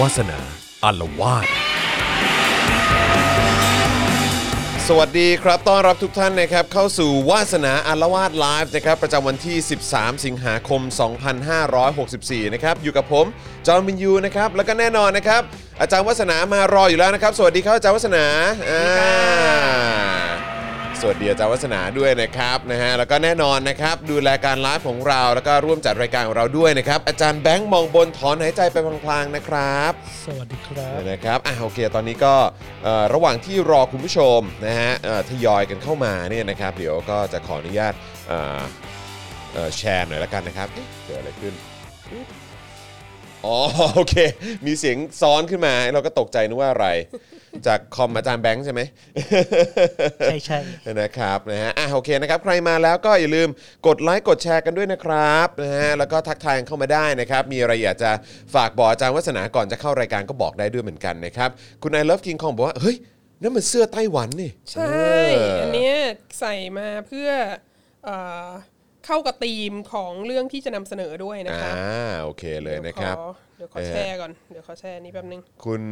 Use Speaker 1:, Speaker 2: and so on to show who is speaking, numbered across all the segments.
Speaker 1: วาสนาอารวาส
Speaker 2: สวัสดีครับ ต้อนรับทุกท่านนะครับเข้าสู่วาสนาอารวาสไลฟ์นะครับประจำวันที่ 13 สิงหาคม 2564 นะครับอยู่กับผม จอห์นวินยูนะครับแล้วก็แน่นอนนะครับอาจารย์วัฒนามารออยู่แล้วนะครับสวัสดีครับอาจารย์วัฒนาอ่าสวัสดีอาจารย์วัฒนาด้วยนะครับนะฮะแล้วก็แน่นอนนะครับดูแลการไลฟ์ของเราแล้วก็ร่วมจัดรายการของเราด้วยนะครับอาจารย์แบงค์มองบนถอนหายใจไปพลางๆนะครับ
Speaker 3: สวัสดีครับ
Speaker 2: นะครับ อ่ะโอเค ตอนนี้ก็เอ่อระหว่างที่รอคุณผู้ชมนะฮะเอ่อทยอยกันเข้ามาเนี่ยนะครับ เดี๋ยวก็จะขออนุญาตเอ่อเอ่อแชร์หน่อยละกันนะครับเอ๊ะเกิดอะไรขึ้น อ๋อโอเค มีเสียงซ้อนขึ้นมา เราก็ตกใจนึกว่าอะไร จากคอมอาจารย์แบงค์ใช่ไหม
Speaker 3: ใช่ใช่
Speaker 2: นะครับนะฮะอ่ะโอเคนะครับใครมาแล้วก็อย่าลืมกดไลค์กดแชร์กันด้วยนะครับนะฮะแล้วก็ทักทายเข้ามาได้นะครับ มีอะไรอยากจะฝากบอกอาจารย์วัฒนาก่อนจะเข้ารายการก็บอกได้ด้วยเหมือนกันนะครับ คุณนายเลิฟกิงคองบอกว่า เฮ้ยนั่นมันเสื้อไต้หวันนี่
Speaker 4: ใช่ อันเนี้ยใส่มาเพื่อเอ่อเข้ากับธีมของเรื่องที่จะนำเสนอด้วยนะ
Speaker 2: อ่า
Speaker 4: คะ
Speaker 2: โอเคเลยนะครับ
Speaker 4: เดี๋ยวขอเดี๋ยวขอแชร์ก่อน เดี๋ยวขอแชร์นี้แป๊บนึง
Speaker 2: คุณ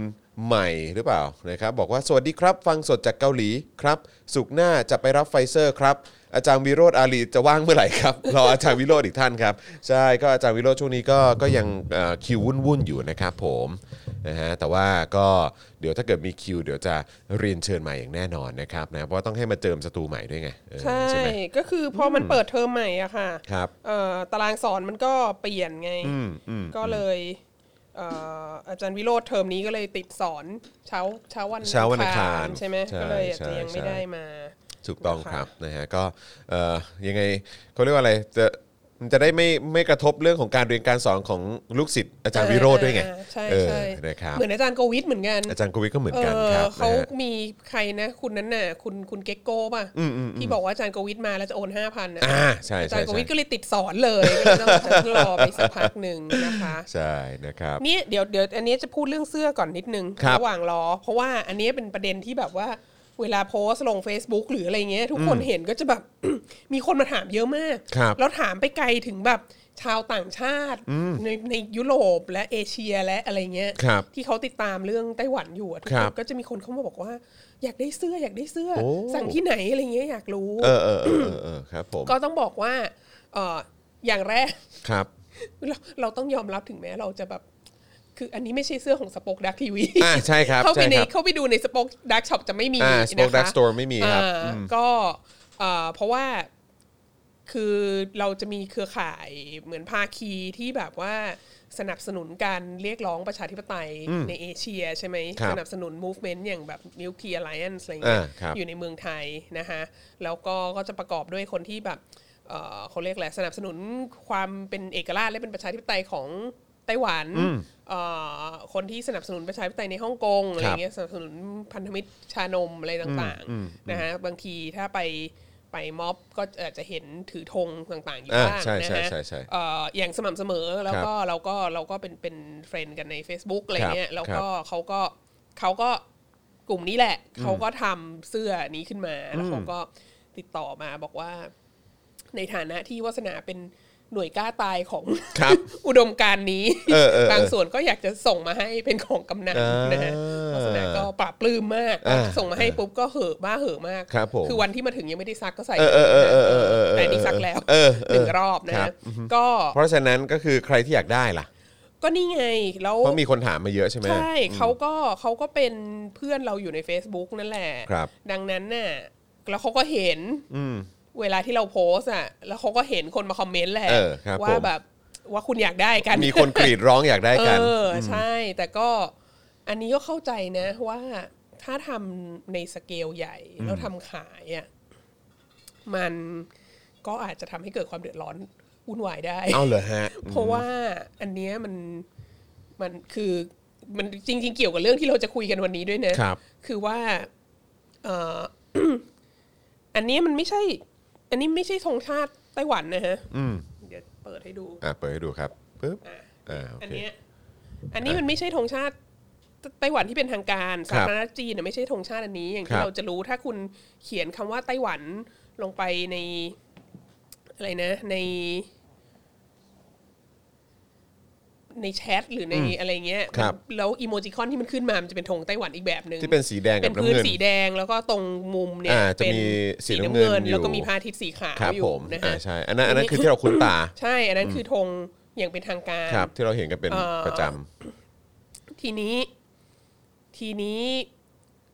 Speaker 2: ใหม่หรือเปล่านะครับบอกว่าสวัสดีครับ ฟังสดจากเกาหลีครับ สุกร์หน้าจะไปรับไฟเซอร์ครับ อาจารย์วิโรธอาลีจะว่างเมื่อไหร่ครับ รออาจารย์วิโรธอีกท่านครับ ใช่ก็อาจารย์วิโรธช่วงนี้ก็ก็ยังเอ่อคิววุ่นๆอยู่นะครับผมนะฮะแต่ว่าก็เดี๋ยวถ้าเกิดมีคิวเดี๋ยวจะเรียนเชิญใหม่อย่างแน่นอนนะครับนะเพราะว่าต้องให้มาเจิมสตูใหม่ด้วยไงเออ
Speaker 4: ใช่
Speaker 2: ไหม
Speaker 4: ก็คือพอมันเปิดเทอมใหม่อะค่ะ
Speaker 2: ครับ
Speaker 4: เอ่อตารางสอนมันก็เปลี่ยนไง
Speaker 2: อืมอืม
Speaker 4: ก็เลยเอ่ออาจารย์วิโรธเทอมนี้ก็เลยติดสอนเช้าเช้าวัน
Speaker 2: เช้าวันอังคาร
Speaker 4: ใช่ไหม
Speaker 2: ใช่
Speaker 4: ก็เลยอาจจะยัง
Speaker 2: ใช่
Speaker 4: ไม่ได้มา
Speaker 2: ถูกต้อง
Speaker 4: นะคะ
Speaker 2: ครับนะฮะก็เอ่อยังไงเขาเรียกว่าอะไรจะมันจะได้ไม่ไม่กระทบเรื่องของการเรียนการสอนของลูกศิษย์อาจารย์วิโรธด้วยไง
Speaker 4: อ่าใช่
Speaker 2: เออ
Speaker 4: ใช่
Speaker 2: นะครับ
Speaker 4: เหมือนอาจารย์โกวิทเหมือนกัน
Speaker 2: อาจารย์กวิทก็เหมือนกัน
Speaker 4: เอ
Speaker 2: ค
Speaker 4: อ
Speaker 2: รับ
Speaker 4: เขา
Speaker 2: นะฮะ
Speaker 4: มีใครนะ คุณนั้นน่ะ คุณคุณเก็กโก้ป่ะที่บอกว่าอาจารย์โกวิทมาแล้วจะโอนห้าพันนะ
Speaker 2: อ่าใช่ใช่
Speaker 4: อาจารย์โกวิทก็เลยติดสอนเลย ก็เลยต้องรอไปสักพักหนึ่งนะคะ
Speaker 2: ใช่นะครับ
Speaker 4: นี่เดี๋ยวเดี๋ยวอันนี้จะพูดเรื่องเสื้อก่อนนิดนึง
Speaker 2: ครับ
Speaker 4: ระหว่างรอ เพราะว่าอันนี้เป็นประเด็นที่แบบว่าเวลาโพสต์ลง Facebook หรืออะไรเงี้ยทุกคนเห็นก็จะแบบ มีคนมาถามเยอะมาก
Speaker 2: ครับ
Speaker 4: แล้วถามไปไกลถึงแบบชาวต่างชาติในในยุโรปและเอเชียและอะไรเงี้ย
Speaker 2: ครับ
Speaker 4: ที่เขาติดตามเรื่องไต้หวันอยู่อะทุก
Speaker 2: ค
Speaker 4: ครับ นก็จะมีคนเข้ามาบอกว่า อยากได้เสื้ออยากได้เสื้อ
Speaker 2: โอ้
Speaker 4: สั่งที่ไหนอะไรเงี้ยอยากรู้
Speaker 2: เออเออเออเออเออครับผม
Speaker 4: ก็ต้องบอกว่าเอออย่างแรก
Speaker 2: ครับ
Speaker 4: เราเราต้องยอมรับถึงแม้เราจะแบบ คืออันนี้ไม่ใช่เสื้อของสป็อคดักทีวี
Speaker 2: อ่าใช่ครับ
Speaker 4: เข้าไป
Speaker 2: ใช่
Speaker 4: ใน
Speaker 2: ครับ
Speaker 4: เข้าไปดูในสป็อคดักช็อปจะไม่มี
Speaker 2: อ่า
Speaker 4: นะ
Speaker 2: ส
Speaker 4: คะ
Speaker 2: ปอคดักสโตร์ไม่มีครับ
Speaker 4: อ่า
Speaker 2: อืม
Speaker 4: ก็เอ่อเพราะว่าคือเราจะมีเครือข่ายเหมือนภาคีที่แบบว่าสนับสนุนการเรียกร้องประชาธิปไตยในเอเชียใช่ไหม
Speaker 2: ครับ
Speaker 4: สนับสนุน movement อย่างแบบ Milky Alliance อะไรเงี้ย
Speaker 2: อ่าครับ
Speaker 4: อยู่ในเมืองไทยนะคะแล้วก็ก็จะประกอบด้วยคนที่แบบเอ่อเขาเรียกแหละไรสนับสนุนความเป็นเอกราชและเป็นประชาธิปไตยของไต้หวันเอ่อคนที่สนับสนุนประชาธิปไตยในฮ่องกงอะไรเงี้ย สนับสนุนพันธมิตรชานมอะไรต่างๆนะฮะบางทีถ้าไปไปม็อบก็อาจจะเห็นถือธงต่างๆอยู่
Speaker 2: อ่า
Speaker 4: บ้าง
Speaker 2: ใช่
Speaker 4: นะ
Speaker 2: ใช่
Speaker 4: ฮะ
Speaker 2: ใช่ใช่
Speaker 4: เอ่ออย่างสม่ำเสมอแล้วก็เราก็เราก็เป็นเป็นเฟรนด์กันใน Facebook อะไรเงี้
Speaker 2: ครับ
Speaker 4: ยแล้วก็เขาก็เขาก็กลุ่มนี้แหละ เขาก็ทำเสื้อนี้ขึ้นมาแล้วเขาก็ติดต่อมาบอกว่า ในฐานะที่วาสนาเป็นหน่วยกล้าตายของ
Speaker 2: ครับ
Speaker 4: อุดมการณ์นี้
Speaker 2: เออเออเออบ
Speaker 4: างส่วนก็อยากจะส่งมาให้เป็นของกำนัน
Speaker 2: อ่าน
Speaker 4: นะฮะลักษณะก็ปราบปลื้มมาก
Speaker 2: อ่า
Speaker 4: ส่งมาให้ปุ๊บก็เห่อะบ้าเห่อะมาก
Speaker 2: ครับผม
Speaker 4: คือวันที่มาถึงยังไม่ได้ซักก็ใส่
Speaker 2: เออเออเออเออเออเออ
Speaker 4: แต่นี่ซักแล้ว
Speaker 2: เออเออ
Speaker 4: หนึ่งรอบนะ
Speaker 2: ครั
Speaker 4: ฮะ
Speaker 2: บอือฮึ
Speaker 4: ก็
Speaker 2: เพราะฉะนั้นก็คือใครที่อยากได้ล่ะ
Speaker 4: ก็นี่ไงแล้ว
Speaker 2: เพราะมีคนถามมาเยอะใช่ไหม
Speaker 4: ใช่เขาก็เขาก็เป็นเพื่อนเราอยู่ใน Facebook นั่นแหละ
Speaker 2: ครับ
Speaker 4: ดังนั้นน่ะแล้วเขาก็เห็นเวลาที่เราโพสต์อ่ะแล้วเขาก็เห็นคนมาคอมเมนต์แหละ
Speaker 2: เออครับ
Speaker 4: ว่า
Speaker 2: ผม
Speaker 4: แบบว่าคุณอยากได้กัน
Speaker 2: มีคนกรีดร้องอยากได้กัน
Speaker 4: เออใช่ แต่ก็อันนี้ก็เข้าใจนะว่าถ้าทำในสเกลใหญ่แล้วทำขายอ่ะมันก็อาจจะทำให้เกิดความเดือดร้อนวุ่นวายได้
Speaker 2: เอาเหรอฮะ
Speaker 4: เพราะว่าอันเนี้ยมันมันคือมันจริง ๆ เกี่ยวกับเรื่องที่เราจะคุยกันวันนี้ด้วยนะครับ คือว่าเอ่อ อันเนี้ยมันไม่ใช่ อันนี้ไม่ใช่ธงชาติไต้หวันนะฮะเดี๋ยวเปิดให้ดู
Speaker 2: อ่ะเปิดให้ดูครับปึ๊บ
Speaker 4: อ่ะ
Speaker 2: อ่าโอ
Speaker 4: อัน
Speaker 2: เค
Speaker 4: เนี้ยอันนี้มันไม่ใช่ธงชาติไตไต้หวันที่เป็นทางการ
Speaker 2: ครั
Speaker 4: สา
Speaker 2: บ
Speaker 4: ธารณรัฐจีนน่ะไม่ใช่ธงชาติอันนี้ อย่าง
Speaker 2: ครั
Speaker 4: ที่
Speaker 2: บ
Speaker 4: เราจะรู้ถ้าคุณเขียนคำว่าไต้หวันลงไปในอะไรนะ ใน ใน ในแชทหรือในอะไรเงี้ย
Speaker 2: ครับ
Speaker 4: แล้วอีโมจิคอนที่มันขึ้นมามันจะเป็นธงไต้หวันอีกแบบหนึ่ง
Speaker 2: ที่เป็นสีแดงกั
Speaker 4: เป็
Speaker 2: บ
Speaker 4: น
Speaker 2: น้ำ
Speaker 4: พื้น
Speaker 2: เงิน
Speaker 4: สีแดงแล้วก็ตรงมุมเนี่ย
Speaker 2: อ่าจะ
Speaker 4: เป็น
Speaker 2: มีสีน้ำเงินอยู่
Speaker 4: แล้วก็มีพระอาทิตย์สีขาว
Speaker 2: ครับ
Speaker 4: อยู่
Speaker 2: ผม
Speaker 4: นะ
Speaker 2: อ่า
Speaker 4: ฮะ
Speaker 2: ใช่อันนั้นอันนั้นคือที่เราคุ้นตา
Speaker 4: ใช่อันนั้นคือธงอย่างเป็นทางการ
Speaker 2: ครับ ที่เราเห็นกันเป็น
Speaker 4: เอ่อ
Speaker 2: ประจำ
Speaker 4: ทีนี้ทีนี้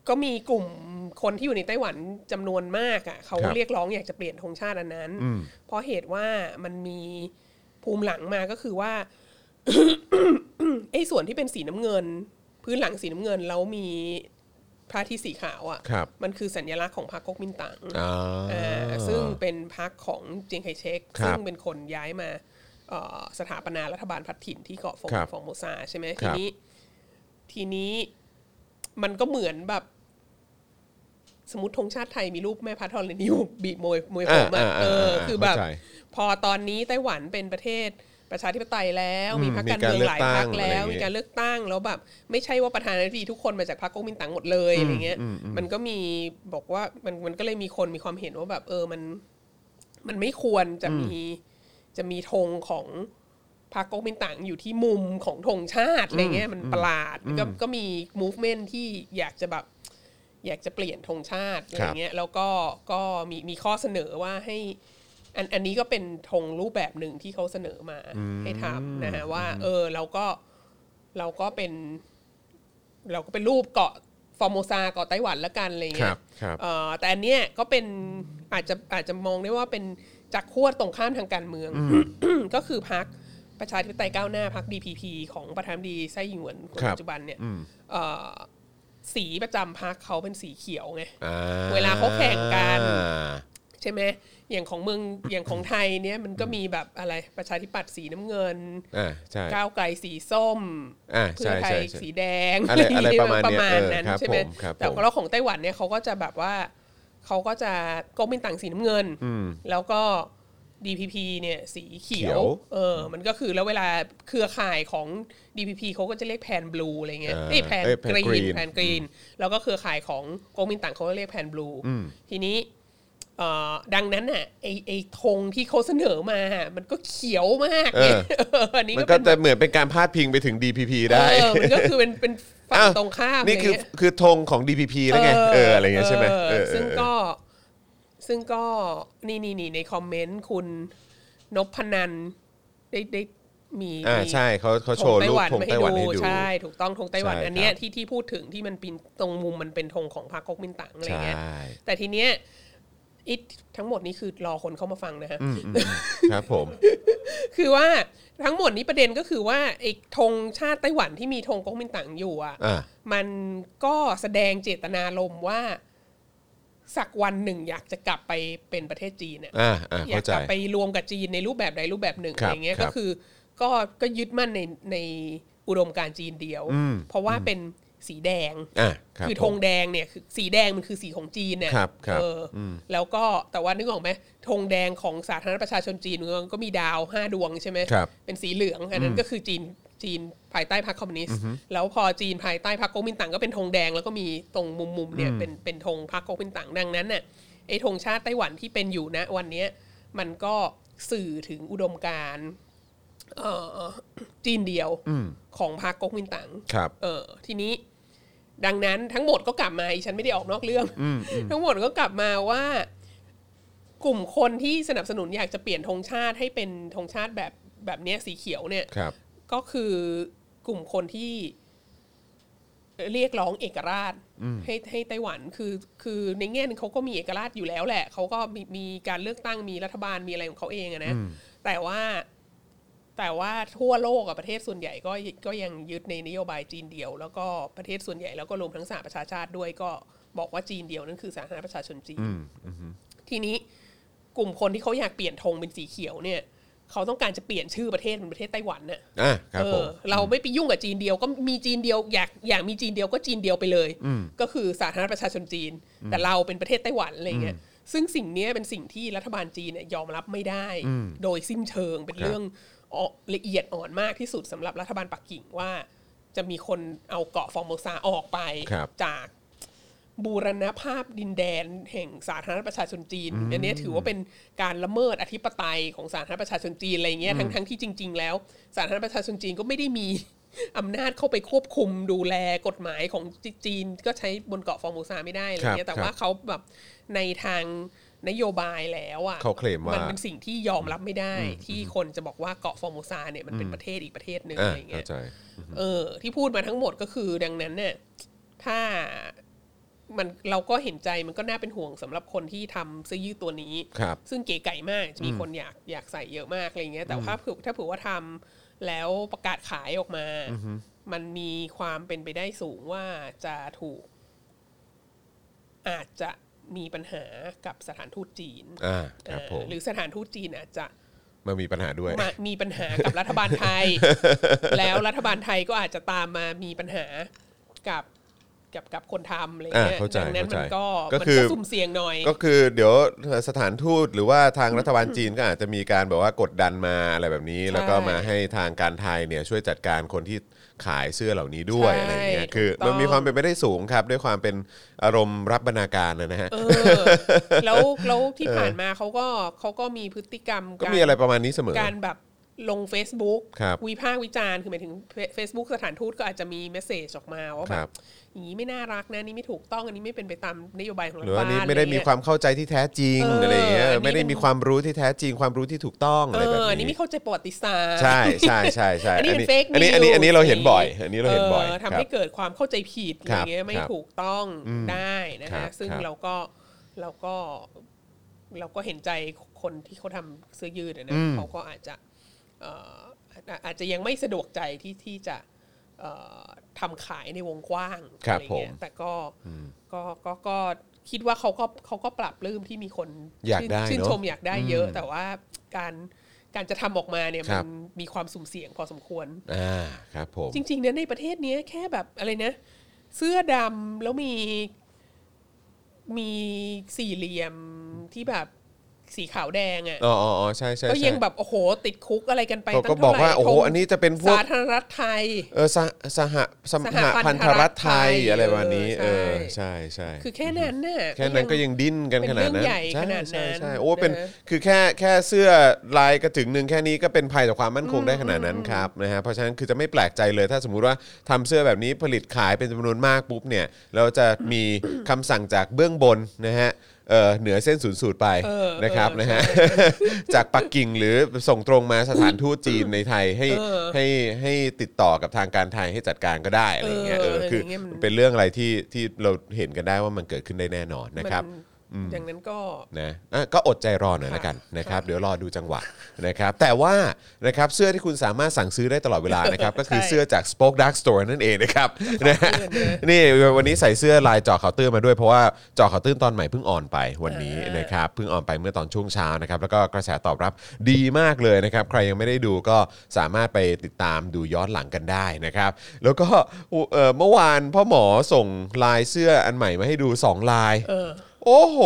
Speaker 4: ก็มีกลุ่มคนที่อยู่ในไต้หวันจำนวนมากอะ่ะเขาเรียกร้องอยากจะเปลี่ยนธงชาติอันนั้น เพราะเหตุว่ามันมีภูมิหลังมาก็คือว่า ไอ้ส่วนที่เป็นสีน้ำเงิน พื้นหลังสีน้ำเงินแล้วมีพระอาที่สีขาว
Speaker 2: ค
Speaker 4: อะ่ะ
Speaker 2: รับ
Speaker 4: มันคือสัญลักษณ์ของพรรคก๊กมินตั๋ง
Speaker 2: อ่า
Speaker 4: อ่าซึ่งเป็นพักของเจียงไคเชก
Speaker 2: ครับ
Speaker 4: ซึ่งเป็นคนย้ายมาเอ่อสถาปนารัฐบาลพัฒถิ่นที่เกาะฟอง
Speaker 2: ครับ
Speaker 4: ฟองโมซาใช่ไหม
Speaker 2: ค
Speaker 4: ที
Speaker 2: รับ
Speaker 4: นี้ทีนี้มันก็เหมือนแบบ สมมติธงชาติไทยมีรูปแม่พัทธรณีอยู่บีบมวยมวยผมอะเออ คือแบบ
Speaker 2: เข้าใจ
Speaker 4: พอตอนนี้ไต้หวันเป็นประเทศประชาธิปไตยแล้ว
Speaker 2: อืม
Speaker 4: มีพรรคการ
Speaker 2: มีการเลื
Speaker 4: เมือง
Speaker 2: อก
Speaker 4: หลายพรร
Speaker 2: ตั้
Speaker 4: ค
Speaker 2: ง
Speaker 4: แล้ว
Speaker 2: อะไรอย่างงี้
Speaker 4: มีการเลือกตั้งแล้วแบบ ไม่ใช่ว่าประธานาธิบดีทุกคนมาจากพรรคก๊กมินตั๋งหมดเลยอะไรเงี้ย มันก็มีบอกว่ามันมันก็เลยมีคนมีความเห็นว่าแบบ เออมัน มันไม่ควรจะมีจะมีธงของพรรคก๊กมินตั๋งอยู่ที่มุมของธงชาติอะไรเงี้ยมันประหลาดก็ก็มี movement ที่อยากจะแบบ อยากจะเปลี่ยนธงชาติอะไร
Speaker 2: ครับ
Speaker 4: เงี้ยแล้วก็ก็มีมีข้อเสนอว่าให้ อันอันนี้ก็เป็นธงรูปแบบหนึ่งที่เขาเสนอมาให้ทำนะฮะว่า เออเราก็เราก็เป็น เราก็เป็นรูปเกาะฟอร์โมซาเกาะไต้หวันละกันอะไร
Speaker 2: ครั
Speaker 4: เงี้
Speaker 2: บ
Speaker 4: ย
Speaker 2: ครับ
Speaker 4: เอ่อแต่อันเนี้ยก็เป็นอาจจะอาจจะมองได้ว่าเป็นจากขั้วตรงข้ามทางการเมือง ก็คือพักประชาธิปไตยก้าวหน้าพัก DPP ของประธานาธิบดีไส้หยิงเหวินคน
Speaker 2: ครับ
Speaker 4: ปัจจุบันเนี่ยเอ่อสีประจำพักเขาเป็นสีเขียวไง
Speaker 2: อ่
Speaker 4: เวลาเขาแข่งกัน ใช่ไหมอย่างของเมืองอย่างของไทยเนี่ยมันก็มีแบบอะไรประชาธิปัตย์สีน้ำเงิน
Speaker 2: อ่าใช่
Speaker 4: ก้าวไกลสีส้ม
Speaker 2: อ่า
Speaker 4: เพื่
Speaker 2: ใช่
Speaker 4: อไท
Speaker 2: ใช่
Speaker 4: ย
Speaker 2: ใช่
Speaker 4: สีแดง
Speaker 2: อะไรอะไรประมาณ
Speaker 4: ป
Speaker 2: เนี้ย
Speaker 4: ระมาณ
Speaker 2: เออ
Speaker 4: นั้น
Speaker 2: ครับ
Speaker 4: ใช่ไหม
Speaker 2: ผมครับ
Speaker 4: แต่
Speaker 2: ผม
Speaker 4: แล้วของไต้หวันเนี่ยเขาก็จะแบบว่าเขาก็จะก็เป็นต่างสีน้ำเงิน แล้วก็ DPP เนี่ยสีเขียว เออ มันก็คือแล้วเวลาเครือข่ายของ DPP เขาก็จะเรียกแพนบลูอะไรเงี้ย
Speaker 2: อ่า
Speaker 4: เอ้ยแพน
Speaker 2: เอ้ยแพน
Speaker 4: กรีน
Speaker 2: green
Speaker 4: แพนกรีน แล้วก็เครือข่ายของโกมินตังเขาก็เรียกแพนบลูทีนี้เอ่อดังนั้นน่ะไอไอธงที่เขาเสนอมา มันก็เขียวมากเนี่ยเอออันนี้
Speaker 2: มันก็
Speaker 4: ก็เป็น
Speaker 2: จะเหมือนเป็นการพาดพิงไปถึง DPP ได้
Speaker 4: เออมันก็คือเป็นเป็นฝั่
Speaker 2: อ้
Speaker 4: ง
Speaker 2: ว
Speaker 4: ตรงข้าม
Speaker 2: นี่คือ
Speaker 4: อะไรเงี้ย
Speaker 2: คือธงของ DPP แล้วไงเอออะไรเงี้ยใช่ไหมเออเออ
Speaker 4: ซึ่งก็ซึ่งก็นี่นี่นี่ในคอมเมนต์คุณนพนันได้ได้มี
Speaker 2: อ่า
Speaker 4: มี
Speaker 2: ใช่เขาเขาโชว์รูปธงไต้หวันให้ดู
Speaker 4: ใช่ ถูกต้องธงไต้หวัน
Speaker 2: ใช่
Speaker 4: อันเนี้
Speaker 2: ค
Speaker 4: ย
Speaker 2: รับ
Speaker 4: ที่ที่พูดถึงที่มันเป็นตรงมุมมันเป็นธงของพรรคก๊กมินตั๋งอะไร
Speaker 2: ใช่
Speaker 4: เงี้ยแต่ทีเนี้ยไอิทั้งหมดนี้คือรอคนเข้ามาฟังนะฮะ
Speaker 2: อืมอืมครับผม
Speaker 4: คือว่าทั้งหมดนี้ประเด็นก็คือว่าไอ้ธงชาติไต้หวันที่มีธงก๊กมินตั๋งอยู่อ่ะ
Speaker 2: อ่า
Speaker 4: มันก็แสดงเจตนารมณ์ว่า สักวันหนึ่งอยากจะกลับไปเป็นประเทศจีนเนี่ย
Speaker 2: อ่าอ่า
Speaker 4: อยา
Speaker 2: เข้าก ใจ
Speaker 4: กลับไปรวมกับจีนในรูปแบบใดรูปแบบหนึ่ง
Speaker 2: ครั
Speaker 4: อะ
Speaker 2: บ
Speaker 4: ไรเงี้ย
Speaker 2: ครับ
Speaker 4: ก็คือก็ก็ยึดมั่นในในอุดมการณ์จีนเดียว
Speaker 2: อืม
Speaker 4: เพราะว่าเป็นสีแดง
Speaker 2: อ่ารับ
Speaker 4: คือ
Speaker 2: ผ
Speaker 4: ธ
Speaker 2: ม
Speaker 4: งแดงเนี่ยคือสีแดงมันคือสีของจีนเนี่ย
Speaker 2: ครับครับ
Speaker 4: เอออแล้วก็แต่ว่านึกออกไหมธงแดงของสาธารณรัฐประชาชนจีนมันก็มีดาวห้าดวงใช่ไหม
Speaker 2: ครับ
Speaker 4: เป็นสีเหลืองอันนั้นก็คือจีนจีนภายใต้พรรคคอมมิวนิสต์แล้วพอจีนภายใต้พรรคก๊กมินตั๋งก็เป็นธงแดงแล้วก็มีตรงมุมมุมๆเนี่ยเป็นเป็นธงพรรคก๊กมินตั๋งดังนั้นน่ะไอ้ธงชาติไต้หวันที่เป็นอยู่นะวันเนี้ยมันก็สื่อถึงอุดมการณ์เอ่อจีนเดียวของพรรคก๊กมินตั๋ง
Speaker 2: ครับ
Speaker 4: เออทีนี้ดังนั้นทั้งหมดก็กลับมาอีฉันไม่ได้ออกนอกเรื่อง ทั้งหมดก็กลับมาว่า กลุ่มคนที่สนับสนุนอยากจะเปลี่ยนธงชาติให้เป็นธงชาติแบบแบบเนี้ยสีเขียวเนี่ย
Speaker 2: ครับ
Speaker 4: ก็คือกลุ่มคนที่เรียกร้องเอกราชให้ให้ไต้หวันคือคือในแง่หนึงเขาก็มีเอกราชอยู่แล้วแหละเขาก็มีมีการเลือกตั้งมีรัฐบาลมีอะไรของเขาเองอะนะแต่ว่าแต่ว่าทั่วโลกอะประเทศส่วนใหญ่ก็ก็ยังยึดในนโยบายจีนเดียว แล้วก็ประเทศส่วนใหญ่แล้วก็รวมทั้งสหประชาชาติด้วยก็บอกว่าจีนเดียวนั่นคือสาธารณรัฐประชาชนจีนทีนี้ กลุ่มคนที่เขาอยากเปลี่ยนธงเป็นสีเขียวเนี่ยเขาต้องการจะเปลี่ยนชื่อประเทศเป็นประเทศไต้หวันน่ะ
Speaker 2: อ่าครับ
Speaker 4: เอ
Speaker 2: ผ
Speaker 4: อ
Speaker 2: ม
Speaker 4: เราไม่ไปยุ่งกับจีนเดียวก็มีจีนเดียวอยากอยากมีจีนเดียวก็จีนเดียวไปเลย ก็คือสาธารณรัฐประชาชนจีน แต่เราเป็นประเทศไต้หวันอะไรเงี้ยซึ่งสิ่งเนี้ยเป็นสิ่งที่รัฐบาลจีนเนี่ยยอมรับไม่ได้ โดยสิ้นเชิงเป็น
Speaker 2: ครับ
Speaker 4: เรื่องอ่อละเอียดอ่อนมากที่สุดสำหรับรัฐบาลปักกิ่งว่า จะมีคนเอาเกาะฟอร์โมซาออกไป
Speaker 2: ครับ
Speaker 4: จาก บูรณภาพดินแดนแห่งสาธารณรัฐประชาชนจีนอันเนี้ยถือว่าเป็นการละเมิดอธิปไตยของสาธารณรัฐประชาชนจีนอะไรเงี้ยทั้งทั้งที่จริง ๆ แล้ว สาธารณรัฐประชาชนจีนก็ไม่ได้มี อำนาจเข้าไปควบคุมดูแลกฎหมายของจีนก็ใช้บนเกาะฟอร์มูซาไม่ได้อะไรเงี้
Speaker 2: ครับ
Speaker 4: ยแต่ว่าเขาแบบในทางนโยบายแล้วอ่ะ
Speaker 2: เขาเคลมว่ามั
Speaker 4: นเป็นสิ่งที่ยอมรับไม่ได้ ที่คนจะบอกว่าเกาะฟอร์มูซาเนี่ยมันเป็นประเทศอีกประเทศหนึ่ง
Speaker 2: อ่า
Speaker 4: อะไรเงี้
Speaker 2: เข้าย ใจ
Speaker 4: เออที่พูดมาทั้งหมดก็คือดังนั้นเนี่ยถ้ามันเราก็เห็นใจมันก็น่าเป็นห่วงสำหรับคนที่ทำเสื้อยืดตัวนี้
Speaker 2: ครับ
Speaker 4: ซึ่งเก๋ไก่มากจะมีคนอยากอยากใส่เยอะมากอะไรเงี้ยแต่ว่าถ้าเผื่อถ้าเผื่อว่าทำแล้วประกาศขายออกมา มันมีความเป็นไปได้สูงว่าจะถูก อาจจะมีปัญหากับสถานทูตจีน
Speaker 2: อ่าครับผม
Speaker 4: หรือสถานทูตจีนอาจจะ
Speaker 2: มันมีปัญหาด้วย
Speaker 4: มามีปัญหากับรัฐบาลไท ย แล้วรัฐบาลไทยก็อาจจะตามมามีปัญหากับกับกับคนทำอะไรเงี้ย
Speaker 2: อ่าเข้าใจ
Speaker 4: ดันั้นมั
Speaker 2: เข้าใจ
Speaker 4: ก็
Speaker 2: ก็
Speaker 4: มัน
Speaker 2: คือ
Speaker 4: ก็สุ่มเสี่ยงหน่อย
Speaker 2: ก็คือเดี๋ยวสถานทูตหรือว่าทางรัฐบาลจีนก็อาจจะมีการแบบว่ากดดันมาอะไรแบบนี้ แล้วก็มาให้ทางการไทยเนี่ยช่วยจัดการคนที่ขายเสื้อเหล่านี้ด้วย
Speaker 4: ใช่
Speaker 2: อะไรอย่างเงี้ย
Speaker 4: ถูก
Speaker 2: คือ
Speaker 4: ต้อง
Speaker 2: มันมีความเป็นไปได้สูงครับ ด้วยความเป็นอารมณ์รับบรรณาการนะฮะ
Speaker 4: เออแล้วแล้วที่ผ่านมาเขาก็เขาก็มีพฤติกรรม
Speaker 2: ก็
Speaker 4: การ
Speaker 2: มีอะไรประมาณนี้เสมอ
Speaker 4: การแบบลง Facebook
Speaker 2: ครับ
Speaker 4: วิพากษ์วิจารณ์คือหมายถึง Facebook สถานทูตก็อาจจะมีเมสเซจออกมาว่า
Speaker 2: ค
Speaker 4: แบ
Speaker 2: รั
Speaker 4: บบ อย่างนี้ไม่น่ารักนะนี่ไม่ถูกต้องอันนี้ไม่เป็นไปตามนโยบายของรั
Speaker 2: ห
Speaker 4: ฐ
Speaker 2: รือว่า
Speaker 4: บา
Speaker 2: อัน
Speaker 4: ล
Speaker 2: นี้ไม่ได้มีความเข้าใจที่แท้จริงอะไรอย่างเงี้ยไม่ได้มีความรู้ที่แท้จริง ความรู้ที่ถูกต้องอะ
Speaker 4: เอ
Speaker 2: ไรแบบ
Speaker 4: ออัน
Speaker 2: นี้
Speaker 4: นี้ไม่เข้าใจประวัติศาสตร์
Speaker 2: ใช่ใช่ใช่ใช่
Speaker 4: อันนี้เป็นเฟก
Speaker 2: อันนี้อันนี้อันนี้เราเห็นบ่อย อันนี้เราเห็นบ่อย
Speaker 4: ทำให้
Speaker 2: ครับ
Speaker 4: เกิดความเข้าใจผิดอะ
Speaker 2: ค
Speaker 4: ไร
Speaker 2: รับ
Speaker 4: เงี้ยไม่
Speaker 2: ครับ
Speaker 4: ถูกต้องได้นะ
Speaker 2: ครั
Speaker 4: คะ
Speaker 2: บ
Speaker 4: ซึ่ง
Speaker 2: ครับ
Speaker 4: เราก็เราก็เราก็เห็นใจคนที่เขาทำเสื้อยืดอะนะเขาก็อาจจะเอ่ออ่ะอาจจะยังไม่สะดวกใจที่ที่จะเอ่อทำขายในวงกว้าง
Speaker 2: ครั
Speaker 4: อะ
Speaker 2: บ
Speaker 4: ไรเงี้
Speaker 2: ผ
Speaker 4: ย
Speaker 2: ม
Speaker 4: แต่ก็ก็ก็ก็คิดว่าเขาก็เขาก็ปรับลืมที่มีคน
Speaker 2: อยาก
Speaker 4: ชื่น
Speaker 2: ได้
Speaker 4: ชื่น
Speaker 2: เนอะ
Speaker 4: ชมอยากได้เยอะ แต่ว่าการการจะทำออกมาเนี่ย
Speaker 2: ค
Speaker 4: มั
Speaker 2: รับ
Speaker 4: นมีความสุ่มเสี่ยงพอสมควร
Speaker 2: อ่าครับผม
Speaker 4: จริงๆเนี่ยในประเทศเนี้ยแค่แบบอะไรนะ เสื้อดำแล้วมีมีสี่เหลี่ยมที่แบบสีขาวแดงอะ
Speaker 2: อ๋ออ๋ออ๋อใช่ใช่
Speaker 4: ก็
Speaker 2: ใช่
Speaker 4: ยังแบบ โอ้โห ติดคุกอะไรกันไป
Speaker 2: เขา
Speaker 4: ตั้ง
Speaker 2: ก็
Speaker 4: เท่าไหร่
Speaker 2: บอกว่าโอ้โห
Speaker 4: ธง
Speaker 2: อันนี้จะเป็นพวก
Speaker 4: สาธารณรัฐไทย
Speaker 2: เออสหสหส
Speaker 4: ส
Speaker 2: ห
Speaker 4: หพั
Speaker 2: พัน
Speaker 4: น
Speaker 2: ธ
Speaker 4: ธรั
Speaker 2: รัฐ
Speaker 4: ฐ
Speaker 2: ไท
Speaker 4: ไท
Speaker 2: ย
Speaker 4: ย
Speaker 2: อะไรประมาณนี้เอ
Speaker 4: เอ
Speaker 2: อ
Speaker 4: อ
Speaker 2: ใช่ใช่
Speaker 4: คือแค่นั้นน่ะ
Speaker 2: แค่นั้นก็ยังดิ้นกัน
Speaker 4: เป็น
Speaker 2: ขนาดนั้น
Speaker 4: เรื่องใหญ่
Speaker 2: ช่
Speaker 4: ขนาดนั้น
Speaker 2: ใช่ใช่โอ้เป็น
Speaker 4: นะ
Speaker 2: คือแค่แค่เสื้อลายกระถึงหนึ่งแค่นี้ก็เป็นภัยต่อความมั่นคงได้ขนาดนั้นครับนะฮะเพราะฉะนั้นคือจะไม่แปลกใจเลย ถ้าสมมุติว่าทำเสื้อแบบนี้ผลิตขายเป็นจำนวนมากปุ๊บเนี่ยเราจะมีคำสั่งจากเบื้องบนนะฮะเออเหนือเส้นศูนย์สูตรไป
Speaker 4: เออ
Speaker 2: นะครับ
Speaker 4: เออ
Speaker 2: นะฮะ จากปักกิ่งหรือส่งตรงมาสถานทูตจีนในไทยให้
Speaker 4: เออ
Speaker 2: ให้ให้ติดต่อกับทางการไทยให้จัดการก็ได้อะไรอย่างเงี้ยเอ
Speaker 4: เออ
Speaker 2: อคืออย่าง
Speaker 4: เงี้ยมัน
Speaker 2: มันเป็นเรื่องอะไรที่ที่เราเห็นกันได้ว่ามันเกิดขึ้นได้แน่นอนนะครับ
Speaker 4: มันดังนั้นก็
Speaker 2: นะอ่ะก็อดใจรอหน่อยละกัน
Speaker 4: ค่ะ
Speaker 2: นะครับ
Speaker 4: ค่ะ
Speaker 2: เดี๋ยวรอดูจังหวะนะครับ แต่ว่านะครับเสื้อที่คุณสามารถสั่งซื้อได้ตลอดเวลานะครับ ก็คือเสื้อจาก Spoke Dark Store นั่นเอง นะครับนะ
Speaker 4: เพื่อนนะ
Speaker 2: นี่วันนี้ใส่เสื้อลายเจอข่าวตื้นมาด้วยเพราะว่าเจอข่าวตื้นตอนใหม่เพิ่งออนไปวันนี้
Speaker 4: อ่าน
Speaker 2: นะครับเพิ่งออนไปเมื่อตอนช่วงเช้านะครับ แล้วก็กระแสตอบรับดีมากเลยนะครับ ใครยังไม่ได้ดูก็สามารถไปติดตามดูย้อนหลังกันได้นะครับ แล้วก็เอ่อเมื่อวานพ่อหมอส่งลายเสื้ออันใหม่มาให้ดูสองลาย
Speaker 4: เออ
Speaker 2: โอ้โห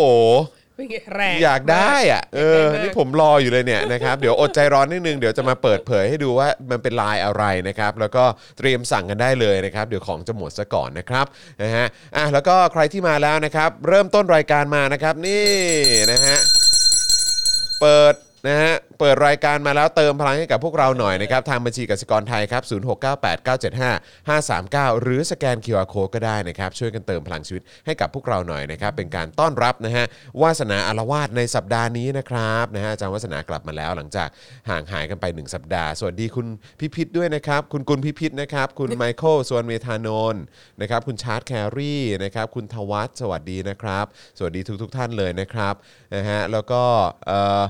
Speaker 4: เป็นไงแรง
Speaker 2: อยากได้อ่ะ เออ
Speaker 4: ยากได้มาก
Speaker 2: นี่ผมรออยู่เลยเนี่ยนะครับ เดี๋ยวอดใจร้อนนิดนึง เดี๋ยวจะมาเปิดเผยให้ดูว่ามันเป็นลายอะไรนะครับ แล้วก็เตรียมสั่งกันได้เลยนะครับ เดี๋ยวของจะหมดซะก่อนนะครับ นะฮะ อ่ะ แล้วก็ใครที่มาแล้วนะครับ เริ่มต้นรายการมานะครับ นี่นะฮะ เปิดนะฮะ เปิดรายการมาแล้วเติมพลังให้กับพวกเราหน่อยนะครับ ทางบัญชีกสิกรไทยครับ 0698975539 หรือสแกน QR Code ก็ได้นะครับ ช่วยกันเติมพลังชีวิตให้กับพวกเราหน่อยนะครับ เป็นการต้อนรับนะฮะ วาสนาอารวาสในสัปดาห์นี้นะครับนะฮะอาจารย์วาสนากลับมาแล้วหลังจากห่างหายกันไป 1 สัปดาห์ สวัสดีคุณพิพิธด้วยนะครับ คุณกุลพิพิธนะครับ คุณไมเคิลสวนเมธานนท์นะครับ คุณชาร์ตแครีนะครับ คุณทวัตสวัสดีนะครับ สวัสดีทุกทท่านเลยนะครับนะฮะ แล้วก็เอ่อ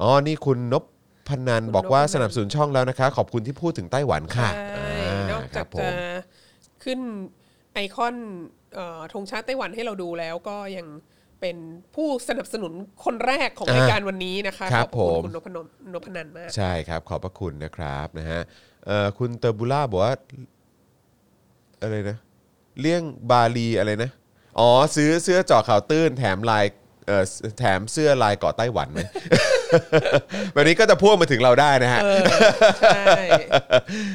Speaker 2: อ๋อ นี่คุณนพพนัน
Speaker 4: คุณ
Speaker 2: บอกว่าน
Speaker 4: พนัน
Speaker 2: สนับสนุนช่องแล้วนะคะ ขอบคุณที่พูดถึงไต้หวันค่ะ
Speaker 4: ใช่
Speaker 2: าน
Speaker 4: อก
Speaker 2: ค
Speaker 4: จา
Speaker 2: รั
Speaker 4: ก
Speaker 2: บผ
Speaker 4: จะ
Speaker 2: ม
Speaker 4: ขึ้นไอคอนเอ่อธงชาติไต้หวันให้เราดูแล้วก็ยังเป็นผู้สนับสนุนคนแรกขอ
Speaker 2: อ่าร
Speaker 4: งายการวันนี้นะคะ
Speaker 2: ค
Speaker 4: ข
Speaker 2: รั
Speaker 4: อ
Speaker 2: บบ
Speaker 4: คุณ
Speaker 2: ผม
Speaker 4: คุณนพนมนพนันมาก
Speaker 2: ใช่ครับ ขอบพระคุณนะครับนะฮะเอ่อคุณเตอร์บูล่าบอกว่าอะไรนะ เลี่ยงบาลีอะไรนะ อ๋อ ซื้อเสื้อเจาะข่าวตื้นแถมลาย เอ่อแถมเสื้อลายเกาะไต้หวันไหม แบบนี้ก็จะพ่วงมาถึงเราได้นะฮะ
Speaker 4: เออใช่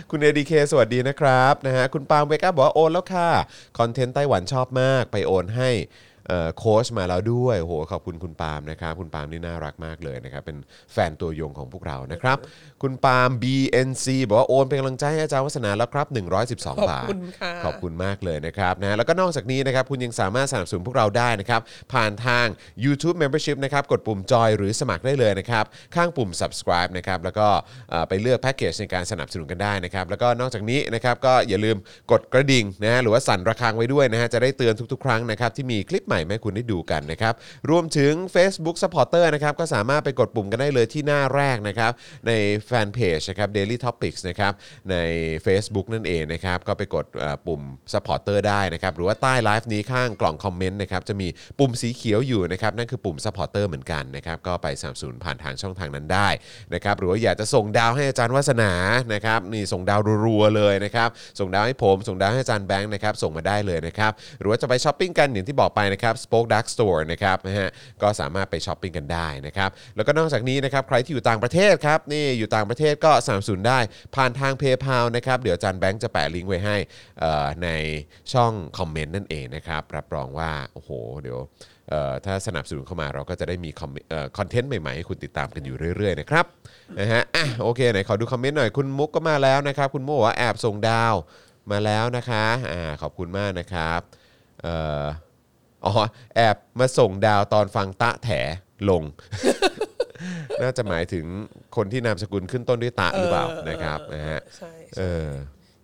Speaker 2: คุณเอดีเคสวัสดีนะครับนะฮะคุณปาล์มเวก้าบอกว่าโอนแล้วค่ะ คอนเทนต์ไต้หวันชอบมาก ไปโอนให้เอ่อโค้ชมาแล้วด้วยโหขอบคุณคุณปาล์มนะครับ คุณปาล์มนี่น่ารักมากเลยนะครับ เป็นแฟนตัวยงของพวกเรานะครับ คุณปาล์ม BNC บอกว่าโอนเป็นกำลังใจให้อาจารย์วัฒนาแล้วครับ 112 บาท
Speaker 4: ขอบคุณค่ะ
Speaker 2: ขอบคุณมากเลยนะครับนะแล้วก็นอกจากนี้นะครับ คุณยังสามารถสนับสนุนพวกเราได้นะครับ ผ่านทาง YouTube Membership นะครับ กดปุ่มจอยหรือสมัครได้เลยนะครับ ข้างปุ่ม subscribe นะครับ แล้วก็เอ่อไปเลือกแพ็กเกจในการสนับสนุนกันได้นะครับ แล้วก็นอกจากนี้นะครับ ก็อย่าลืมกดกระดิ่งนะฮะหรือว่าสั่นระฆังไว้ด้วยนะฮะจะได้เตือนทุกๆ ครั้งนะครับ ที่มีคลิปใหม่มาให้คุณได้ดูกันนะครับ รวมถึง Facebook Supporter นะครับก็สามารถไปกดปุ่มกันได้เลยที่หน้าแรกนะครับ ในแฟนเพจนะครับ Daily Topics นะครับใน Facebook นั่นเองนะครับ ก็ไปกดเอ่อปุ่ม Supporter ได้นะครับ หรือว่าใต้ไลฟ์นี้ข้างกล่องคอมเมนต์นะครับ จะมีปุ่มสีเขียวอยู่นะครับ นั่นคือปุ่ม Supporter เหมือนกันนะครับ ก็ไปสามสูนผ่านทางช่องทางนั้นได้นะครับ หรือว่าอยากจะส่งดาวให้อาจารย์วัสนานะครับนี่ส่งดาวรัวๆเลยนะครับ ส่งดาวให้ผม ส่งดาวให้อาจารย์แบงค์นะครับส่งมาได้เลยนะครับ หรือว่าจะไปช้อปปิ้งกันอย่างที่บอกไปนะครับ Spoke Dark Store นะครับนะฮะก็สามารถไปช้อปปิ้งกันได้นะครับ แล้วก็นอกจากนี้นะครับใครที่อยู่ต่างประเทศครับนี่อยู่ต่างประเทศก็สามสูนได้ผ่านทาง PayPal นะครับเดี๋ยวอาจารย์แบงค์จะแปะลิงก์ไว้ให้เอ่อในช่องคอมเมนต์นั่นเองนะครับรับรองว่าโอ้โหเดี๋ยวเอ่อถ้าสนับสนุนเข้ามาเราก็จะได้มีคอมเมนต์เอ่อคอนเทนต์ใหม่ๆให้คุณติดตามกันอยู่เรื่อยๆนะครับนะฮะอ่ะโอเคไหนขอดูคอมเมนต์หน่อยคุณมุกก็มาแล้วนะครับคุณโมบอกว่าแอบส่งดาว มาแล้วนะคะอ่าขอบคุณมากนะครับเอ่ออ๋อแอบมาส่งดาวตอนฟังตะแถลง น่าจะหมายถึงคนที่นามสกุลขึ้นต้นด้วยตะหรือเปล่านะครับนะฮะ
Speaker 4: ใช่
Speaker 2: เอ
Speaker 4: ใช่
Speaker 2: อ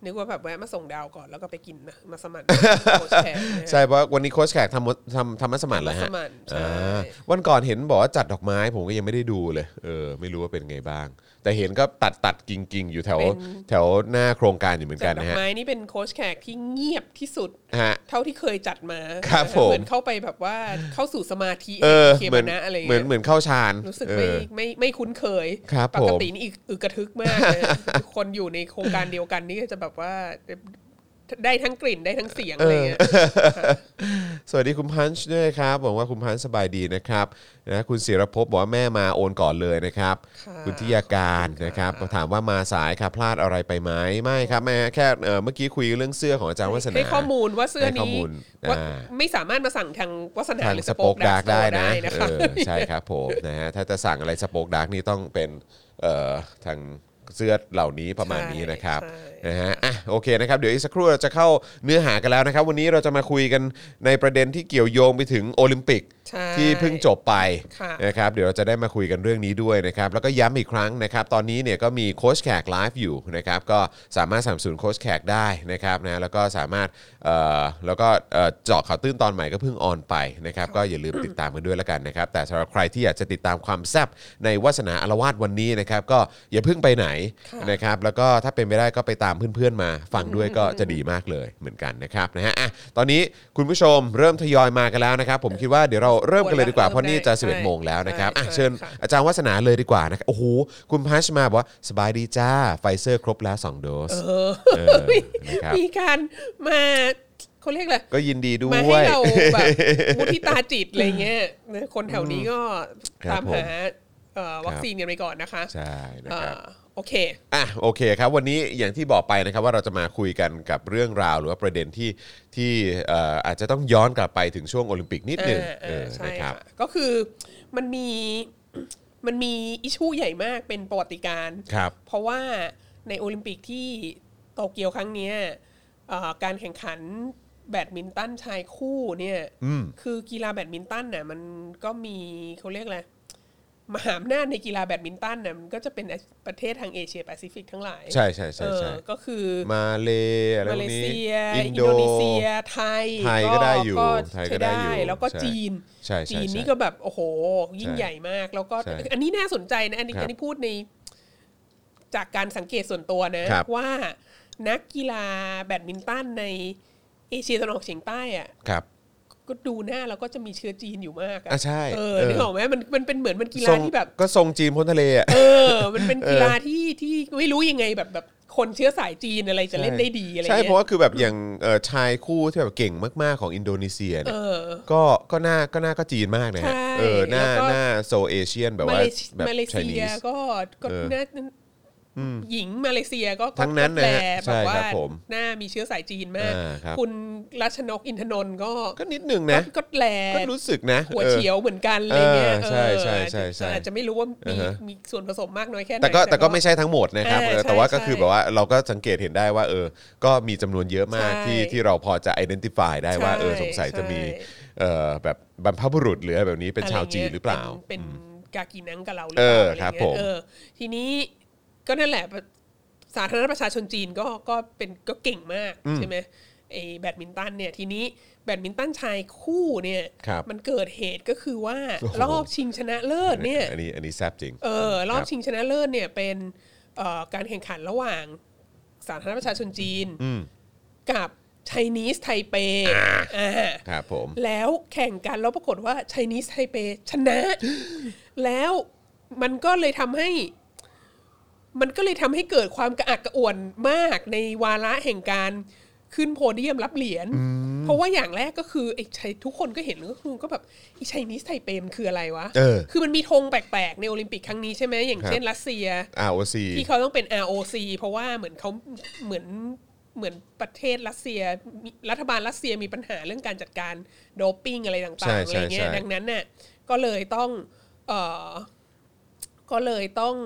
Speaker 4: นึกว่าแบบแวะมาส่งดาวก่อนแล้วก็ไปกินนะมาสมันโคชแขกนะฮะ
Speaker 2: ใช่เพราะวันนี้โค้ชแขกทำมดทำทำมัสมั่นแล้วฮะ
Speaker 4: ทำมัสมั่นใช่
Speaker 2: อ่าวันก่อนเห็นบอกว่าจัดดอกไม้ ผมก็ยังไม่ได้ดูเลยเออไม่รู้ว่าเป็นไงบ้าง แต่เห็นก็ตัดตัดกิ่งกิ่งๆอยู่แถวแถวหน้าโครงการอยู่เหมือน
Speaker 4: จั
Speaker 2: กั
Speaker 4: ด
Speaker 2: น
Speaker 4: ดอ
Speaker 2: นะ
Speaker 4: ก
Speaker 2: ฮะ
Speaker 4: ไม้นี่เป็นโคชแขกที่เงียบที่สุด
Speaker 2: ฮะ
Speaker 4: เท่าที่เคยจัดมา
Speaker 2: ครับ
Speaker 4: นะะ
Speaker 2: ผม
Speaker 4: เหมือนเข้าไปแบบว่าเข้าสู่สมาธิ
Speaker 2: เออ
Speaker 4: เค
Speaker 2: เหมือน
Speaker 4: มนะอะไร
Speaker 2: เหมือน
Speaker 4: เงี้ย
Speaker 2: เหมือนเข้าฌาน
Speaker 4: รู้สึก
Speaker 2: เอ
Speaker 4: ไม่
Speaker 2: อ
Speaker 4: ไม่ไม่คุ้นเคย
Speaker 2: ครับ
Speaker 4: ปกติ
Speaker 2: ผม
Speaker 4: นี่อีกอึกกระทึกมากนะคนอยู่ในโครงการเดียวกันนี่ก็จะแบบว่าได้ทั้งกลิ่นได้ทั้งเสียงอะไรเงี้ย
Speaker 2: สวัสดีคุณพันช์ด้วยครับหวังว่าคุณพันช์สบายดีนะครับนะคุณศิรภพบอกว่าแม่มาโอนก่อนเลยนะครับ
Speaker 4: ค่ะ
Speaker 2: ณทิยาการนะครับถามว่ามาสายค่ะพลาดอะไรไปไหมไม่ครับแม่แค่เอ่อเมื่อกี้คุยเรื่องเสื้อของอาจารย์วัฒนา
Speaker 4: ให้ข้อมูลว่าเสื้อ
Speaker 2: ให้ข้อ
Speaker 4: นี้
Speaker 2: มูล
Speaker 4: ว่า
Speaker 2: อ่า
Speaker 4: ไม่สามารถมาสั่งทางวัสนา
Speaker 2: ทาง
Speaker 4: หรือ
Speaker 2: ส
Speaker 4: ส
Speaker 2: ปอ
Speaker 4: ปอก ก
Speaker 2: ดา
Speaker 4: ดา
Speaker 2: ร์
Speaker 4: ร์
Speaker 2: ก
Speaker 4: ก
Speaker 2: ได้
Speaker 4: ได้
Speaker 2: นะ
Speaker 4: นะ
Speaker 2: เอ
Speaker 4: คะ
Speaker 2: อใช่ครับผม นะฮะถ้าจะสั่งอะไรสปอกดาร์กนี่ต้องเป็นเอ่อทางเสื้อเหล่านี้ประมาณนี้นะครับ
Speaker 4: ใช่
Speaker 2: นะฮะอ่ะโอเคนะครับ เดี๋ยวอีกสักครู่เราจะเข้าเนื้อหากันแล้วนะครับ วันนี้เราจะมาคุยกันในประเด็นที่เกี่ยวโยงไปถึงโอลิมปิก
Speaker 4: ใช่
Speaker 2: ที่เพิ่งจบไป
Speaker 4: ค่ะ
Speaker 2: นะครับเดี๋ยวเราจะได้มาคุยกันเรื่องนี้ด้วยนะครับแล้วก็ย้ำอีกครั้งนะครับ ตอนนี้เนี่ยก็มีโค้ชแขกไลฟ์อยู่นะครับก็สามารถสามสูนโค้ชแขกได้นะครับนะแล้วก็สามารถเอ่อแล้วก็เอ่อเจาะข่าวตื้นตอนใหม่ก็เพิ่งออนไปนะครับก็อย่าลืมติดตามกันด้วยละกันนะครับ แต่สำหรับใครที่อยากจะติดตามความแซ่บในวาสนาอารวาสวันนี้นะครับก็อย่าเพิ่งไปไหนนะครับแล้วก็ถ้าเป็นไปได้ก็ไปตามเพื่อนๆมาฟังด้วยก็จะดีมากเลยเหมือนกันนะครับนะฮะอ่ะตอนนี้คุณผู้ชมเริ่มทยอยมากันแล้วนะครับผมคิดว่าเดี๋ยวเราเริ่ม เริ่มกันเลยดีกว่า
Speaker 4: เริ่ม
Speaker 2: เพราะนี่จะ
Speaker 4: ได้
Speaker 2: 11โมงแล้วนะครับอ่ะ
Speaker 4: ใช่
Speaker 2: เชิญ
Speaker 4: ค่ะ
Speaker 2: อาจารย์วัฒนาเลยดีกว่านะครับโอ้โหคุณพัชมาบอกว่าสบายดีจ้าไฟเซอร์ครบแล้ว 2 โดส
Speaker 4: เออ
Speaker 2: เออนะครับ
Speaker 4: มีการมาเขาเรียกอะไร
Speaker 2: ก็ยินดีด้
Speaker 4: มา
Speaker 2: วย
Speaker 4: ให้เราแบบ มุทิตาจิตอะไรเงี้ยนะคนแถวนี้ก็
Speaker 2: ครับ
Speaker 4: ตามหาเอ่
Speaker 2: ค
Speaker 4: อ
Speaker 2: รับ
Speaker 4: วัคซีนกันไปก่อนนะคะ
Speaker 2: ใช่นะ
Speaker 4: เอ่
Speaker 2: ครับ
Speaker 4: อโอเค
Speaker 2: อ่ะโอเคครับวันนี้อย่างที่บอกไปนะครับว่าเราจะมาคุยกันกับเรื่องราว หรือว่าประเด็นที่ที่เอ่ออาจจะต้องย้อนกลับไปถึงช่วงโอลิมปิกนิดหนึง
Speaker 4: อ่า
Speaker 2: เออ
Speaker 4: อ่าใช่
Speaker 2: นะครับ
Speaker 4: ค่ะก็คือมันมี มันมีอิชูใหญ่มากเป็นประวัติการณ์
Speaker 2: ครับ
Speaker 4: เพราะว่าในโอลิมปิกที่โตเกียวครั้งเนี้ยเอ่อการแข่งขันแบดมินตันชายคู่เนี่ย
Speaker 2: อืม
Speaker 4: คือกีฬาแบดมินตันน่ะมันก็มีเขาเรียกอะไรมหาอำนาจในกีฬาแบดมินตันน่ะมันก็จะเป็นประเทศทางเอเชียแปซิฟิกทั้งหลาย
Speaker 2: ใช่ใช่ใช่ใช่
Speaker 4: เออก็คือ
Speaker 2: มาเลอะไร
Speaker 4: มา
Speaker 2: พว
Speaker 4: เล
Speaker 2: กนี้
Speaker 4: เซีย
Speaker 2: อิน
Speaker 4: อิน
Speaker 2: โด
Speaker 4: โดนีเซีย ไทย
Speaker 2: ไทยก็ได้อยู่ไทยก็
Speaker 4: ใช้
Speaker 2: ได้
Speaker 4: ได้
Speaker 2: อยู่
Speaker 4: แล้วก็
Speaker 2: ใช่
Speaker 4: จีน
Speaker 2: ใช่ใช่
Speaker 4: จีน
Speaker 2: ใช่
Speaker 4: นี่ก็แบบ โอ้โห ยิ่ง
Speaker 2: ใช่
Speaker 4: ใหญ่มาก แล้วก็
Speaker 2: ใช่
Speaker 4: อันนี้น่าสนใจนะ อันนี้
Speaker 2: ครับ
Speaker 4: อันนี้พูดใน จากการสังเกตส่วนตัวนะ
Speaker 2: ครับ
Speaker 4: ว่านักกีฬาแบดมินตันในเอเชียตะวันออกเฉียงใต้อะ
Speaker 2: ครับ
Speaker 4: ก็ดูหน้าแล้วก็จะมีเชื้อจีนอยู่มาก
Speaker 2: อ่ะใช่
Speaker 4: เออ
Speaker 2: เออ
Speaker 4: นึกออกไหมมันมันเป็นเหมือนมันกีฬา
Speaker 2: ทรง
Speaker 4: ที่แบบ
Speaker 2: ก็ทรงจีนพ้นทะเลอะ
Speaker 4: เออ มันเป็นกีฬาที่ที่ไม่รู้ยังไงแบบแบบโค คนเชื้อสายจีนอะไรจะเล่นได้ดีอะไร
Speaker 2: ใช่
Speaker 4: เงี้
Speaker 2: เพราะ
Speaker 4: ย
Speaker 2: ว่าคือแบบอย่างเอ่อชายคู่ที่แบบเก่งมากๆของอินโดนีเซีย
Speaker 4: เอ
Speaker 2: เนี่ย
Speaker 4: อ
Speaker 2: ก็ก็หน้าก็หน้าก็จีนมากนะฮะ
Speaker 4: ใช่
Speaker 2: เออหน้า
Speaker 4: แล้วก็
Speaker 2: หน้าโซเอเชียนแบบ
Speaker 4: มา
Speaker 2: ว่า
Speaker 4: เล
Speaker 2: แบบ
Speaker 4: มาเล
Speaker 2: ไช
Speaker 4: เซี
Speaker 2: นี
Speaker 4: ย
Speaker 2: ส
Speaker 4: ก็ก็
Speaker 2: เออ
Speaker 4: น่าหญิงมาเลเซียก็
Speaker 2: ทั้งนั้นนะฮะ
Speaker 4: แปล
Speaker 2: ใช่
Speaker 4: แบบว่า
Speaker 2: ครับผม
Speaker 4: หน้ามีเชื้อสายจีนมาก
Speaker 2: อ่าครับ
Speaker 4: คุณรัชนกอินทนนท์ก็
Speaker 2: ก็นิดนึงนะ
Speaker 4: ก็แหล
Speaker 2: ก็รู้สึกนะ
Speaker 4: หัว
Speaker 2: เออ
Speaker 4: เฉียวเหมือนกันอะไรเงี้ย
Speaker 2: เออใช่ใช่ใช่ใช่
Speaker 4: อาจจะอาจจะไม่รู้ว่ามี
Speaker 2: อ่าฮะ
Speaker 4: มีส่วนผสมมากน้อยแค่ไหน
Speaker 2: แต่ก็แต่ก็ไม่ใช่ทั้งหมดนะครับ
Speaker 4: เออ
Speaker 2: เออ
Speaker 4: ใช่
Speaker 2: แต่ว่าก็
Speaker 4: ใช่
Speaker 2: คือแบบว่าเราก็สังเกตเห็นได้ว่าเออ ก็มีจำนวนเยอะมาก
Speaker 4: ใช่
Speaker 2: ที่ที่เราพอจะ identify ได้ว่าเออ
Speaker 4: ใช่
Speaker 2: สงสัยจะมี
Speaker 4: ใช่
Speaker 2: เออแบบบรรพบุรุษหรืออะไรแบบนี้เป็นชาวจีนหรือเปล่า
Speaker 4: ะไงี้ยเป็นเป็นกากีนังกับเราหรือ
Speaker 2: เออ
Speaker 4: เปล่าะไเงี้ย
Speaker 2: ครับผม
Speaker 4: เออทีนี้ก็นั่นแหละสาธารณประชาชนจีนก็ก็เป็นก็เก่งมากใช่ไหมไอ้แบดมินตันเนี่ยทีนี้แบดมินตันชายคู่เนี่ย
Speaker 2: ครับ
Speaker 4: มันเกิดเหตุก็คือว่ารอบชิงชนะเลิศเนี่ย
Speaker 2: อันนี้อันนี้แซบจริง
Speaker 4: เออรอบ
Speaker 2: ค
Speaker 4: ชิงชนะเลิศเนี่ยเป็นเอ่อการแข่งขันระหว่างสาธารณประชาชนจีนกับไชนีสไทเปอ่า
Speaker 2: ครับผม
Speaker 4: แล้วแข่งกันแล้วปรากฏว่าไชนีสไทเปชนะ แล้วมันก็เลยทำให้ มันก็เลยทำให้เกิดความกระอักกระอ่วนมากในวาระแห่งการขึ้นโพเดียมรับเหรียญเพราะว่าอย่างแรกก็คือไอ้ไชทุกคนก็เห็นก็คือก็แบบไอ้ไชนีสไทเปมันคืออะไรวะ
Speaker 2: เออ
Speaker 4: คือมันมีธงแปลกๆ ในโอลิมปิกครั้งนี้ใช่ไหมอย่างเช่
Speaker 2: ค
Speaker 4: น
Speaker 2: รับ
Speaker 4: รัสเซีย
Speaker 2: ROC
Speaker 4: ที่เขาต้องเป็น ROC เพราะว่าเหมือนเขาเหมือนเหมือนประเทศรัสเซียมีรัฐบาลรัสเซียมีปัญหาเรื่องการจัดการโดปปิ้งอะไรต่างๆ
Speaker 2: ใช่
Speaker 4: อะไรเงี้ย
Speaker 2: ใช่
Speaker 4: ดังนั้นน่ะก็เลยต้องเอ่อก็เลยต้อง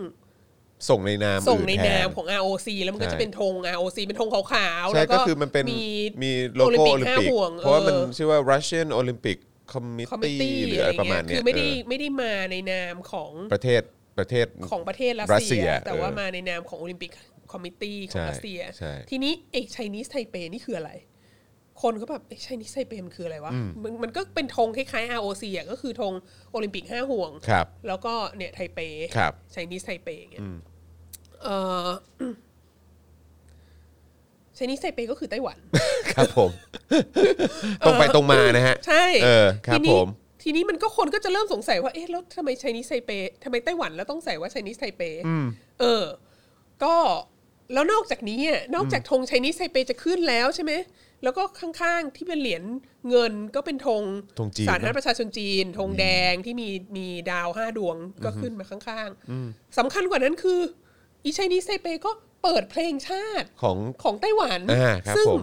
Speaker 2: ส่งในนาม
Speaker 4: ส่ง
Speaker 2: อื่
Speaker 4: ใน
Speaker 2: แท
Speaker 4: นามของ ROC แล้วมันก็
Speaker 2: ใช่
Speaker 4: จะเป็นธง ROC เป็นธงขาวๆ
Speaker 2: ใช่
Speaker 4: แล้ว
Speaker 2: ก็
Speaker 4: ก็
Speaker 2: คือมันเป็น
Speaker 4: มี
Speaker 2: มีโลโก้โอ
Speaker 4: โอลิ
Speaker 2: ลิม
Speaker 4: มปิ
Speaker 2: ปิก
Speaker 4: กห้าห่วง
Speaker 2: เพราะว่ามัน
Speaker 4: เออ
Speaker 2: ชื่อว่า Russian Olympic Committee
Speaker 4: คอมมิตี้
Speaker 2: หรือ
Speaker 4: อะ
Speaker 2: อะไร ไรประมา
Speaker 4: เงี้
Speaker 2: ณ
Speaker 4: ย
Speaker 2: เนี้
Speaker 4: คื
Speaker 2: ย
Speaker 4: อไม่ได้
Speaker 2: เอ
Speaker 4: ไม่ได้มาในนามของ
Speaker 2: อประเทศประเทศ
Speaker 4: ของประเทศรั
Speaker 2: รัสเซีย
Speaker 4: แต่
Speaker 2: เออ
Speaker 4: ว่ามาในนามของโอลิมปิกคอมมิตี้ขอ
Speaker 2: ใช่
Speaker 4: งรัสเซีย
Speaker 2: ใช่
Speaker 4: ทีนี้ไอ้ไชนีสไทเปนี่คืออะไร คนก็แบบไอ้ไชนีสไทเปมันคืออะไรวะ มันมันก็เป็นธงคล้ายๆ ROC อ่ะก็คือธงโอลิมปิกห้าห่วง
Speaker 2: ครับ
Speaker 4: แล้วก็เนี่ยไทเป
Speaker 2: ครับ
Speaker 4: ไชนีสไทเปอย่างเงี้ยเออ ไชนีสไทเปก็คือไต้หวัน
Speaker 2: ครับผม ตรงไปตรงมานะฮะ
Speaker 4: ใช่
Speaker 2: เออครับ
Speaker 4: ทีนี้
Speaker 2: ผม
Speaker 4: ทีนี้มันก็คนก็จะเริ่มสงสัยว่า เอ๊ะ แล้วทำไมไชนีสไทเปทำไมไต้หวันแล้วต้องใส่ว่าไชนีสไทเปเออ ก็แล้วนอกจากนี้อะนอกจากธงไชนีสไทเปจะขึ้นแล้วใช่ไหม แล้วก็ข้างๆที่เป็นเหรียญเงินก็เป็นธง
Speaker 2: ธงจีน
Speaker 4: สาธารณ
Speaker 2: นะ
Speaker 4: ประชาชนจีนธงแดงที่มีมีดาวห้าดวงก็ขึ้นมาข้างๆสำคัญกว่านั้นคือ อีไชนีสไทเปก็เปิดเพลงชาติ
Speaker 2: ของ
Speaker 4: ของไต้หวัน
Speaker 2: อ่าครับ
Speaker 4: ซึ่ง
Speaker 2: ผม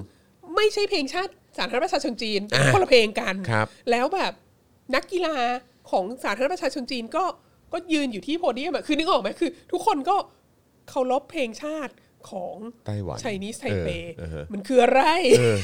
Speaker 4: ไม่ใช่เพลงชาติสาธารณประชาชนจีน
Speaker 2: อ่า
Speaker 4: คนละเพลงกัน
Speaker 2: ครับ
Speaker 4: แล้วแบบนักกีฬาของสาธารณประชาชนจีนก็ก็ยืนอยู่ที่โพเดียมอะคือนึกออกไหมคือ ทุกคนก็เคารพเพลงชาติของ
Speaker 2: ไต้หวัน
Speaker 4: ไชนีสไทเป
Speaker 2: ออออฮะ
Speaker 4: มันคือ อะไร
Speaker 2: เออ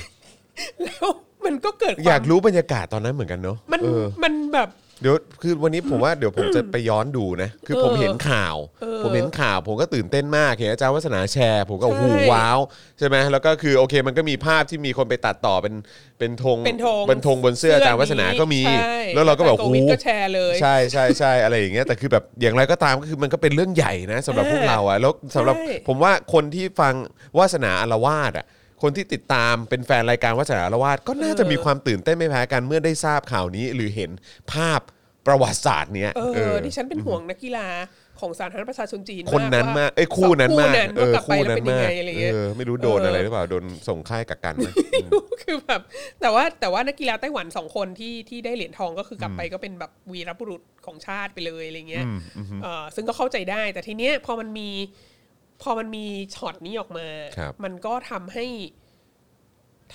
Speaker 4: แล้วมันก็เกิดควม
Speaker 2: อยากรู้บรรยากาศตอนนั้นเหมือนกันเนาะ
Speaker 4: มัน
Speaker 2: เออ
Speaker 4: มันแบบ
Speaker 2: เดี๋ยวคือวันนี้ผมว่าเดี๋ยวผมจะไปย้อนดูนะ คือ
Speaker 4: เออ
Speaker 2: ผมเห็นข่าว ผมเห็นข่าวผมก็ตื่นเต้นมากเห็นอาจารย์วัฒนาแชร์ ผมก็โอ้โหู
Speaker 4: ใช่
Speaker 2: ว้าวใช่ไหมแล้วก็คือโอเคมันก็มีภาพที่มีคนไปตัดต่อเป็นเป็นธง
Speaker 4: เป็นธง
Speaker 2: นธงบนเสื้ออาจารย์วัฒนาก็มี
Speaker 4: ใช่
Speaker 2: แล้วเราก็แบบ
Speaker 4: อาจาร
Speaker 2: โอ้
Speaker 4: ย์โกวิท
Speaker 2: โห
Speaker 4: ก็แชร์เลย
Speaker 2: ใช่ใช่ใช่อะไรอย่างเงี้ยแต่คือแบบอย่างไรก็ตามก็คือมันก็เป็นเรื่องใหญ่นะสำหรับพวกเราอะแล้วสำหรับ
Speaker 4: ใช่
Speaker 2: ผมว่าคนที่ฟังวาสนาอารวาสอ่ะ คนที่ติดตามเป็นแฟนรายการวาสนาอารวาสก็น่าจะมีความตื่นเต้นไม่แพ้กันเมื่อได้ทราบข่าวนี้ หรือเห็นภาพประวัติศาสตร์เนี้ย
Speaker 4: เอ
Speaker 2: เอ
Speaker 4: อ
Speaker 2: อ
Speaker 4: ดิฉันเป็นห่วงนักกีฬาของสาธารณประชาชนจีน
Speaker 2: คนนั้นมากเอ้ยคู่นั้นมาก
Speaker 4: เออคู่นั้นว่ากลับไปแล้วเป็นยังไงอะไร
Speaker 2: เอ
Speaker 4: เงี้ย
Speaker 2: อไม่รู้โดนอะไร
Speaker 4: เออ
Speaker 2: หรือเปล่าโดนส่งค่ายกักกันไหม
Speaker 4: คือแบบแต่ว่าแต่ว่านักกีฬาไต้หวันสองคนที่ที่ได้เหรียญทองก็คือกลับไปก็เป็นแบบวีรบุรุษของชาติไปเลยอะไรเงี้ยเอ่อซึ่งก็เข้าใจได้ แต่ทีเนี้ยพอมันมีพอมันมีช็อตนี้ออกมา
Speaker 2: ครับ
Speaker 4: มันก็ทำให้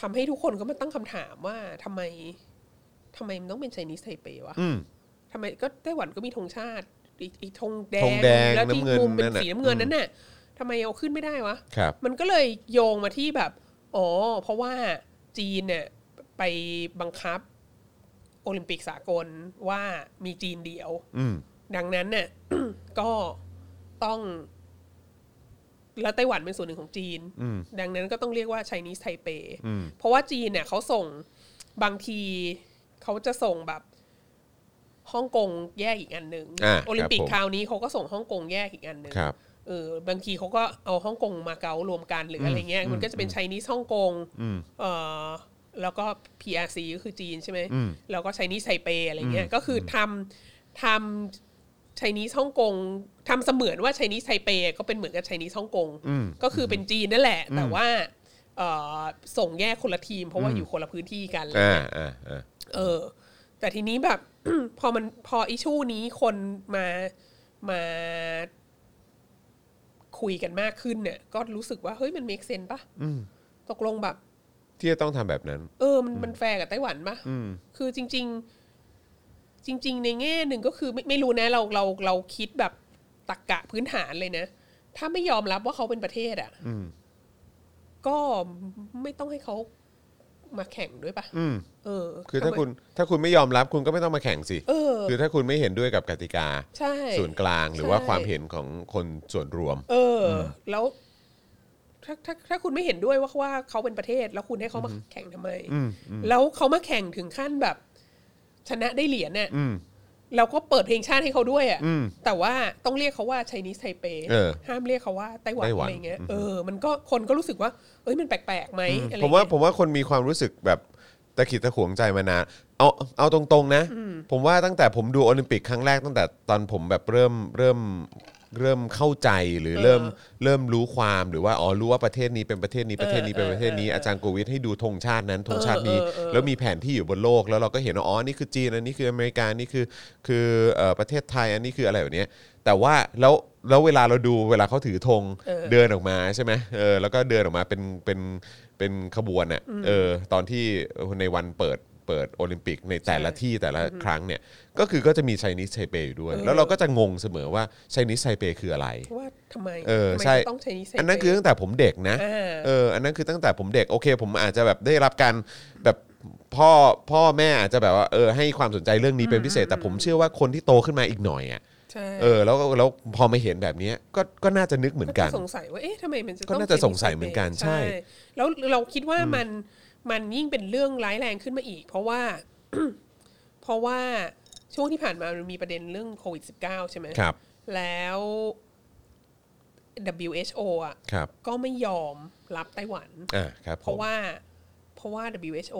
Speaker 4: ทำให้ทุกคนก็มาตั้งคำถามว่าทำไมทำไมมันต้องเป็นไชนีสไทเปวะ
Speaker 2: อืม
Speaker 4: ทำไมก็ไต้หวันก็มีธงชาติอีกอีกธงแด
Speaker 2: ธงแดง
Speaker 4: แล้วที่
Speaker 2: น้ำเงิน
Speaker 4: มุมเป็
Speaker 2: นั่
Speaker 4: น
Speaker 2: นน่ะ
Speaker 4: สีน้ำเงินนั่นน่ะทำไมเอาขึ้นไม่ได้วะ
Speaker 2: ครับ
Speaker 4: มันก็เลยโยงมาที่แบบ อ๋อ เพราะว่าจีนเนี่ยไปบังคับ โอลิมปิกสากลว่ามีจีนเดียว
Speaker 2: อืม
Speaker 4: ดังนั้นเนี่ย ก็ต้อง แล้วไต้หวันเป็นส่วนหนึ่งของจีน
Speaker 2: อืม
Speaker 4: ดังนั้นก็ต้องเรียกว่าไชนีสไทเป
Speaker 2: อืม
Speaker 4: เพราะว่าจีนเนี่ยเขาส่งบางทีเขาจะส่งแบบฮ่องกงแยกอีกอันหนึ่ง
Speaker 2: อ่า
Speaker 4: โอลิมปิก
Speaker 2: ครับผม
Speaker 4: คราวนี้เขาก็ส่งฮ่องกงแยกอีกอันหนึ่ง
Speaker 2: ครับ
Speaker 4: เออบางทีเขาก็เอาฮ่องกงมาเก๊ารวมกันหรืออะไรเงี้ย มันก็จะเป็นไชนีสฮ่องกงเออแล้วก็ PRC ก็คือจีนใช่ไหมแล้วก็ไชนีสไทเปอะไรเงี้ยก็คือทำทำ ไชนีสฮ่องกงทำเสมือนว่าไชนีสไทเปก็เป็นเหมือนกับไชนีสฮ่องกงก็คือเป็นจีนนั่นแหละ แต่ว่าเอ่อส่งแยกคนละทีม เพราะว่าอยู่คนละพื้นที่กันอะไร
Speaker 2: อ่า
Speaker 4: เงี้ย
Speaker 2: อ่าอ่า
Speaker 4: เออแต่ทีนี้แบบ พอมันพออิชูนี้คนมามาคุยกันมากขึ้นเนี่ย ก็รู้สึกว่า เฮ้ยมันเม e เซนปะตกลงแบบ
Speaker 2: ที่จะต้องทำแบบนั้น
Speaker 4: เออมันมันแฟร์กับไต้หวันปะคือจริง ๆ จริง ๆ ในแง่หนึ่งก็คือไม่ไม่รู้นะ เราเราเราคิดแบบตรกกะพื้นฐานเลยนะ ถ้าไม่ยอมรับว่าเขาเป็นประเทศอ่ะก็ไม่ต้องให้เขามาแข่งด้วยปะ
Speaker 2: อืม
Speaker 4: เออ
Speaker 2: คือถ้าคุณถ้าคุณไม่ยอมรับคุณก็ไม่ต้องมาแข่งสิ
Speaker 4: เออ
Speaker 2: คือถ้าคุณไม่เห็นด้วยกับกติกา
Speaker 4: ใช่
Speaker 2: ส่วนกลางหรือว่า
Speaker 4: ใช่
Speaker 2: ความเห็นของคนส่วนรวม
Speaker 4: เอออแล้วถ้าถ้าถ้าคุณไม่เห็นด้วยว่าว่าเขาเป็นประเทศ แล้วคุณให้เขามาแข่งทำไม แล้วเขามาแข่งถึงขั้นแบบ ชนะได้เหรียญเนี่ย
Speaker 2: อืม
Speaker 4: เราก็เปิดเพลงชาติให้เขาด้วยอ่ะ
Speaker 2: อืม
Speaker 4: แต่ว่าต้องเรียกเขาว่าไชนีสไทเป
Speaker 2: เออ
Speaker 4: ห้ามเรียกเขาว่าไต้หวัน
Speaker 2: ไต้หวัน
Speaker 4: อะไรเงี้ยเออมันก็คนก็รู้สึกว่าเอ้ยมันแปลกๆไหมอะไร
Speaker 2: ผมว่า
Speaker 4: เงี้ย
Speaker 2: ผมว่าคนมีความรู้สึกแบบตะขิดตะขวงใจมานานเอาเอาตรงๆนะ ผมว่าตั้งแต่ผมดูโอลิมปิกครั้งแรกตั้งแต่ตอนผมแบบเริ่มเริ่มเริ่มเข้าใจหรือ
Speaker 4: เออ
Speaker 2: เริ่มเริ่มรู้ความหรือว่าอ๋อรู้ว่าประเทศนี้เป็นประเทศนี้ประเทศนี้
Speaker 4: เออ
Speaker 2: เป็นประเทศนี้
Speaker 4: เออเออ
Speaker 2: อาจารย์โกวิทให้ดูธงชาตินั้นธงชาตินี้
Speaker 4: เออเออเออ
Speaker 2: แล้วมีแผนที่อยู่บนโลกแล้วเราก็เห็นว่าอ๋อนี่คือจีนอันนี้คืออเมริกานี่คือคือเอ่อประเทศไทยอันนี้คืออะไรแบบเนี้ยแต่ว่าแล้วแล้วเวลาเราดูเวลาเขาถือธง
Speaker 4: เออ
Speaker 2: เดินออกมาใช่ไหมเออแล้วก็เดินออกมาเป็นเป็นเป็นขบวนอ่ะเออตอนที่ในวันเปิดเปิดโอลิมปิกในแต่ละที่แต่ละครั้งเนี่ยก็คือก็จะมีไชนีสไทเปอยู่ด้วย
Speaker 4: เออ
Speaker 2: แล้วเราก็จะงงเสมอว่าไชนีสไทเปคืออะไร
Speaker 4: ว่าทำไม
Speaker 2: เออ
Speaker 4: ทำไม
Speaker 2: ใช่
Speaker 4: ต้องไชนีสไทเป
Speaker 2: อั
Speaker 4: อั
Speaker 2: นนั้นคือตั้งแต่ผมเด็กนะ
Speaker 4: อ่า
Speaker 2: เอออันนั้นคือตั้งแต่ผมเด็กโอเค ผมอาจจะแบบได้รับการแบบพ่อพ่อแม่อาจจะแบบว่าเออให้ความสนใจเรื่องนี้เป็นพิเศษ แต่ผมเชื่อว่าคนที่โตขึ้นมาอีกหน่อยอ่ะ
Speaker 4: ใช่
Speaker 2: เออแล้วแล้วพอมาเห็นแบบเนี้ยก็ก็น่าจะนึกเหมือน
Speaker 4: ก็
Speaker 2: กัน
Speaker 4: จะสงสัยว่าเอ๊ะทำไมมันจะ
Speaker 2: ก็
Speaker 4: ต้อง
Speaker 2: น่าจะสงสัยเหมือนกันใช่
Speaker 4: แล้วเราคิดว่ามันมันยิ่งเป็นเรื่องร้ายแรงขึ้นมาอีก เพราะว่า เพราะว่าช่วงที่ผ่านมามันมีประเด็นเรื่องโควิด -19 ใช่ไหม
Speaker 2: ครับ
Speaker 4: แล้ว WHO อ่ะ
Speaker 2: ครับ
Speaker 4: ก็ไม่ยอมรับไต้หวัน
Speaker 2: อ่าครับผม
Speaker 4: เพราะว่าเพราะว่า WHO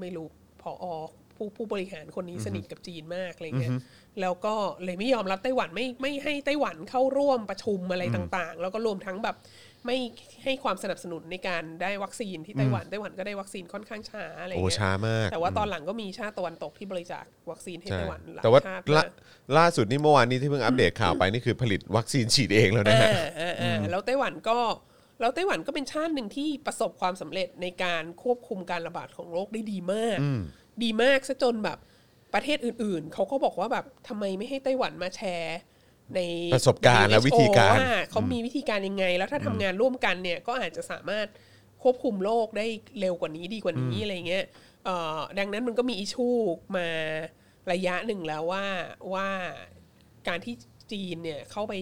Speaker 4: ไม่รู้พออผู้ผู้บริหารคนนี้สนิทกับจีนมากอะไรเงี้ยแล้วก็เลยไม่ยอมรับไต้หวันไม่ไม่ให้ไต้หวันเข้าร่วมประชุมอะไรต่างๆ แล้วก็รวมทั้งแบบไม่ให้ความสนับสนุนในการได้วัคซีนที่ไต้หวันไต้หวันก็ได้วัคซีนค่อนข้างช้าอะไร
Speaker 2: โอ้
Speaker 4: เงี้ย
Speaker 2: ช้ามาก
Speaker 4: แต่ว่าตอนหลังก็มีชาติตะวันตกที่บริจาควัคซีนให้
Speaker 2: ใช่
Speaker 4: ไต้หวันหลย
Speaker 2: แต่ว่า
Speaker 4: ชติ
Speaker 2: ล่าม
Speaker 4: ก
Speaker 2: ล่าสุดนี่เมื่อวานนี้ที่เพิ่งอัปเดตข่าวไปนี่คือผลิตวัคซีนฉีดเองแล้วนะฮะ
Speaker 4: อ่าอ่าอ่าแล้วไต้หวันก็แล้วไต้หวันก็เป็นชาติหนึ่งที่ประสบความสำเร็จในการควบคุมการระบาดของโรคได้ดีมาก ดีมากซะจนแบบประเทศอื่นๆ เขาก็บอกว่าแบบทำไมไม่ให้ไต้หวันมาแชร์ ใน
Speaker 2: ประสบการณ์และ
Speaker 4: WHO
Speaker 2: วิธีการ
Speaker 4: ว่าเขามีวิธีการยังไง แล้วถ้าทำงานร่วมกันเนี่ยก็อาจจะสามารถควบคุมโรคได้เร็วกว่านี้ดีกว่านี้อะไรเงี้ยเอ่อดังนั้นมันก็มีอิชูมาระยะหนึ่งแล้วว่าว่า การที่จีนเนี่ยเข้าไป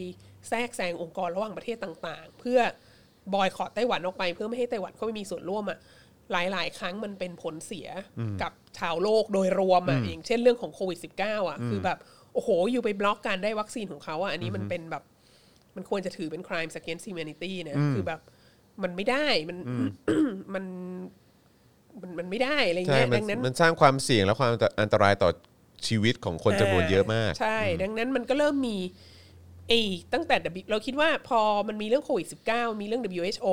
Speaker 4: แทรกแซงองค์กรระหว่างประเทศต่างๆ เพื่อบอยคอตไต้หวันออกไป เพื่อไม่ให้ไต้หวันเข้าไปมีส่วนร่วมอะ่ะหลายๆ ครั้งมันเป็นผลเสียกับชาวโลกโดยรวมอะ่ะอย่างเช่นเรื่องของโควิด -19 อะ่ะคือแบบ โอ้โห อยู่ไปบล็อกการได้วัคซีนของเขาอะ่ะอันนี้มันเป็นแบบ มันควรจะถือเป็น crimes against humanity นะคือแบบมันไม่ได้มันมันมันมันไม่ได้อะไร
Speaker 2: ใช่
Speaker 4: เงี้ย
Speaker 2: มัน
Speaker 4: ดังนั้น
Speaker 2: มันสร้างความเสี่ยงและความอันตรายต่อชีวิตของคนจำนวนเยอะมาก
Speaker 4: ใช่ ดังนั้นมันก็เริ่มมีไอ้ตั้งแต่ W เราคิดว่าพอมันมีเรื่องโควิด19มีเรื่อง WHO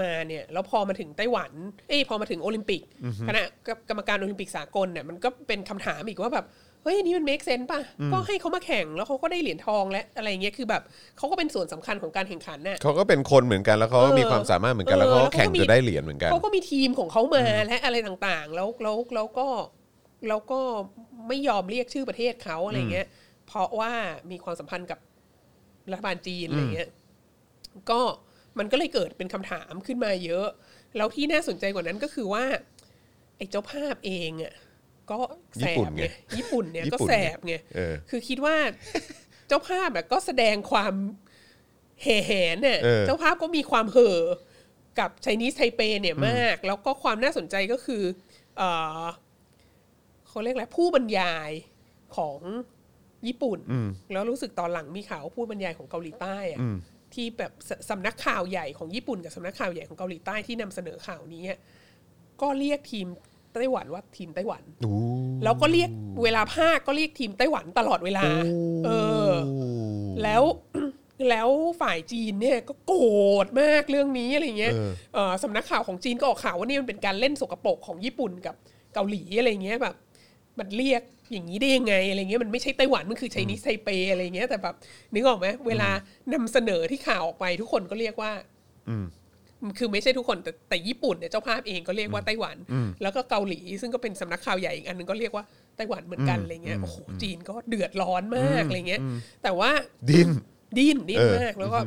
Speaker 4: มาเนี่ยแล้วพอมาถึงไต้หวันเอ้ยพอมาถึงโอลิมปิกคณะกรรมการโอลิมปิกสากลเนี่ยมันก็เป็นคำถามอีกว่าแบบเฮ้ยอันนี้มัน make sense ป่ะ ก็ให้เขามาแข่งแล้วเขาก็ได้เหรียญทองและอะไรเงี้ยคือแบบเขาก็เป็นส่วนสำคัญของการแข่งขันน่ะ
Speaker 2: เขาก็เป็นคนเหมือนกันแล้วเขาก็มี
Speaker 4: เออ
Speaker 2: ความสามารถเหมือนกันแล้วเขาก็
Speaker 4: เออแล้วเขาก็
Speaker 2: แข่ง
Speaker 4: มี
Speaker 2: จะได้เหรียญเหมือนกัน
Speaker 4: เขาก็มีทีมของเขามาและอะไรต่างๆ แล้วแล้วแล้วก็แล้วก็ไม่ยอมเรียกชื่อประเทศเขาอะไรเงี้ย เพราะว่ามีความสัมพันธ์กับรัฐบาลจีนอะไรเงี้ย ก็มันก็เลยเกิดเป็นคำถามขึ้นมาเยอะ แล้วที่น่าสนใจกว่านั้นก็คือว่า ไอ้เจ้าภาพเองอ่ะก็แส
Speaker 2: ญี่ปุ่
Speaker 4: บ
Speaker 2: นไง
Speaker 4: ไงญี่ปุ่นเนี่ย
Speaker 2: ญี่
Speaker 4: ก็
Speaker 2: ปุ่น
Speaker 4: แส
Speaker 2: ไง
Speaker 4: บไง
Speaker 2: เออ
Speaker 4: คือคิดว่า เจ้าภาพอะก็แสดงความแห่แหนเนี่ย
Speaker 2: เออ
Speaker 4: เจ้าภาพก็มีความเห่อ กับไชนีสไทเปเนี่ยมาก แล้วก็ความน่าสนใจก็คือเอ่อเขาเรียกอะไรผู้บรรยายของญี่ปุ่น แล้วรู้สึกตอนหลังมีข่าวว่าผู้บรรยายของเกาหลีใต้อะที่แบบสสำนักข่าวใหญ่ของญี่ปุ่นกับสำนักข่าวใหญ่ของเกาหลีใต้ที่นำเสนอข่าวนี้อะก็เรียกทีม ไต้หวันว่าทีมไต้หวันแล้วก็เรียกเวลาภาคก็เรียกทีมไต้หวันตลอดเวลา เออ แล้ว แล้วฝ่ายจีนเนี่ยก็โกรธมากเรื่องนี้อะไรเงี้ยเอ่อสำนักข่าวของจีนก็ออกข่าวว่านี่มันเป็นการเล่นสกปรกของญี่ปุ่นกับเกาหลีอะไรเงี้ยแบบ มันเรียกอย่างนี้ได้ยังไงอะไรเงี้ยมันไม่ใช่ไต้หวันมันคือไชนีสไทเปอะไรเงี้ยแต่แบบนึกออกไหมเวลานำเสนอที่ข่าวออกไปทุกคนก็เรียกว่า คือไม่ใช่ทุกคนแต่แต่ญี่ปุ่นเนี่ยเจ้าภาพเองก็เรียกว่าไต้หวัน แล้วก็เกาหลีซึ่งก็เป็นสำนักข่าวใหญ่อีกอันนึงก็เรียกว่าไต้หวันเหมือนกันอะไรเงี้ยโอ้โหจีนก็เดือดร้อนมากอะไรเงี้ยแต่ว่า
Speaker 2: ดิ้น
Speaker 4: ดิ้นดิ้น
Speaker 2: เออ
Speaker 4: มากแล้วก็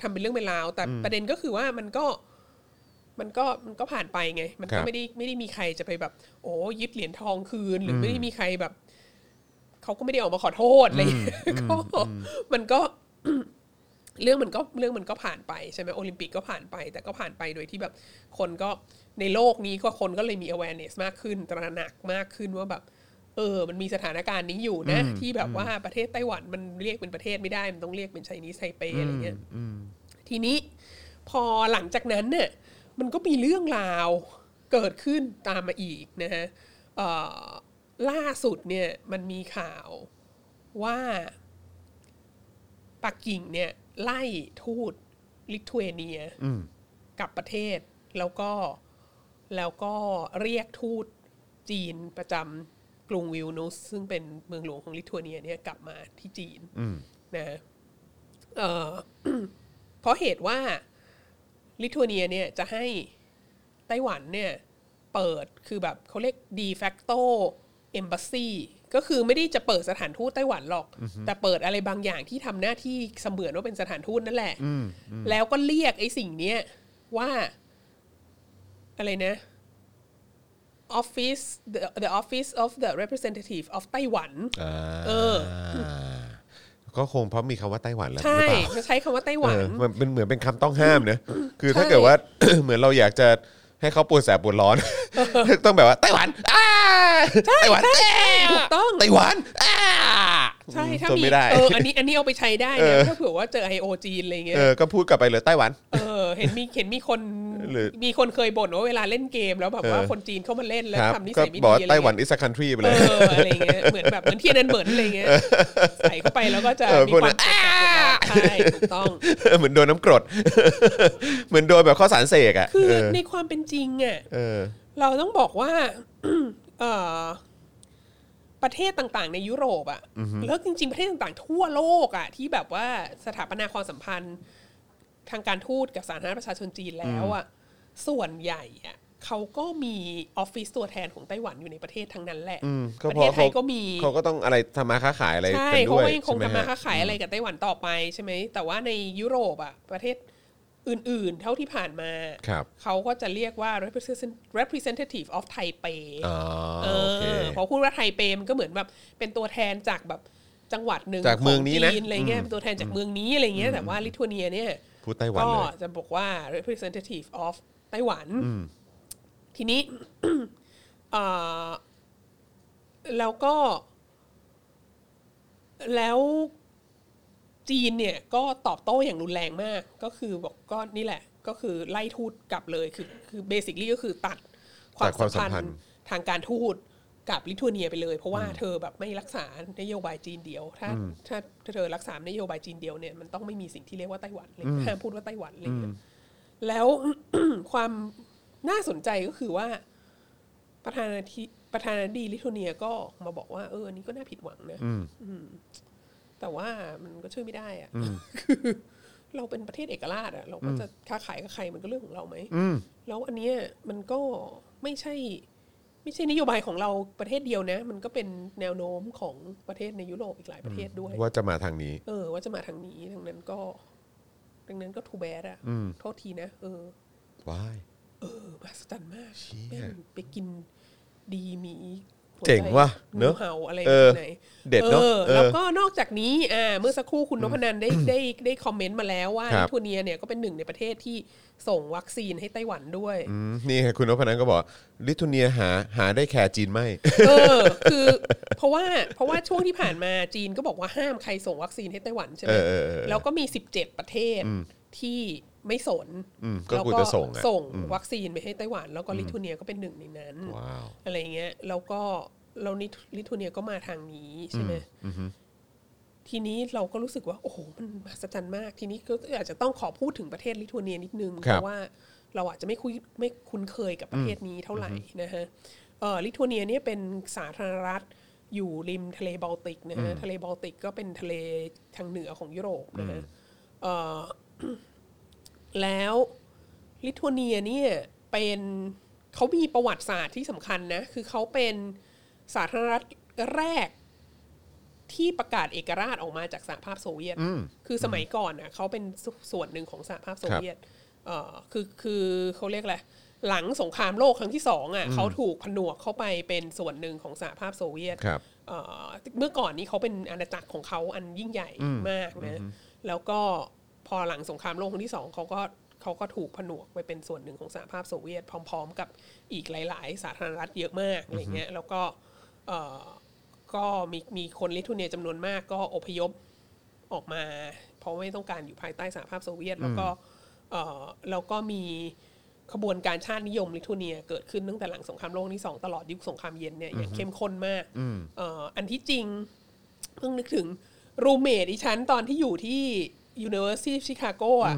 Speaker 4: ทำเป็นเรื่องเป็นราว แต่ประเด็นก็คือว่ามันก็ มันก็มันก็ผ่านไปไง มัน
Speaker 2: ค
Speaker 4: ก็
Speaker 2: รับ
Speaker 4: ไม่ได้ไม่ได้มีใครจะไปแบบ โอ้ยึดเหรียญทองคืน หรืออไม่ได้มีใครแบบเขาก็ไม่ได้ออกมาขอโทษอะไรอย่างเงี้ยก็มันก็ เรื่องมันก็เรื่องมันก็ผ่านไปใช่ไหมโอลิมปิกก็ผ่านไป แต่ก็ผ่านไปโดยที่แบบคนก็ในโลกนี้ก็คนก็เลยมี awareness มากขึ้น ตระหนักมากขึ้นว่าแบบ เออ มันมีสถานการณ์นี้อยู่นะ ที่แบบว่าประเทศไต้หวันมันเรียกเป็นประเทศไม่ได้ มันต้องเรียกเป็นไชนีสไทเปอะไรเงี้ยทีนี้พอหลังจากนั้นเนี่ยมันก็มีเรื่องราวเกิดขึ้นตามมาอีกนะฮะเอ่อล่าสุดเนี่ยมันมีข่าวว่า ปักกิ่งเนี่ยไล่ทูตลิทัวเนียกลับประเทศ แล้วก็แล้วก็เรียกทูตจีนประจำกรุงวิลนูส ซึ่งเป็นเมืองหลวงของลิทัวเนียเนี่ยกลับมาที่จีนนะฮะเอ่ อ เพราะเหตุว่าลิทัวเนียเนี่ยจะให้ไต้หวันเนี่ยเปิดคือแบบเขาเรียก de facto embassy ก็คือไม่ได้จะเปิดสถานทูตไต้หวันหรอก แต่เปิดอะไรบางอย่างที่ทำหน้าที่เสมือนว่าเป็นสถานทูตนั่นแหละ แล้วก็เรียกไอ้สิ่งเนี้ยว่า อะไรนะ office the, the office of the representative of ไต้หวัน เออ
Speaker 2: ก็คงเพราะมีคำว่าไต้หวันแล้วหรือ
Speaker 4: ใช่
Speaker 2: เปล่า
Speaker 4: เขาใช้คำว่าไต้หวัน
Speaker 2: เออมันเป็นเหมือนเป็นคำต้องห้ามเนอะคือถ้า
Speaker 4: ใช่
Speaker 2: เกิดว่า เหมือนเราอยากจะให้เขาปวดแสบปวด ร้อน ต้องแบบว่าไต้หวันอ่าไต้หวัน
Speaker 4: ถูกต้อง
Speaker 2: ไต้หวันอ่า
Speaker 4: ใช่ถ้า
Speaker 2: ทน
Speaker 4: มี
Speaker 2: ไม่ได้
Speaker 4: เอออันนี้อันนี้เอาไปใช้ได้
Speaker 2: เอ
Speaker 4: นะ
Speaker 2: อ
Speaker 4: ถ้าเผื่อว่าเจอไอโอจีนอะไรเงี้ย
Speaker 2: เออก็พูดกลับไปเลยไต้หวัน
Speaker 4: เออเห็นมีเห็นมีคน
Speaker 2: หรือ
Speaker 4: มีคนเคยบ่นว่าเวลาเล่นเกมแล้วแบบว่า
Speaker 2: เออ
Speaker 4: คนจีนเข้ามาเล่นแล้ว
Speaker 2: ครับ
Speaker 4: ทำนิ
Speaker 2: ก็
Speaker 4: สัยไม่
Speaker 2: บอกว่า
Speaker 4: ดีอะไร
Speaker 2: ไต้หวัน
Speaker 4: เงี้ย
Speaker 2: อิสคันทรีไป
Speaker 4: เอ
Speaker 2: เลย
Speaker 4: ออะไรเงี้ยเหมือนแบบเหมือนเทียนอันเหมือนอะไรเงี้ยใส่เข้าไปแล้วก็จะ
Speaker 2: เออ
Speaker 4: มี
Speaker 2: พวก
Speaker 4: ค
Speaker 2: นั้
Speaker 4: วาม
Speaker 2: น
Speaker 4: เจ็บปวดร้อนใช่ถูกต้อง
Speaker 2: เหมือนโด นน้ำกรด เหมือนโดนแบบข้อสารเสกอ่ะ
Speaker 4: คือ
Speaker 2: เออ
Speaker 4: ในความเป็นจริงอ่ะ
Speaker 2: เออ
Speaker 4: เราต้องบอกว่า เอ่อประเทศต่างๆ ในยุโรปอะแล้วจริงๆ ประเทศต่างๆ ทั่วโลกอะที่แบบว่าสถาปนาความสัมพันธ์ ทางการทูตกับสาธารณรัฐประชาชนจีนแล้วอะส่วนใหญ่อะเขาก็มีออฟฟิศตัวแทนของไต้หวันอยู่ในประเทศทั้งนั้นแหละ
Speaker 2: อืมก็
Speaker 4: ประ
Speaker 2: เพ
Speaker 4: เท
Speaker 2: ราะ
Speaker 4: ศไทย
Speaker 2: เขา
Speaker 4: ก็มี
Speaker 2: เขาก็ต้องอะไรทำมาค้าขายอะไร
Speaker 4: ใช่
Speaker 2: กันด้
Speaker 4: เขา
Speaker 2: วย
Speaker 4: ก็ยังคง
Speaker 2: ใช่ไหม
Speaker 4: ทำมา
Speaker 2: ฮะ
Speaker 4: ค้าขายอะไรกับไต้หวันต่อไปใช่ไหมแต่ว่าในยุโรปอะประเทศอื่น ๆ เท่าที่ผ่านมา
Speaker 2: ครับ
Speaker 4: เขาก็จะเรียกว่า represent- representative of Taipei
Speaker 2: อ๋อ
Speaker 4: เอ
Speaker 2: โอเค
Speaker 4: อพอพูดว่าไทเปมันก็เหมือนแบบเป็นตัวแทนจากแบบจังหวัดหนึ่ง
Speaker 2: จากเมืองนี้นะ
Speaker 4: ขจีอะไรเงี้ยเป็นตัวแทนจากเมืองนี้อะไรเงี้ยแต่ว่าลิทัวเนียเนี่ย
Speaker 2: พูดไต้หวัน
Speaker 4: ก็
Speaker 2: เลย
Speaker 4: จะบอกว่า representative of ไต้หวัน ทีนี้ เอ่อแล้วก็ แล้วจีนเนี่ยก็ตอบโต้อย่างรุนแรงมาก ก็คือบอกก็นี่แหละ ก็คือไล่ทูตกลับเลย คือคือเบสิคลี่ก็คือตัดควา
Speaker 2: ตั
Speaker 4: ม
Speaker 2: ดค
Speaker 4: สั
Speaker 2: วาม
Speaker 4: ม
Speaker 2: สัม
Speaker 4: พัน
Speaker 2: พันธ์
Speaker 4: ธ์ทางการทูตกับลิทัวเนียไปเลย เพราะว่าเธอแบบไม่รักษานโยบายจีนเดียว ถ้าถ้าถ้าเธอรักษานโยบายจีนเดียวเนี่ยมันต้องไม่มีสิ่งที่เรียกว่าไต้หวันเลยห้ามพูดว่าไต้หวันอะไรอย่างเลยแล้ว ความน่าสนใจก็คือว่า ประธานาธิประธานาธิบดีลิทัวเนียก็ออกมาบอกว่าเอออันนี้ก็น่าผิดหวังนะอืมแต่ว่ามันก็ช่วยไม่ได้อะคือ เราเป็นประเทศเอกราชอะเราก็จะค้าขายกับใครมันก็เรื่องของเราไหมแล้วอันเนี้ยมันก็ไม่ใช่ ไม่ใช่นโยบายของเราประเทศเดียวนะ มันก็เป็นแนวโน้มของประเทศในยุโรปอีกหลายประเทศด้วย
Speaker 2: ว่าจะมาทางนี้
Speaker 4: เออ ว่าจะมาทางนี้ดังนั้นก็ดังนั้นก็ทูแบดอะโทษทีนะเออ
Speaker 2: ว้าย
Speaker 4: เออมหัศจรรย์มาก
Speaker 2: เชี่ย
Speaker 4: แม่งไปกินดีหมีหัใจ
Speaker 2: เจ๋งว่ะเนอะ
Speaker 4: งูเห่าอะไร
Speaker 2: เอ
Speaker 4: แบ
Speaker 2: อบ
Speaker 4: ไหน
Speaker 2: เด็ดเนอะ
Speaker 4: ออ
Speaker 2: เออ
Speaker 4: แล้วก็นอกจากนี้อ่าเมื่อสักครู่คุณนพนันได้ได้ได้คอมเมนต์มาแล้วว่า
Speaker 2: ครั
Speaker 4: ลิ
Speaker 2: บ
Speaker 4: ทัวเนียเนี่ยก็เป็นหนึ่งในประเทศที่ส่งวัคซีนให้ไต้หวันด้วย
Speaker 2: อืมนี่ไงคุณนพนันก็บอกลิทัวเนียหาหาได้แคร์จีนไหม
Speaker 4: เออ คือ เพราะว่าเพราะว่าช่วงที่ผ่านมาจีนก็บอกว่าห้ามใครส่งวัคซีนให้ไต้หวันใช่ไหม
Speaker 2: เออเออเออ
Speaker 4: แล้วก็มี 17 ประเทศที่ ไม่สน
Speaker 2: อืมก็
Speaker 4: แล้ว
Speaker 2: ควรจะส่งอะ
Speaker 4: ส่ง
Speaker 2: อืม
Speaker 4: วัคซีนไปให้ไต้หวัน แล้วก็ลิทัวเนียก็เป็นหนึ่งในนั้น
Speaker 2: ว้าว
Speaker 4: อะไรเงี้ยแล้วก็เรานิลิทัวเนียก็มาทางนี้ใช่ไหมทีนี้เราก็รู้สึกว่า โอ้โหมันมหัศจรรย์มาก ทีนี้ก็อาจจะต้องขอพูดถึงประเทศลิทัวเนียนิดนึง เพราะว่าเราอาจจะไม่คุยไม่คุ้นเคยกับประเทศนี้เท่าไหร่นะฮะเออลิทัวเนียเนี่ยเป็นสาธารณรัฐอยู่ริมทะเลบอลติกนะฮะทะเลบอลติกก็เป็นทะเลทางเหนือของยุโรปนะฮะเอ่อ แล้วลิทัวเนียเนี่ยเป็นเขามีประวัติศาสตร์ที่สำคัญนะ คือเขาเป็นสาธารณรัฐแรกที่ประกาศเอกราชออกมาจากสหภาพโซเวียต คือสมัยก่อนน่ะเขาเป็นสส่วนหนึ่งของสหภาพโซเวียตเอ่อคือคือเขาเรียกอะไรหลังสงครามโลกครั้งที่สองอ่ะเขาถูกผนวกเข้าไปเป็นส่วนหนึ่งของสหภาพโซเวียต
Speaker 2: ครับ
Speaker 4: เอ่อเมื่อก่อนนี้เขาเป็นอาณาจักรของเขาอันยิ่งใหญ่มากนะ แล้วก็พอหลังสงครามโลกครั้งที่สองเขาก็เขาก็ถูกผนวกไปเป็นส่วนหนึ่งของสหภาพโซเวียต พร้อม ๆ กับอีกหลาย ๆ สาธารณรัฐเยอะมากอะไรเงี้ยแล้วก็เอ่อก็มีมีคนลิทัวเนียจำนวนมากก็อพยพออกมา เพราะไม่ต้องการอยู่ภายใต้สหภาพโซเวียต แล้วก็เอ่อแล้วก็มีขบวนการชาตินิยมลิทัวเนียเกิดขึ้นตั้งแต่หลังสงครามโลกครั้งที่สองตลอดยุคสงครามเย็นเนี่ยอย่างเข้มข้นมาก เอ่ออันที่จริงเพิ่งนึกถึงรูเมดอีชั้นตอนที่อยู่ที่ University of Chicago อ่ะ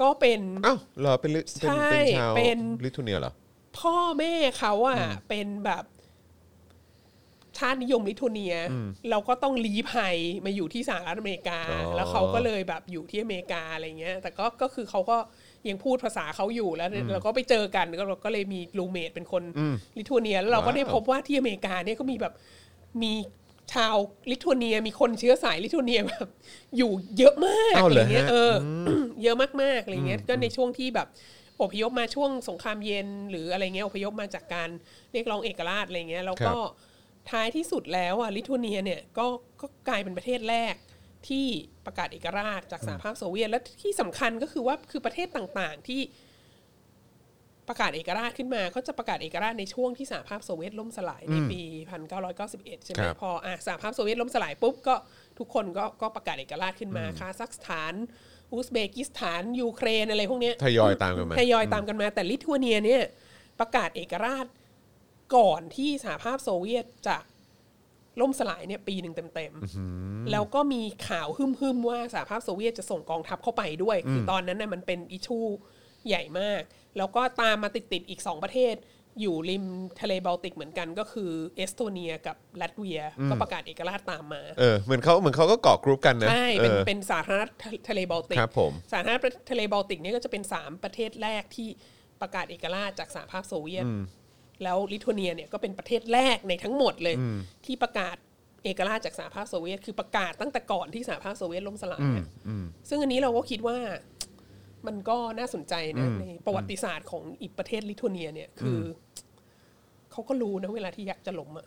Speaker 4: ก็เป็น
Speaker 2: อ้าวเหรอเป็นลิเป็นเป็น
Speaker 4: ใช่
Speaker 2: ชาว
Speaker 4: เป็น
Speaker 2: ลิทัวเนียเหรอ
Speaker 4: พ่อแม่เขาอ่ะเป็นแบบชาตินิยมลิทัวเนียเราก็ต้องลี้ภัยมาอยู่ที่สหรัฐอเมริกา
Speaker 2: อ๋อ
Speaker 4: แล้วเขาก็เลยแบบอยู่ที่อเมริกาอะไรเงี้ย แต่ก็ก็คือเขาก็ยังพูดภาษาเขาอยู่แล้วเราก็ไปเจอกันก็เราก็เลยมีรูเมดเป็นคนลิทัวเนียแล้วเราก็ได้พบว่าที่อเมริกาเนี่ยก็มีแบบมีชาวลิทัวเนีย มีคนเชื้อสายลิทัวเนียแบบอยู่เยอะมาก
Speaker 2: อ้าว
Speaker 4: อะ
Speaker 2: เห
Speaker 4: ไร
Speaker 2: รอฮะ
Speaker 4: เงี้ยเอออ เยอะมากๆอะไรเงี้ยก็ในช่วงที่แบบอพยพมาช่วงสงครามเย็น หรืออะไรเงี้ยอพยพมาจากการเรียกร้องเอกราชอะไรเงี้ยแล้วก็ท้ายที่สุดแล้วอ่ะลิทัวเนียเนี่ยก็ก็กลายเป็นประเทศแรกที่ประกาศเอกราชจากสหภาพโซเวียต และที่สำคัญก็คือว่าคือประเทศต่างๆที่ประกาศเอกราชขึ้นมาก็จะประกาศเอกราชในช่วงที่สหภาพโซเวียตล่มสลายในปี 1991 ใช่ไหม
Speaker 2: ครับ
Speaker 4: พออ่ะสหภาพโซเวียตล่มสลายปุ๊บก็ทุกคนก็ก็ประกาศเอกราชขึ้นมาคาซัคสถานอุซเบกิสถานยูเครนอะไรพวกเนี้ย
Speaker 2: ทยอยตามกันมา
Speaker 4: ทยอยตามกันมาแต่ลิทัวเนียเนี่ยประกาศเอกราชก่อนที่สหภาพโซเวียตจะล่มสลายเนี่ยปีหนึ่งเต็มๆแล้วก็มีข่าวฮึ่มๆว่าสหภาพโซเวียตจะส่งกองทัพเข้าไปด้วย คือตอนนั้นน่ะมันเป็นอิชูใหญ่มาก แล้วก็ตามมาติดๆอีกสองประเทศ อยู่ริมทะเลบอลติกเหมือนกันก็คือเอสโตเนียกับลัตเวีย ก็ประกาศเอกราชตามมา
Speaker 2: เออเหมือนเขาเหมือนเขาก็เกาะกรุ๊ปกันนะ
Speaker 4: ใช่เป็น
Speaker 2: ออ
Speaker 4: เป็นสาธารณรัฐทะเลบอลติก
Speaker 2: ครับผม
Speaker 4: สาธารณรัฐทะเลบอลติกเนี่ยก็จะเป็น 3 ประเทศแรกที่ประกาศเอกราชจากสหภาพโซเวียต แล้วลิทัวเนียเนี่ยก็เป็นประเทศแรกในทั้งหมดเลย ที่ประกาศเอกราชจากสหภาพโซเวียต คือประกาศตั้งแต่ก่อนที่สหภาพโซเวียตล่มสลายอะซึ่งอันนี้เราก็คิดว่า มันก็น่าสนใจนะในประวัติศาสตร์ของอีกประเทศลิทัวเนียเนี่ยคืออเขาก็รู้นะเวลาที่ยักษ์จะล้มอ่ะ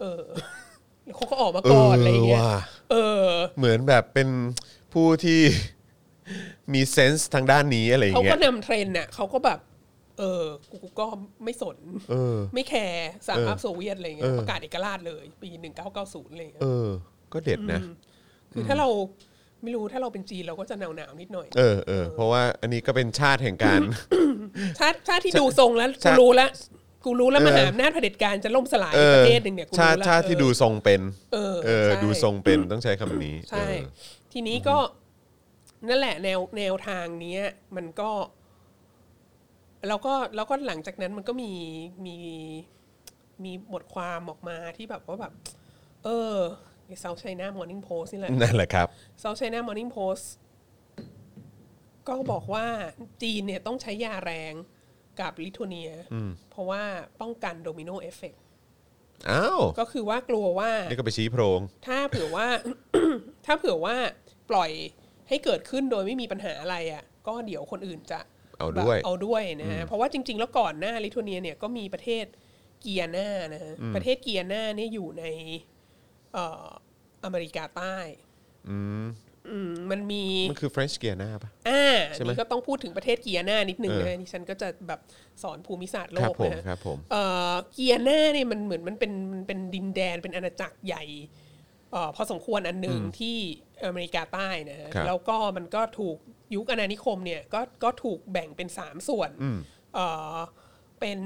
Speaker 4: เออ แล้วเขาก็ออกมา
Speaker 2: เอ
Speaker 4: ก่อ
Speaker 2: อน
Speaker 4: อะไรอย่างเงี้ย
Speaker 2: ว่ะ
Speaker 4: เออ
Speaker 2: เหมือนแบบเป็นผู้ที่ มีเซนส์ทางด้านนี้อะไรอย่า
Speaker 4: เขา
Speaker 2: งเงี้
Speaker 4: ก็
Speaker 2: ย
Speaker 4: นำเทรนด์น่ะเขาก็แบบ เออกูกูก็ไม่สน
Speaker 2: เออ
Speaker 4: ไม่แคร์สหภาพโซเวียตอะไรเงี้
Speaker 2: เอย อ
Speaker 4: ประกาศเอกราชเลย ปีหนึ่งเก้าเก้าศูนย์อะไรเงี้ย
Speaker 2: เออ ก็เด็ดนะ
Speaker 4: คือถ้าเราไม่รู้ถ้าเราเป็นจีนเราก็จะหนาวหนาวๆนิดหน่อย
Speaker 2: เออเออเพราะว่าอันนี้ก็เป็นชาติแห่งการ
Speaker 4: ชาติชาติที่ดูทรงแล้ว
Speaker 2: ชา
Speaker 4: กู
Speaker 2: ติ
Speaker 4: รู้แล้วกูรู้แล้ว
Speaker 2: เออ
Speaker 4: มหาอำนาจเผด็จการจะล่มสลาย
Speaker 2: เอ
Speaker 4: ป
Speaker 2: อ
Speaker 4: ระเทศหนึ่งเนี่ยกู
Speaker 2: ชาติ
Speaker 4: รู้แล้ว
Speaker 2: ชาติที่ดู
Speaker 4: เออ
Speaker 2: ทรงเป็น
Speaker 4: เออ
Speaker 2: เออ
Speaker 4: ใช่
Speaker 2: ดูทรงเป็นต้องใช้คำนี้
Speaker 4: ใช่
Speaker 2: เออ
Speaker 4: ทีนี้ก็นั่นแหละแนวแนวทางเนี้ย มันก็แล้วก็แล้วก็หลังจากนั้นมันก็มีมีมีบทความออกมาที่แบบว่าแบบ เออใน South China Morning Post นี่แหละ
Speaker 2: นั่นแหละครับ
Speaker 4: South China Morning Post ก็บอกว่าจีนเนี่ยต้องใช้ยาแรงกับลิทัวเนีย เพราะว่าป้องกันโดมิโนเอฟเฟก
Speaker 2: อ้าว
Speaker 4: ก็คือว่ากลัวว่า
Speaker 2: นี่ก็ไปชี้โพรง
Speaker 4: ถ้าเผื่อว่า ถ้าเผื่อว่าปล่อยให้เกิดขึ้นโดยไม่มีปัญหาอะไรอ่ะ ก็เดี๋ยวคนอื่นจะ
Speaker 2: เอาด้วย
Speaker 4: แบบเอาด้วยนะฮะเพราะว่าจริง ๆ แล้วก่อนหน้าลิทัวเนียเนี่ยก็มีประเทศเกียร์หน้านะฮะประเทศเกียร์หน้าเนี่ยอยู่ในเอ่ออเมริกาใต้อืมมันมี
Speaker 2: มันคือ French Guiana ป่ะ
Speaker 4: อ่า
Speaker 2: ใช่ไหม
Speaker 4: นี่ก็ต้องพูดถึงประเทศเกียร์หน้านิดหนึ่ง
Speaker 2: เออ
Speaker 4: นะนี่ฉันก็จะแบบสอนภูมิศาสตร์โล
Speaker 2: ครั
Speaker 4: ก
Speaker 2: บผม
Speaker 4: นะฮะ
Speaker 2: ครับผม
Speaker 4: เอ่อเกียร์หน้าเนี่ยมันเหมือนมันเป็นมันเป็นดินแดนเป็นอาณาจักรใหญ่เอ่อพอสมควรอันหนึ่งที่อเมริกาใต้นะฮะ
Speaker 2: ครับ
Speaker 4: แล้วก็มันก็ถูก ยุคอาณานิคมเนี่ยก็ก็ถูกแบ่งเป็นสามส่วนเอ่อเป็น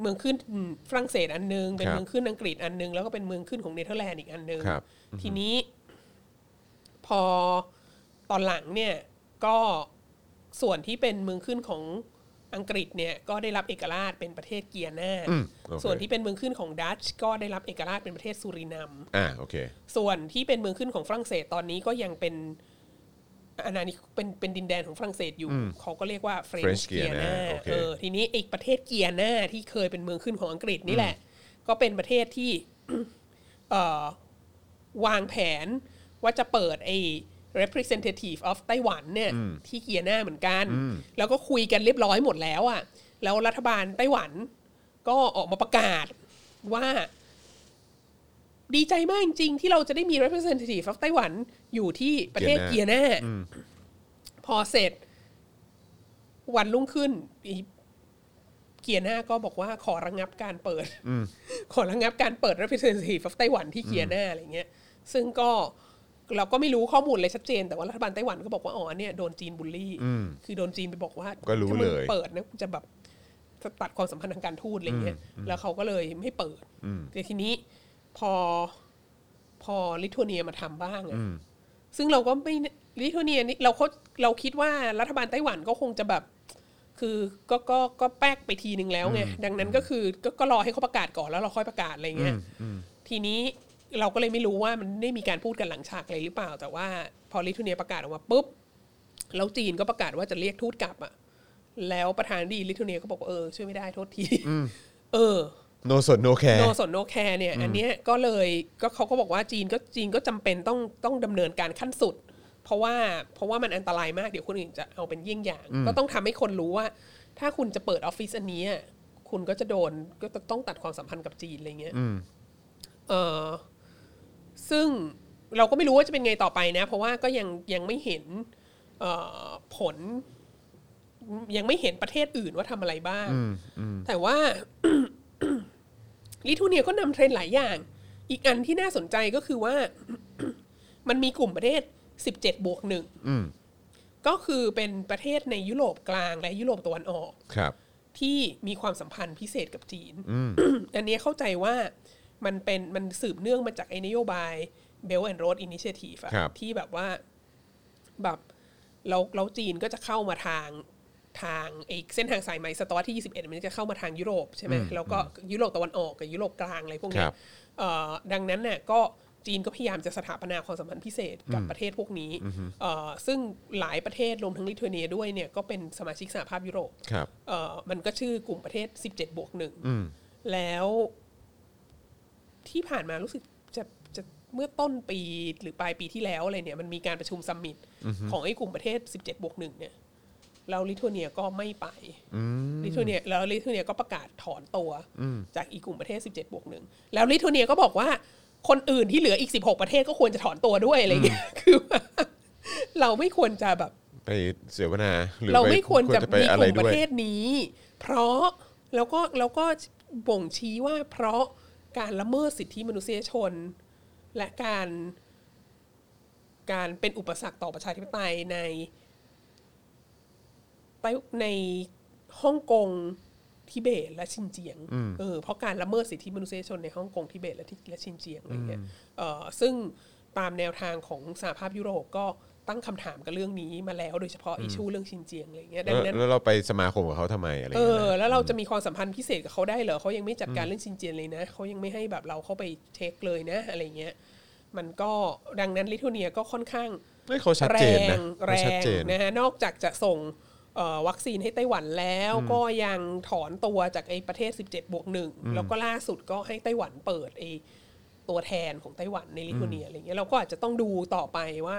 Speaker 4: เมืองขึ้นฝรั่งเศสอันหนึง เป็น
Speaker 2: ครับ
Speaker 4: เมืองขึ้นอังกฤษอันหนึง แล้วก็เป็นเมืองขึ้นของเนเธอร์แลนด์อีกอันหนึง
Speaker 2: ครับ
Speaker 4: ทีนี้พอตอนหลังเนี่ยก็ส่วนที่เป็นเมืองขึ้นของอังกฤษเนี่ยก็ได้รับเอกราชเป็นประเทศเกียร์หน้า
Speaker 2: อืมโอเค
Speaker 4: ส่วนที่เป็นเมืองขึ้นของดัตช์ก็ได้รับเอกราชเป็นประเทศสุรินัม
Speaker 2: อ่าโอเค
Speaker 4: ส่วนที่เป็นเมืองขึ้นของฝรั่งเศสตอนนี้ก็ยังเป็นอาณานิคมเป็นเป็นดินแดนของฝรั่งเศสอยู่ เขาก็เรียกว่าเฟรน
Speaker 2: French
Speaker 4: ช์เกียนา
Speaker 2: Guiana โอเค
Speaker 4: เออทีนี้ไอีกประเทศเกียนาที่เคยเป็นเมืองขึ้นของอังกฤษนี่แหละ ก็เป็นประเทศที่ เอ่อวางแผนว่าจะเปิดไอ้ representative of ไต้หวันเนี่ยที่เกียนาเหมือนกัน แล้วก็คุยกันเรียบร้อยหมดแล้วอะ่ะ แล้วรัฐบาลไต้หวันก็ออกมาประกาศว่า ดีใจมากจริงๆ ที่เราจะได้มี representative of ไต้หวันอยู่ที่ประเทศเกียนาพอเสร็จ วันรุ่งขึ้นอีเกียนาก็บอกว่าขอระงงับการเปิด ขอระงงับการเปิด representative of ไต้หวันที่เกียนาอะไรเงี้ย ซึ่งก็เราก็ไม่รู้ข้อมูลอะไรชัดเจน แต่ว่ารัฐบาลไต้หวันก็บอกว่าอ๋อเนี่ยโดนจีนบูลลี่ คือโดนจีนไปบอกว่า
Speaker 2: ก็รู้
Speaker 4: ถ้ามึง
Speaker 2: เลย
Speaker 4: เปิดนะกูจะแบบ ตัดความสัมพันธ์ทางการทูตอะไรเงี้ย แล้วเขาก็เลยไม่เปิดแต่ทีนี้พอพอลิทัวเนียมาทำบ้างอะซึ่งเราก็ไม่ลิทัวเนียนี่เราเขาเราคิดว่ารัฐบาลไต้หวันก็คงจะแบบ คือก็ก็ก็แป๊กไปทีหนึ่งแล้วไง ดังนั้นก็คือก็ก็รอให้เขาประกาศก่อนแล้วเราค่อยประกาศอะไรเงี้ย ทีนี้เราก็เลยไม่รู้ว่ามันได้มีการพูดกันหลังฉากอะไรหรือเปล่า แต่ว่าพอลิทัวเนียประกาศออกมาปุ๊บ แล้วจีนก็ประกาศว่าจะเรียกทูตกลับอะแล้วประธานาธิบดีลิทัวเนียก็บอกว่าเออช่วยไม่ได้โทษที เออ
Speaker 2: โนสนโนแคร์
Speaker 4: โนสนโนแคร์เนี่ย อันเนี้ยก็เลยก็เขาก็บอกว่าจีนก็จีนก็จำเป็นต้องต้องดำเนินการขั้นสุด เพราะว่าเพราะว่ามันอันตรายมากเดี๋ยวคนอื่นจะเอาเป็นเยี่ยงอย่าง ก็ต้องทำให้คนรู้ว่า ถ้าคุณจะเปิดออฟฟิศอันเนี้ยคุณก็จะโดนก็ต้องตัดความสัมพันธ์กับจีนอะไรเงี้ยเออซึ่งเราก็ไม่รู้ว่าจะเป็นไงต่อไปนะ เพราะว่าก็ยังยังไม่เห็นเอ่อผล ยังไม่เห็นประเทศอื่นว่าทำอะไรบ้างแต่ว่า ลิทัวเนียก็นำเทรนด์หลายอย่าง อีกอันที่น่าสนใจก็คือว่า มันมีกลุ่มประเทศ 17 บวกหนึ่งก็คือเป็นประเทศในยุโรปกลางและยุโรปตะวันออก
Speaker 2: ครับ
Speaker 4: ที่มีความสัมพันธ์พิเศษกับจีน อันเนี้ยเข้าใจว่ามันเป็นมันสืบเนื่องมาจากไอ้นโยบาย Belt and Road Initiative อะ
Speaker 2: ครับ
Speaker 4: ที่แบบว่าแบบแล้วแล้วจีนก็จะเข้ามาทางทางไอ้เส้นทางสายไหมสตอที่ 21 มันจะเข้ามาทางยุโรปใช่ไหมแล้วก็ยุโรปตะวันออกกับยุโรปกลางอะไรพวกเนี้
Speaker 2: ครั
Speaker 4: ย
Speaker 2: บ
Speaker 4: เอ่อดังนั้นเนี่ยก็จีนก็พยายามจะสถาปนาความสัมพันธ์พิเศษกับประเทศพวกนี้เอ่อซึ่งหลายประเทศรวมทั้งลิทัวเนียด้วยเนี่ยก็เป็นสมาชิกสหภาพยุโรป
Speaker 2: ครับ
Speaker 4: เอ่อมันก็ชื่อกลุ่มประเทศ 17 บวกหนึ่ง แล้วที่ผ่านมารู้สึกจะจะเมื่อต้นปีหรือปลายปีที่แล้วอะไรเนี่ย มันมีการประชุมซัมมิตของไอ้กลุ่มประเทศ 17 บวกหนึ่งเนี่ยแล้วลิทัวเนียก็ไม่ไปลิทัวเนียแล้วลิทัวเนียก็ประกาศถอนตัว จากอีกกลุ่มประเทศ 17 บวกหนึ่งแล้วลิทัวเนียก็บอกว่าคนอื่นที่เหลืออีก 16 ประเทศก็ควรจะถอนตัวด้วยอะไรเงี้ยคือ ว่าเราไม่ควรจะแบบ
Speaker 2: ไปเสวนาหรือ
Speaker 4: เราไม่
Speaker 2: ป
Speaker 4: ควรจะ
Speaker 2: ไป
Speaker 4: มี
Speaker 2: อะ
Speaker 4: ก
Speaker 2: ไร
Speaker 4: ลุ่มป
Speaker 2: ด้วย
Speaker 4: ระเทศนี้ เพราะแล้วก็แล้วก็บ่งชี้ว่าเพราะการละเมิดสิทธิมนุษยชน และการการเป็นอุปสรรคต่อประชาธิปไตยในไต้ในฮ่องกงทิเบตและชินเจียงเออเพราะการละเมิดสิทธิมนุษยชนในฮ่องกงทิเบตและที่และชินเจียงอะไรเงี้ยเออซึ่งตามแนวทางของสหภาพยุโรปก็ตั้งคำถามกับเรื่องนี้มาแล้วโดยเฉพาะอิชูเรื่องชินเจียงอะไรเงี้ยดั
Speaker 2: แล้ว
Speaker 4: งนั้น
Speaker 2: แล้วเราไปสมาคมกับเขาทำไมอะไรอ
Speaker 4: เอย่าง
Speaker 2: เงี้
Speaker 4: อย
Speaker 2: นะ
Speaker 4: แล้วเราจะมีความสัมพันธ์พิเศษกับเขาได้เหรอเขายังไม่จัดการเรื่องชินเจียนเลยนะเขายังไม่ให้แบบเราเข้าไปเช็คเลยนะ อะไรเงี้ยมันก็ดังนั้นลิทัวเนียก็ค่อนข้าง
Speaker 2: เฮ้ยเขาชัด
Speaker 4: แร
Speaker 2: เจน
Speaker 4: ง
Speaker 2: นะ
Speaker 4: แร
Speaker 2: เขาชัด
Speaker 4: ง
Speaker 2: เจน
Speaker 4: นะฮะนอกจากจะส่งเอ่อวัคซีนให้ไต้หวันแล้ว ก็ยังถอนตัวจากไอ้ประเทศ 17 บวกหนึ่งแล้วก็ล่าสุดก็ให้ไต้หวันเปิดไอ้ตัวแทนของไต้หวันในลิทัวเนียอะไรเงี้ยเราก็อาจจะต้องดูต่อไปว่า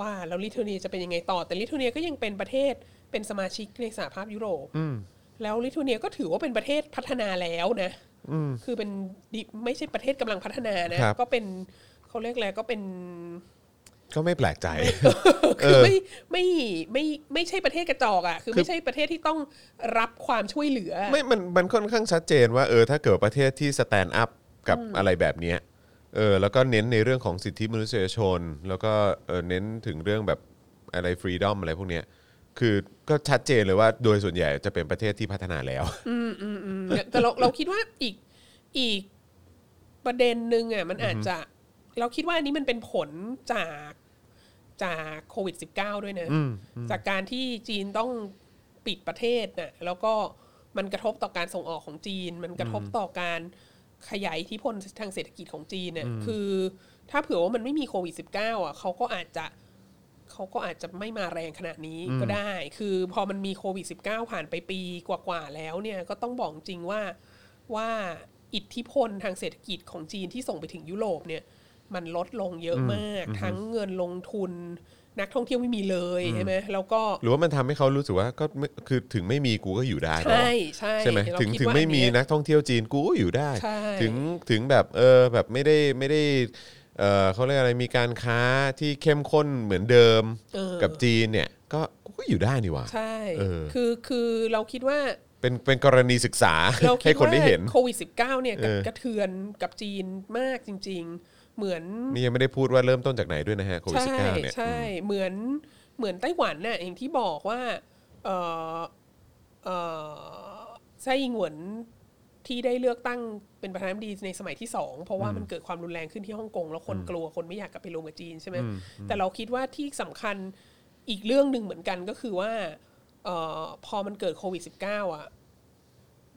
Speaker 4: ว่าแล้วลิทัวเนียจะเป็นยังไงต่อ แต่ลิทัวเนียก็ยังเป็นประเทศเป็นสมาชิกในสหภาพยุโรปแล้วลิทัวเนียก็ถือว่าเป็นประเทศพัฒนาแล้วนะคือเป็นดิไม่ใช่ประเทศกำลังพัฒนานะ
Speaker 2: ครับ
Speaker 4: ก็เป็นเขาเรียกอะไรก็เป็น
Speaker 2: ก็ไม่แปลกใจ
Speaker 4: คือไม่ไม่ไม่ไม่ใช่ประเทศกระจอกอ่ะ คือ
Speaker 2: คือ
Speaker 4: ไม่ใช่ประเทศที่ต้องรับความช่วยเหลือ
Speaker 2: ไม่มันมันค่อนข้างชัดเจนว่าเออถ้าเกิดประเทศที่สแตนด์อัพกับอะไรแบบเนี้ยเออแล้วก็เน้นในเรื่องของสิทธิมนุษยชน แล้วก็เออเน้นถึงเรื่องแบบ อะไรฟรีดอมอะไรพวกเนี้ยคือก็ชัดเจนเลยว่าโดยส่วนใหญ่จะเป็นประเทศที่พัฒนาแล้ว
Speaker 4: แต่เราเราคิดว่าอีกอีกประเด็นหนึ่งอ่ะมันอาจจะ เราคิดว่าอันนี้มันเป็นผลจากจากโควิด -19 ด้วยนะ จากการที่จีนต้องปิดประเทศน่ะแล้วก็มันกระทบต่อการส่งออกของจีน มันกระทบต่อการขยายอิที่พลทางเศรษฐกิจของจีนเนี่ยคือถ้าเผื่อว่ามันไม่มีโควิด -19 อ่ะเขาก็อาจจะ เขาก็อาจจะไม่มาแรงขนาดนี้ก็ได้ คือพอมันมีโควิด -19 ผ่านไปปีกว่าๆแล้วเนี่ยก็ต้องบอกจริงว่าว่าอิทธิพลทางเศรษฐกิจของจีนที่ส่งไปถึงยุโรปเนี่ยมันลดลงเยอะมาก ทั้งเงินลงทุนนักท่องเที่ยวไม่มีเลยใช่ไหมแล้วก็
Speaker 2: หรือว่ามันทำให้เขารู้สึกว่าก็ไม่คือถึงไม่มีกูก็อยู่ได้ปะวะ
Speaker 4: ใช่ใช่
Speaker 2: ใช่ไหม
Speaker 4: เรา
Speaker 2: ถึง
Speaker 4: คิด
Speaker 2: ถึง
Speaker 4: ว่า
Speaker 2: ไม่
Speaker 4: อั
Speaker 2: มี
Speaker 4: เย
Speaker 2: นักท่องเที่ยวจีนกูก็อยู่ได้
Speaker 4: ใช่
Speaker 2: ถึงถึงแบบเออแบบไม่ได้ไม่ได้เออเขาเรียกอะไรมีการค้าที่เข้มข้นเหมือนเดิม
Speaker 4: เออ
Speaker 2: กับจีนเนี่ยก็กูก็อยู่ได้นี่หว่า
Speaker 4: ใช่
Speaker 2: เออ
Speaker 4: คือคือเราคิดว่า
Speaker 2: เป็นเป็นกรณีศึกษา
Speaker 4: เรา
Speaker 2: ให้
Speaker 4: คิด
Speaker 2: คน
Speaker 4: ว่า
Speaker 2: ได้เห็น
Speaker 4: โควิด -19 เนี่ยกระ
Speaker 2: เออ
Speaker 4: กระเทือนกับจีนมากจริง ๆ เหมือน
Speaker 2: นี่ยังไม่ได้พูดว่าเริ่มต้นจากไหนด้วยนะฮะโควิดสิบเก้าเนี่ย
Speaker 4: ใช่เหมือนเหมือนไต้หวันน่ะอย่างที่บอกว่าเออเออไส้อิงหวนที่ได้เลือกตั้งเป็นประธานาธิบดีในสมัยที่สองเพราะว่ามันเกิดความรุนแรงขึ้นที่ฮ่องกงแล้วคนกลัวคนไม่อยากกลับไปรวมกับจีนใช่ไหมแต่เราคิดว่าที่สำคัญอีกเรื่องหนึ่งเหมือนกันก็คือว่าเออพอมันเกิดโควิด -19 อ่ะ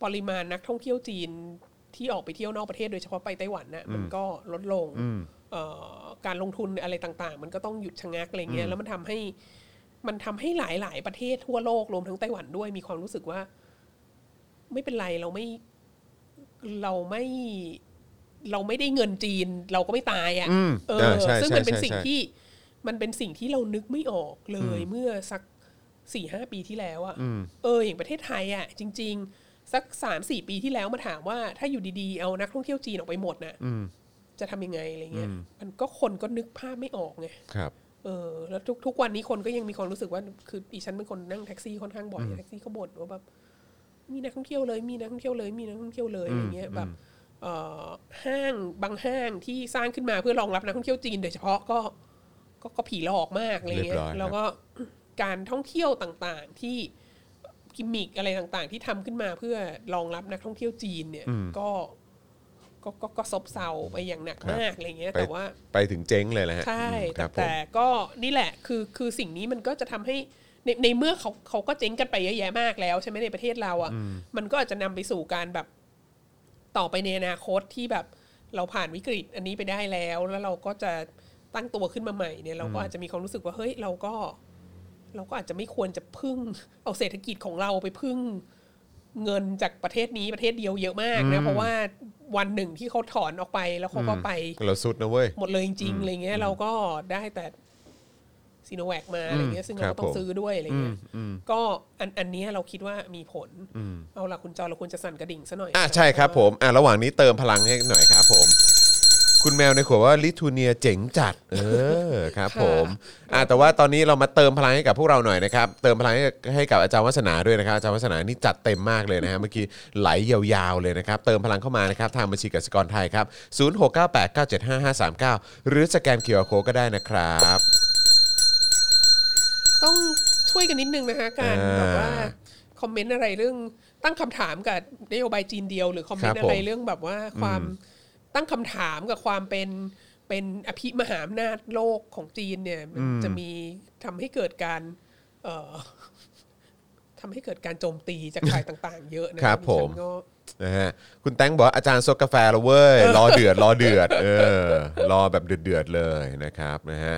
Speaker 4: ปริมาณนักท่องเที่ยวจีนที่ออกไปเที่ยวนอกประเทศโดยเฉพาะไปไต้หวันน่ะมันก็ลดลงเอ่อการลงทุนอะไรต่างๆ มันก็ต้องหยุดชะงักอะไรเงี้ยแล้วมันทำให้มันทำให้หลายๆ ประเทศทั่วโลกรวมทั้งไต้หวันด้วยมีความรู้สึกว่า ไม่เป็นไรเราไม่เราไม่เราไม่ได้เงินจีน เราก็ไม่ตายอ่ะ
Speaker 2: อืม
Speaker 4: เอ
Speaker 2: อ่า
Speaker 4: อ
Speaker 2: ใช่
Speaker 4: ซึ่ง
Speaker 2: ใช่
Speaker 4: มันเป็น
Speaker 2: ใช่
Speaker 4: สิ่ง
Speaker 2: ใช่
Speaker 4: ที่มันเป็นสิ่งที่เรานึกไม่ออกเลยเมื่อสักสี่ห้าปีที่แล้วอะเอออย่างประเทศไทยอะจริง ๆ สักสามสี่ปีที่แล้วมาถามว่าถ้าอยู่ดีๆเอานักท่องเที่ยวจีนออกไปหมดน่ะจะทำยังไงอะไรเงี้ยมันก็คนก็นึกภาพไม่ออกไง
Speaker 2: ครับ
Speaker 4: เออแล้วทุกทุกวันนี้คนก็ยังมีความรู้สึกว่าคืออีฉันเป็นคนนั่งแท็กซี่ค่อนข้างบ่อยแท็กซี่ก็บ่นว่าแบบมีนักท่องเที่ยวเลยมีนักท่องเที่ยวเลยมีนักท่องเที่ยวเลยอะไรเงี้ยแบบ เอ่อห้างบางห้างที่สร้างขึ้นมาเพื่อรองรับนักท่องเที่ยวจีนโดยเฉพาะก็ก็ก็ผีหลอกมากอะไร
Speaker 2: เรี
Speaker 4: เงี้
Speaker 2: ยบ
Speaker 4: ย
Speaker 2: ร้อยครับ
Speaker 4: แล้วก็การท่องเที่ยวต่างๆที่กิมมิกอะไรต่างๆ ที่ทำขึ้นมาเพื่อรองรับนักท่องเที่ยวจีนเนี่ยก็ก็ก็ก็ซบเซาไปอย่างหนักมากอะไรเงี้ยแต่ว่า
Speaker 2: ไปถึงเจ๊งเลยแหละฮะ
Speaker 4: ใช่
Speaker 2: อืมค
Speaker 4: แต่
Speaker 2: รับผม
Speaker 4: แต่ก็นี่แหละคือคือสิ่งนี้มันก็จะทำให้ในในเมื่อเขาเขาก็เจ๊งกันไปเยอะแยะมากแล้ว ใช่ไหมในประเทศเราอ่ะมันก็อาจจะนำไปสู่การแบบต่อไปในอนาคตที่แบบเราผ่านวิกฤตอันนี้ไปได้แล้ว แล้วเราก็จะตั้งตัวขึ้นมาใหม่เนี่ยเราก็อาจจะมีความรู้สึกว่าเฮ้ยเราก็ เราก็อาจจะไม่ควรจะพึ่ง เอาเศรษฐกิจของเราไปพึ่งเงินจากประเทศนี้ประเทศเดียวเยอะมากนะเพราะว่าวันหนึ่งที่เขาถอนออกไปแล้วเขาก็ไป
Speaker 2: เราสุดนะเว้ย
Speaker 4: หมดเลยจริงๆอะไรเงี้ยเราก็ได้แต่ซีโนแวคมาอะไรเงี้ยซึ่ง
Speaker 2: ครั
Speaker 4: เรา
Speaker 2: บ
Speaker 4: ก็ต้อ
Speaker 2: ผ
Speaker 4: ง
Speaker 2: ม
Speaker 4: ซื้อด้วยอะไรเงี้ยก็อันอันเนี้ยเราคิดว่ามีผล เอาละคุณจอเราควรจะสั่นกระดิ่งซะหน่อย
Speaker 2: อ่ะใช่ครับผมอ่ะระหว่างนี้เติมพลังให้หน่อยครับผม คุณแมวในขวดว่าลิทัวเนียเจ๋งจัด เออครับผมอ่ะแต่ว่าตอนนี้เรามาเติมพลังให้กับพวกเราหน่อยนะครับ เติมพลังให้ให้กับอาจารย์วัฒนาด้วยนะครับอาจารย์วัฒนานี่จัดเต็มมากเลยนะฮะเมื่อกี้ไหลยาวๆเลยนะครับ เติมพลังเข้ามานะครับทางบัญชีกสิกรไทยครับ 0698975539 หรือสแกนเคอร์โคก็ได้นะครับ
Speaker 4: ต้องช่วยกันนิดนึงนะคะการ
Speaker 2: อ่า
Speaker 4: แบบว่าคอมเมนต์อะไรเรื่องตั้งคำถามกับนโยบายจีนเดียว หรือคอมเมนต์
Speaker 2: ครับผม
Speaker 4: อะไรเรื่องแบบว่าความตั้งคำถามกับความเป็นเป็นอภิมหาอำนาจโลกของจีนเนี่ยมันจะมีทำให้เกิดการ เอ่อทำให้เกิดการโจมตีจากฝ่ายต่าง ๆ เยอะนะครับ ดิ
Speaker 2: ผ
Speaker 4: ฉั
Speaker 2: ม
Speaker 4: นก็
Speaker 2: นะฮะคุณแตงบอกว่าอาจารย์ซดกาแฟแล้วเว้ย รอเดือด รอเดือด เออ รอแบบเดือดเดือดๆเลยนะครับนะฮะ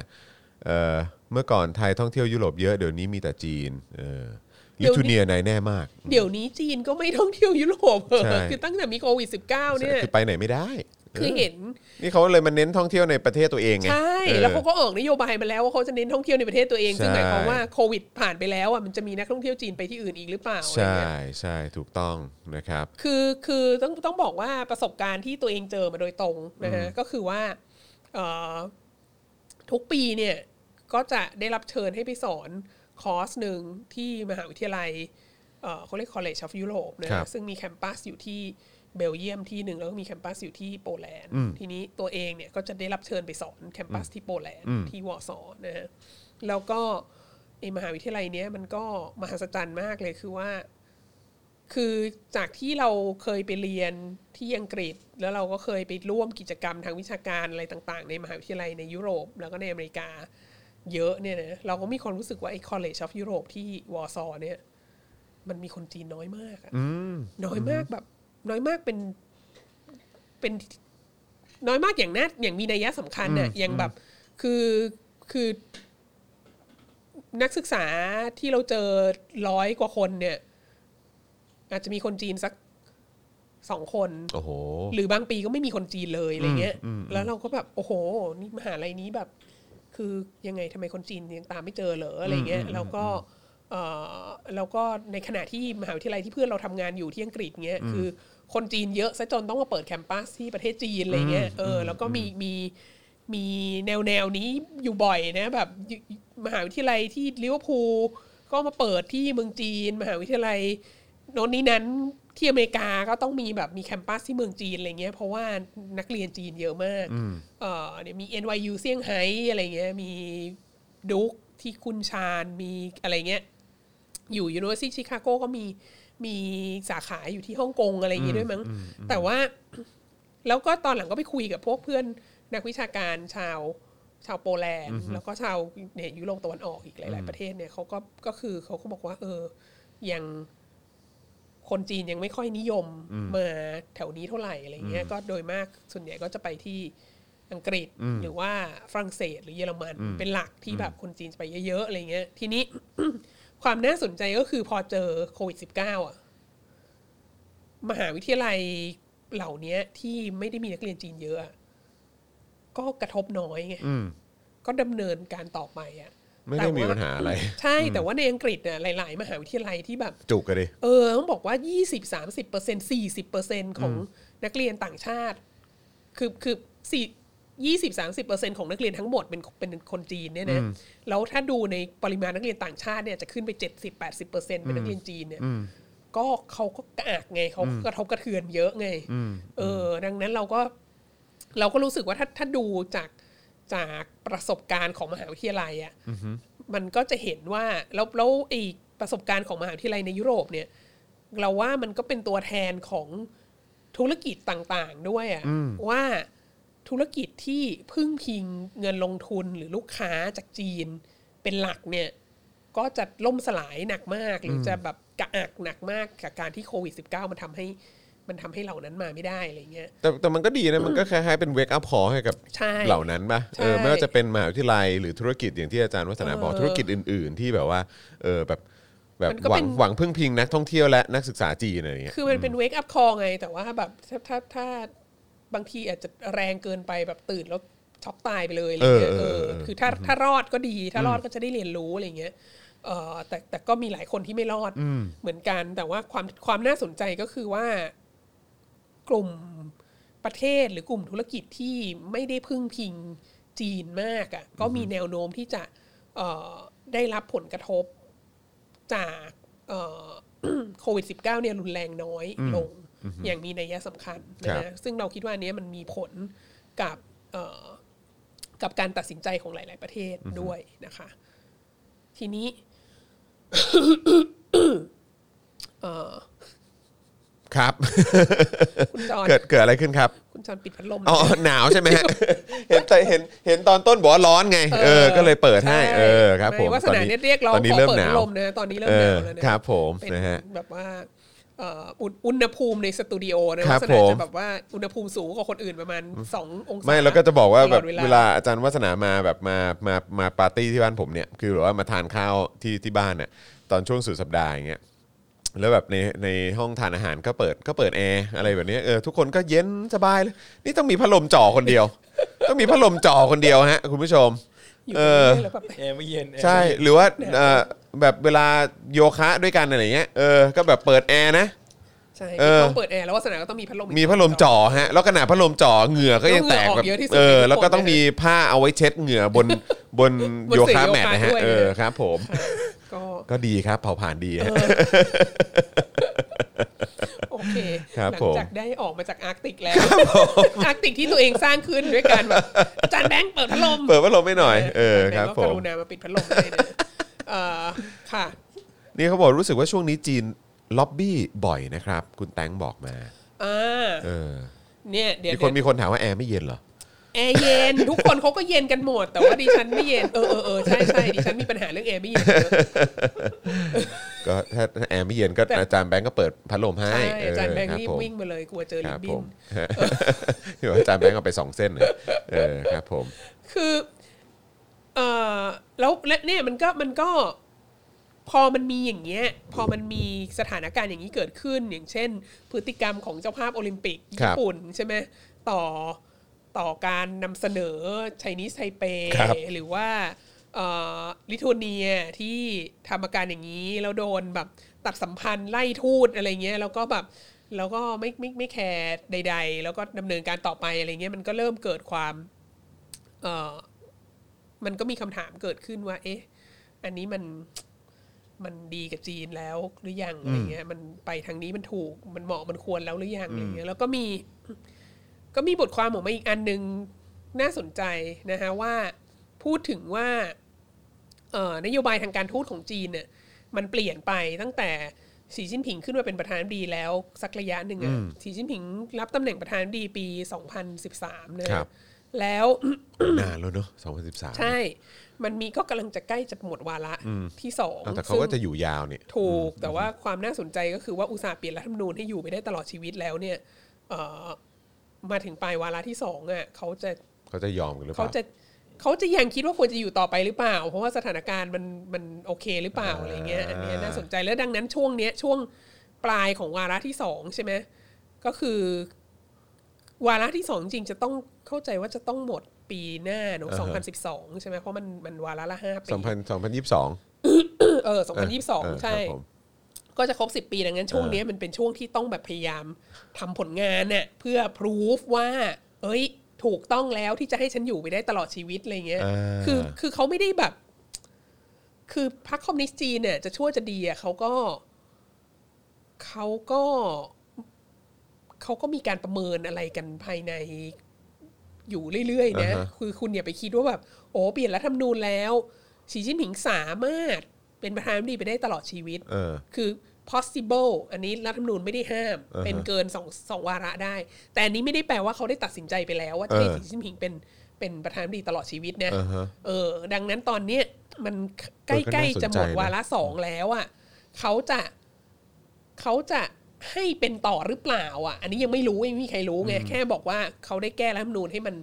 Speaker 2: เออเมื่อก่อนไทยท่องเที่ยวยุโรปเยอะเดี๋ยวนี้มีแต่จีนเออ
Speaker 4: เดี๋
Speaker 2: ลิ
Speaker 4: ยวนี้
Speaker 2: ทัวเนียไหนแน่มาก
Speaker 4: เดี๋ยวนี้จีนก็ไม่ท่องเที่ยวยุโรปเหรอ
Speaker 2: ใช่
Speaker 4: คือตั้งแต่มีโควิด -19 เนี่ย
Speaker 2: คือไปไหนไม่ได้เอ
Speaker 4: คือ
Speaker 2: อ
Speaker 4: เห็น
Speaker 2: นี่เขาเลยมาเน้นท่องเที่ยวในประเทศตัวเองไง
Speaker 4: ใช่
Speaker 2: ออ
Speaker 4: แล้วเขาก็ออกนโยบายมาแล้วว่าเขาจะเน้นท่องเที่ยวในประเทศตัวเอง ซึ่ง
Speaker 2: ใช่
Speaker 4: หมายความว่าโควิดผ่านไปแล้วอ่ะมันจะมีนักท่องเที่ยวจีนไปที่อื่นอีกหรือเปล่าอะไร
Speaker 2: ใช่
Speaker 4: เงี้ย
Speaker 2: ใช่ถูกต้องนะครับ
Speaker 4: คือคือต้องต้องบอกว่าประสบการณ์ที่ตัวเองเจอมาโดยตรงนะฮะก็คือว่าเอ่อทุกปีเนี่ยก็จะได้รับเชิญให้ไปสอนคอร์สหนึ่งที่มหาวิทยาลัยเอ่อเขาเรียก College of Europe นะครับ ซึ่งมีแคมปัสอยู่ที่เบลเยียมที่หนึ่งแล้วก็มีแคมปัสอยู่ที่โปแลนด์ทีนี้ตัวเองเนี่ยก็จะได้รับเชิญไปสอนแคมปัสที่โปแลนด์ที่วอร์ซอนะฮะแล้วก็ ไอมหาวิทยาลัยเนี้ยมันก็มหัศจรรย์มากเลยคือว่า คือจากที่เราเคยไปเรียนที่อังกฤษ แล้วเราก็เคยไปร่วมกิจกรรมทางวิชาการอะไรต่าง ๆ ในมหาวิทยาลัยในยุโรป แล้วก็ในอเมริกา เยอะเนี่ยนะเราก็มีความรู้สึกว่าไอ้ College of Europe ที่วอร์ซอเนี่ย มันมีคนจีนน้อยมากอะน้อยมากแบบ น้อยมากเป็นเป็น น้อยมากอย่างน่าอย่างมีนัยสำคัญน่ะอย่างแบบ คือคือ นักศึกษาที่เราเจอร้อยกว่าคนเนี่ย อาจจะมีคนจีนสักสองคน
Speaker 2: โอ้โห
Speaker 4: หรือบางปีก็ไม่มีคนจีนเลยอะไรเงี้ย แล้วเราก็แบบโอ้โห นี่มหาลัยนี้แบบ คือยังไงทำไมคนจีนยังตามไม่เจอเหรออะไรเงี้ยแล้วก็เอ่อแล้วก็ในขณะที่มหาวิทยาลัยที่เพื่อนเราทำงานอยู่ที่อังกฤษเงี้ยคือ คนจีนเยอะซะจนต้องมาเปิดแคมปัสที่ประเทศจีนอะไรเงี้ยเออแล้วก็มีมีมีแนวแนวนี้อยู่บ่อยนะแบบมหาวิทยาลัยที่ลิเวอร์พูลก็มาเปิดที่เมืองจีน มหาวิทยาลัย โน้นนี้นั้นที่อเมริกาก็ต้องมีแบบมีแคมปัสที่เมืองจีนอะไรเงี้ยเพราะว่านักเรียนจีนเยอะมากเออเนี่ยมี NYU เซี่ยงไฮ้อะไรเงี้ยมีดุกที่คุนชานมีอะไรเงี้ย อยู่ University Chicago ก็มีมีสาขาอยู่ที่ฮ่องกงอะไรอย่างงี้ด้วยมั้งแต่ว่า แล้วก็ตอนหลังก็ไปคุยกับพวกเพื่อนนักวิชาการชาวชาวโปแลนด์แล้วก็ชาวเนี่ยยุโรปตะวันออกอีกหลาย ๆ ประเทศเนี่ยเขาก็ก็คือเขาก็บอกว่า เออยัง คนจีนยังไม่ค่อยนิยมมาแถวนี้เท่าไหร่อะไรเงี้ยก็โดยมากส่วนใหญ่ก็จะไปที่อังกฤษหรือว่าฝรั่งเศสหรือเยอรมันเป็นหลักที่แบบคนจีนจะไปเยอะๆอะไรเงี้ยทีนี้ ความน่าสนใจก็คือพอเจอโควิด -19 อ่ะ มหาวิทยาลัยเหล่านี้ที่ไม่ได้มีนักเรียนจีนเยอะอะก็กระทบน้อยไงก็ดำเนินการต่อไปอ่ะ
Speaker 2: ไม่ได้มีปัญหาอะไร
Speaker 4: ใช่แต่ว่าในอังกฤษน่ะหลาย ๆ มหาวิทยาลัยที่แบบ
Speaker 2: จุกกันดิ
Speaker 4: เออต้องบอกว่า 20 30เปอร์เซ็นสี่สิบเปอร์เซ็นของนักเรียนต่างชาติ คือคือสี่ยี่สิบสามสิบเปอร์เซ็นของนักเรียนทั้งหมดเป็นเป็นคนจีนเนี่ยนะแล้วถ้าดูในปริมาณนักเรียนต่างชาติเนี่ยจะขึ้นไปเจ็ดสิบแปดสิบเปอร์เซ็นเป็นนักเรียนจีนเนี่ยก็เขาก็กระอักไงเขากระทบกระเทือนเยอะไงเออ ดังนั้นเราก็ เราก็รู้สึกว่าถ้าถ้าดูจากจากประสบการณ์ของมหาวิทยาลัยอะ่ะมันก็จะเห็นว่าแล้วแล้วไอีกประสบการณ์ของมหาวิทยาลัยในยุโรปเนี่ย เราว่ามันก็เป็นตัวแทนของธุรกิจต่างๆด้วยอะ่ะว่าธุรกิจที่พึ่งพิงเงินลงทุนหรือลูกค้าจากจีนเป็นหลักเนี่ย ก็จะล่มสลายหนักมาก หรือจะแบบกระอักหนักมากกับการที่โควิด -19 มันทำให้มันทำให้เหล่านั้นมาไม่ได้อะไรเงี้ย
Speaker 2: แต่แต่มันก็ดีนะมันก็คล้ายๆเป็นเวกอัพพอให้กับ
Speaker 4: ใช่
Speaker 2: เหล่านั้นป่ะเออ
Speaker 4: ใช่
Speaker 2: ไม่ว่าจะเป็นมหาวิทยาลัยหรือธุรกิจอย่างที่อาจารย์วัฒนาบอก
Speaker 4: เออ
Speaker 2: ธุรกิจอื่น ๆ ที่แบบว่าเออแบบแบบ
Speaker 4: มันก็
Speaker 2: หวั
Speaker 4: เป็
Speaker 2: ง
Speaker 4: น
Speaker 2: หวังพึ่งพิงนักท่องเที่ยวและนักศึกษาจีนอะไรอย่างเงี้ย
Speaker 4: คือมันเป็นเวกอัพคอไง แต่ว่าแบบถ้าถ้าถ้าบางทีอาจจะแรงเกินไปแบบตื่นแล้วช็อกตายไปเลยอะไรเงี้ย
Speaker 2: เออเอ
Speaker 4: เอ
Speaker 2: อ
Speaker 4: อ
Speaker 2: เออ
Speaker 4: คือถ้าถ้ารอดก็ดี ถ้ารอดก็จะได้เรียนรู้อะไรเงี้ยเออแต่แต่ก็มีหลายคนที่ไม่รอดเหมือนกัน แต่ว่าความความน่าสนใจก็คือว่ากลุ่มประเทศหรือกลุ่มธุรกิจที่ไม่ได้พึ่งพิงจีนมากอะ่ะก็มีแนวโน้มที่จะเอ่อได้รับผลกระทบ จากเอ่อ โควิด -19 เนี่ยรุนแรงน้อยลง อย่างมีนัยสำคัญนะครับ ฮะซึ่งเราคิดว่าอันเนี้ยมันมีผลกับเอ่อกับการตัดสินใจของหลาย ๆ ประเทศด้วยนะคะ ทีนี้ เอ่อ
Speaker 2: ครับ
Speaker 4: คุณจอน
Speaker 2: เกิดเกิดอะไรขึ้นครับ
Speaker 4: คุณจอนปิดพัดลม
Speaker 2: อ๋อหนาวใช่ไหมฮะ เห็นใจเห็นเห็นตอนต้นบอกว่าร้อนไงเออก็เลยเปิดให้เออครับผม
Speaker 4: ใช่วาสนาเนี่ยเรียกร้อง
Speaker 2: ตอนนี้
Speaker 4: ขอ
Speaker 2: เริ่ม
Speaker 4: เปิด
Speaker 2: หนา
Speaker 4: พัด
Speaker 2: ว
Speaker 4: ลมนะตอนนี้เริ่มหนาวแล้วนะ
Speaker 2: เออครับผม
Speaker 4: เป็น
Speaker 2: นะฮะ
Speaker 4: แบบว่าเอ่ออุณอุณหภูมิในสตูดิโอนะครับ วาส
Speaker 2: ผ
Speaker 4: นา
Speaker 2: ม
Speaker 4: จะแบบว่าอุณหภูมิสูงกว่าคนอื่นประมาณสององศา
Speaker 2: ไม่แล้วก็จะบอกว่า
Speaker 4: ต
Speaker 2: แบ
Speaker 4: ล
Speaker 2: บ
Speaker 4: ด
Speaker 2: เวลาอาจารย์วัฒนามาแบบมามามาปาร์ตี้ที่บ้านผมเนี่ยคือแบบว่ามาทานข้าวที่ที่บ้านเนี่ยตอนช่วงสุดสัปดาห์อย่างเงี้ยแล้วแบบในในห้องทานอาหารก็เปิดก็เปิดแอร์อะไรแบบเนี้ยเออทุกคนก็เย็นสบายเลยนี่ต้องมีพัดลมจ่อคนเดียว ต้องมีพัดลมจ่อคนเดียวฮะคุณผู้ชม
Speaker 4: อยู่
Speaker 2: เออ
Speaker 4: เรื่อยๆแล้วแบบ
Speaker 5: แอร์ไม่เย็นแอร์
Speaker 2: ใช่
Speaker 5: ไม่เย็น
Speaker 2: หรือว่าเออแบบเวลาโยคะด้วยกันอะไรเงี้ยเออก็แบบเปิดแอร์นะ
Speaker 4: ใช่
Speaker 2: เออ
Speaker 4: ต้องเปิดแอร์แล้ววาสนาก็ต้องมีพัดลมอีก
Speaker 2: มีพัดลมจ่อฮะแล้วขนาดพัดลมจ่อเหงื่อก็ยังแตก
Speaker 4: ต้องเหงื่อออก
Speaker 2: แบบ
Speaker 4: เยอะที่สุด
Speaker 2: เออ
Speaker 4: ในทุกคน
Speaker 2: แล้วก็ต้องมีผ้าเอาไว้เช็ดเหงื่อ บน บน
Speaker 4: บน
Speaker 2: โยคะ
Speaker 4: เสื่อ
Speaker 2: แมทนะฮะ
Speaker 4: โยคะด้วย
Speaker 2: เออครับ ผม
Speaker 4: ก็
Speaker 2: ก็ดีครับเผาผ่านดีฮะ
Speaker 4: โอเค
Speaker 2: ครับ
Speaker 4: หลั
Speaker 2: ผม
Speaker 4: จากได้ออกมาจากอาร์กติกแล้วอาร์กติกที่ตัวเองสร้างขึ้นด้วยการแบบอาจานแบงค์เปิดพัดลม
Speaker 2: เปิดพัดลมไม่หน่อย เออ
Speaker 4: แฟน
Speaker 2: ครับ
Speaker 4: ก็
Speaker 2: ผ
Speaker 4: ก
Speaker 2: ม
Speaker 4: รุณามาปิดพัดลมให้นะ เอ่อค่ะ
Speaker 2: นี่เขาบอกรู้สึกว่าช่วงนี้จีนล็อบบี้บ่อยนะครับ คุณแตงบอกมา
Speaker 4: อ่า
Speaker 2: เออ
Speaker 4: เนี่ยเดี๋ยว
Speaker 2: มีคน
Speaker 4: เดี๋ยว
Speaker 2: มีคนถามว่าแอร์ไม่เย็นเหรอ
Speaker 4: แอร์เย็น ทุกคนเขาก็เย็นกันหมด แต่ว่าดิฉันไม่เย็น เออเออเออใช่ใช่ดิฉันมีปัญหาเรื่องแอร์ไม่เย็น
Speaker 2: ก็ถ้าถ้าแอร์ไม่เย็นก็
Speaker 4: แต่
Speaker 2: อาจารย์แบงก์ก็เปิดพัดลมให้
Speaker 4: ใช่อาจารย์แบงค์
Speaker 2: เ
Speaker 4: รีบวิ่งมาเลยกลัวเจอ
Speaker 2: ค
Speaker 4: ลิ
Speaker 2: รับ
Speaker 4: บิ
Speaker 2: ผ
Speaker 4: น
Speaker 2: ม เดี๋ยวอาจารย์แบงก์เอาไปสองเส้นนะเออครับผม
Speaker 4: คือเออแล้วและเนี่ยมันก็มันก็พอมันมีอย่างเงี้ย พอมันมีสถานการณ์อย่างนี้เกิดขึ้น อย่างเช่น พฤติกรรมของเจ้าภาพโอลิมปิก
Speaker 2: ครั
Speaker 4: ญี่
Speaker 2: บ
Speaker 4: ปุ่นใช่ไหมต่อต่อการนำเสนอไชนีสไทเป
Speaker 2: ครับ
Speaker 4: หรือว่าเอ่อลิทัวเนียที่ทำอาการอย่างนี้ แล้วโดนแบบตัดสัมพันธ์ไล่ทูตอะไรเงี้ยแล้วก็แบบแล้วก็ไม่ไม่ไม่แคร์ใด ๆ แล้วก็ดำเนินการต่อไปอะไรเงี้ยมันก็เริ่มเกิดความ เออมันก็มีคำถามเกิดขึ้นว่า เอ๊ะ อันนี้มัน มันดีกับจีนแล้วหรือยังอะไรเงี้ย มันไปทางนี้มันถูก มันเหมาะ มันควรแล้วหรือยังอะไรเงี้ย แล้วก็มี ก็มีบทความของมาอีกอันหนึ่งน่าสนใจนะคะว่าพูดถึงว่า เอ่อนโยบายทางการทูตของจีนเนี่ยมันเปลี่ยนไปตั้งแต่สีจิ้นผิงขึ้นมาเป็นประธานาธิบดีแล้วสักระยะหนึ่งอะสีจิ้นผิงรับตำแหน่งประธานาธิบดีปี 2013นะครับ แล้ว
Speaker 2: นานแล้วเนอะ2013
Speaker 4: ใช่ มันมีก็กำลังจะใกล้จะหมดวาระที่สอง
Speaker 2: เอาแต่เขาก็จะ
Speaker 4: ซึ่ง
Speaker 2: อยู่ยาวเนี่ย
Speaker 4: ถูก แต่ว่าความน่าสนใจก็คือว่าอุตสาห์เปลี่ยนรัฐธรรมนูญให้อยู่ไปได้ตลอดชีวิตแล้วเนี่ยเอ่อมาถึงปลายวาระที่สองอ่ะเขาจะ
Speaker 2: เขาจะยอมกันหรือเป
Speaker 4: เขา
Speaker 2: ล่า
Speaker 4: จะเขาจะยังคิดว่าควรจะอยู่ต่อไปหรือเปล่า เพราะว่าสถานการณ์มันมันโอเคหรือเปล่าอะไรเงี้ย อันเนี้ยน่าสนใจแล้วดังนั้นช่วงเนี้ยช่วงปลายของวาระที่สองใช่ไหมก็คือ วาระที่สองจริงจะต้องเข้าใจว่าจะต้องหมดปีหน้าเนอะ
Speaker 2: อ่าฮะ
Speaker 4: 2012 ใช่ไหมเพราะมันมันวาระละห้าปี
Speaker 2: 2000 2022
Speaker 4: เออ
Speaker 2: เเ
Speaker 4: 2022 ใช่
Speaker 2: ครับผม
Speaker 4: ก็จะครบ 10 ปี ดังนั้นช่วงเนี้ยมันเป็นช่วงที่ต้องแบบพยายามทำผลงานน่ะเพื่อพิสูจว่า เอ้ย ถูกต้องแล้วที่จะให้ฉันอยู่ไปได้ตลอดชีวิตอะไรเงี้ย
Speaker 2: อ่า
Speaker 4: คือคือเขาไม่ได้แบบ คือพรรคคอมมิวนิสต์จีนเนี่ยจะชั่วจะดีอ่ะเขาก็เขาก็เขาก็มีการประเมินอะไรกันภายในอยู่เรื่อยๆนะ
Speaker 2: อ่าฮะ
Speaker 4: คือคุณอย่าไปคิดว่าแบบโอ้เปลี่ยนรัฐธรรมนูญแล้วสีจิ้นผิงสามารถเป็นประธานาธิบดีไปได้ตลอดชีวิต
Speaker 2: เออ
Speaker 4: คือ possible อันนี้รัฐธรรมนูญไม่ได้ห้าม
Speaker 2: อ่าฮะ
Speaker 4: เป็นเกินสองสองวาระได้ แต่อันนี้ไม่ได้แปลว่าเขาได้ตัดสินใจไปแล้ว ว่าจะ
Speaker 2: เออ
Speaker 4: ให้สีจิ้นผิงเป็นเป็นประธานาธิบดีตลอดชีวิตนะ
Speaker 2: อ่าฮะ
Speaker 4: เออ ดังนั้นตอนเนี้ยมันใก
Speaker 2: เออก็
Speaker 4: ล้
Speaker 2: น่าสนใจ
Speaker 4: ๆจะหมด
Speaker 2: นะ
Speaker 4: วาระสองแล้วอ่ะเขาจะเขาจะให้เป็นต่อหรือเปล่า อ่ะ อันนี้ยังไม่รู้ไม่มีใครรู้ไงแค่บอกว่าเขาได้แก้รัฐธรรมนูญให้มัน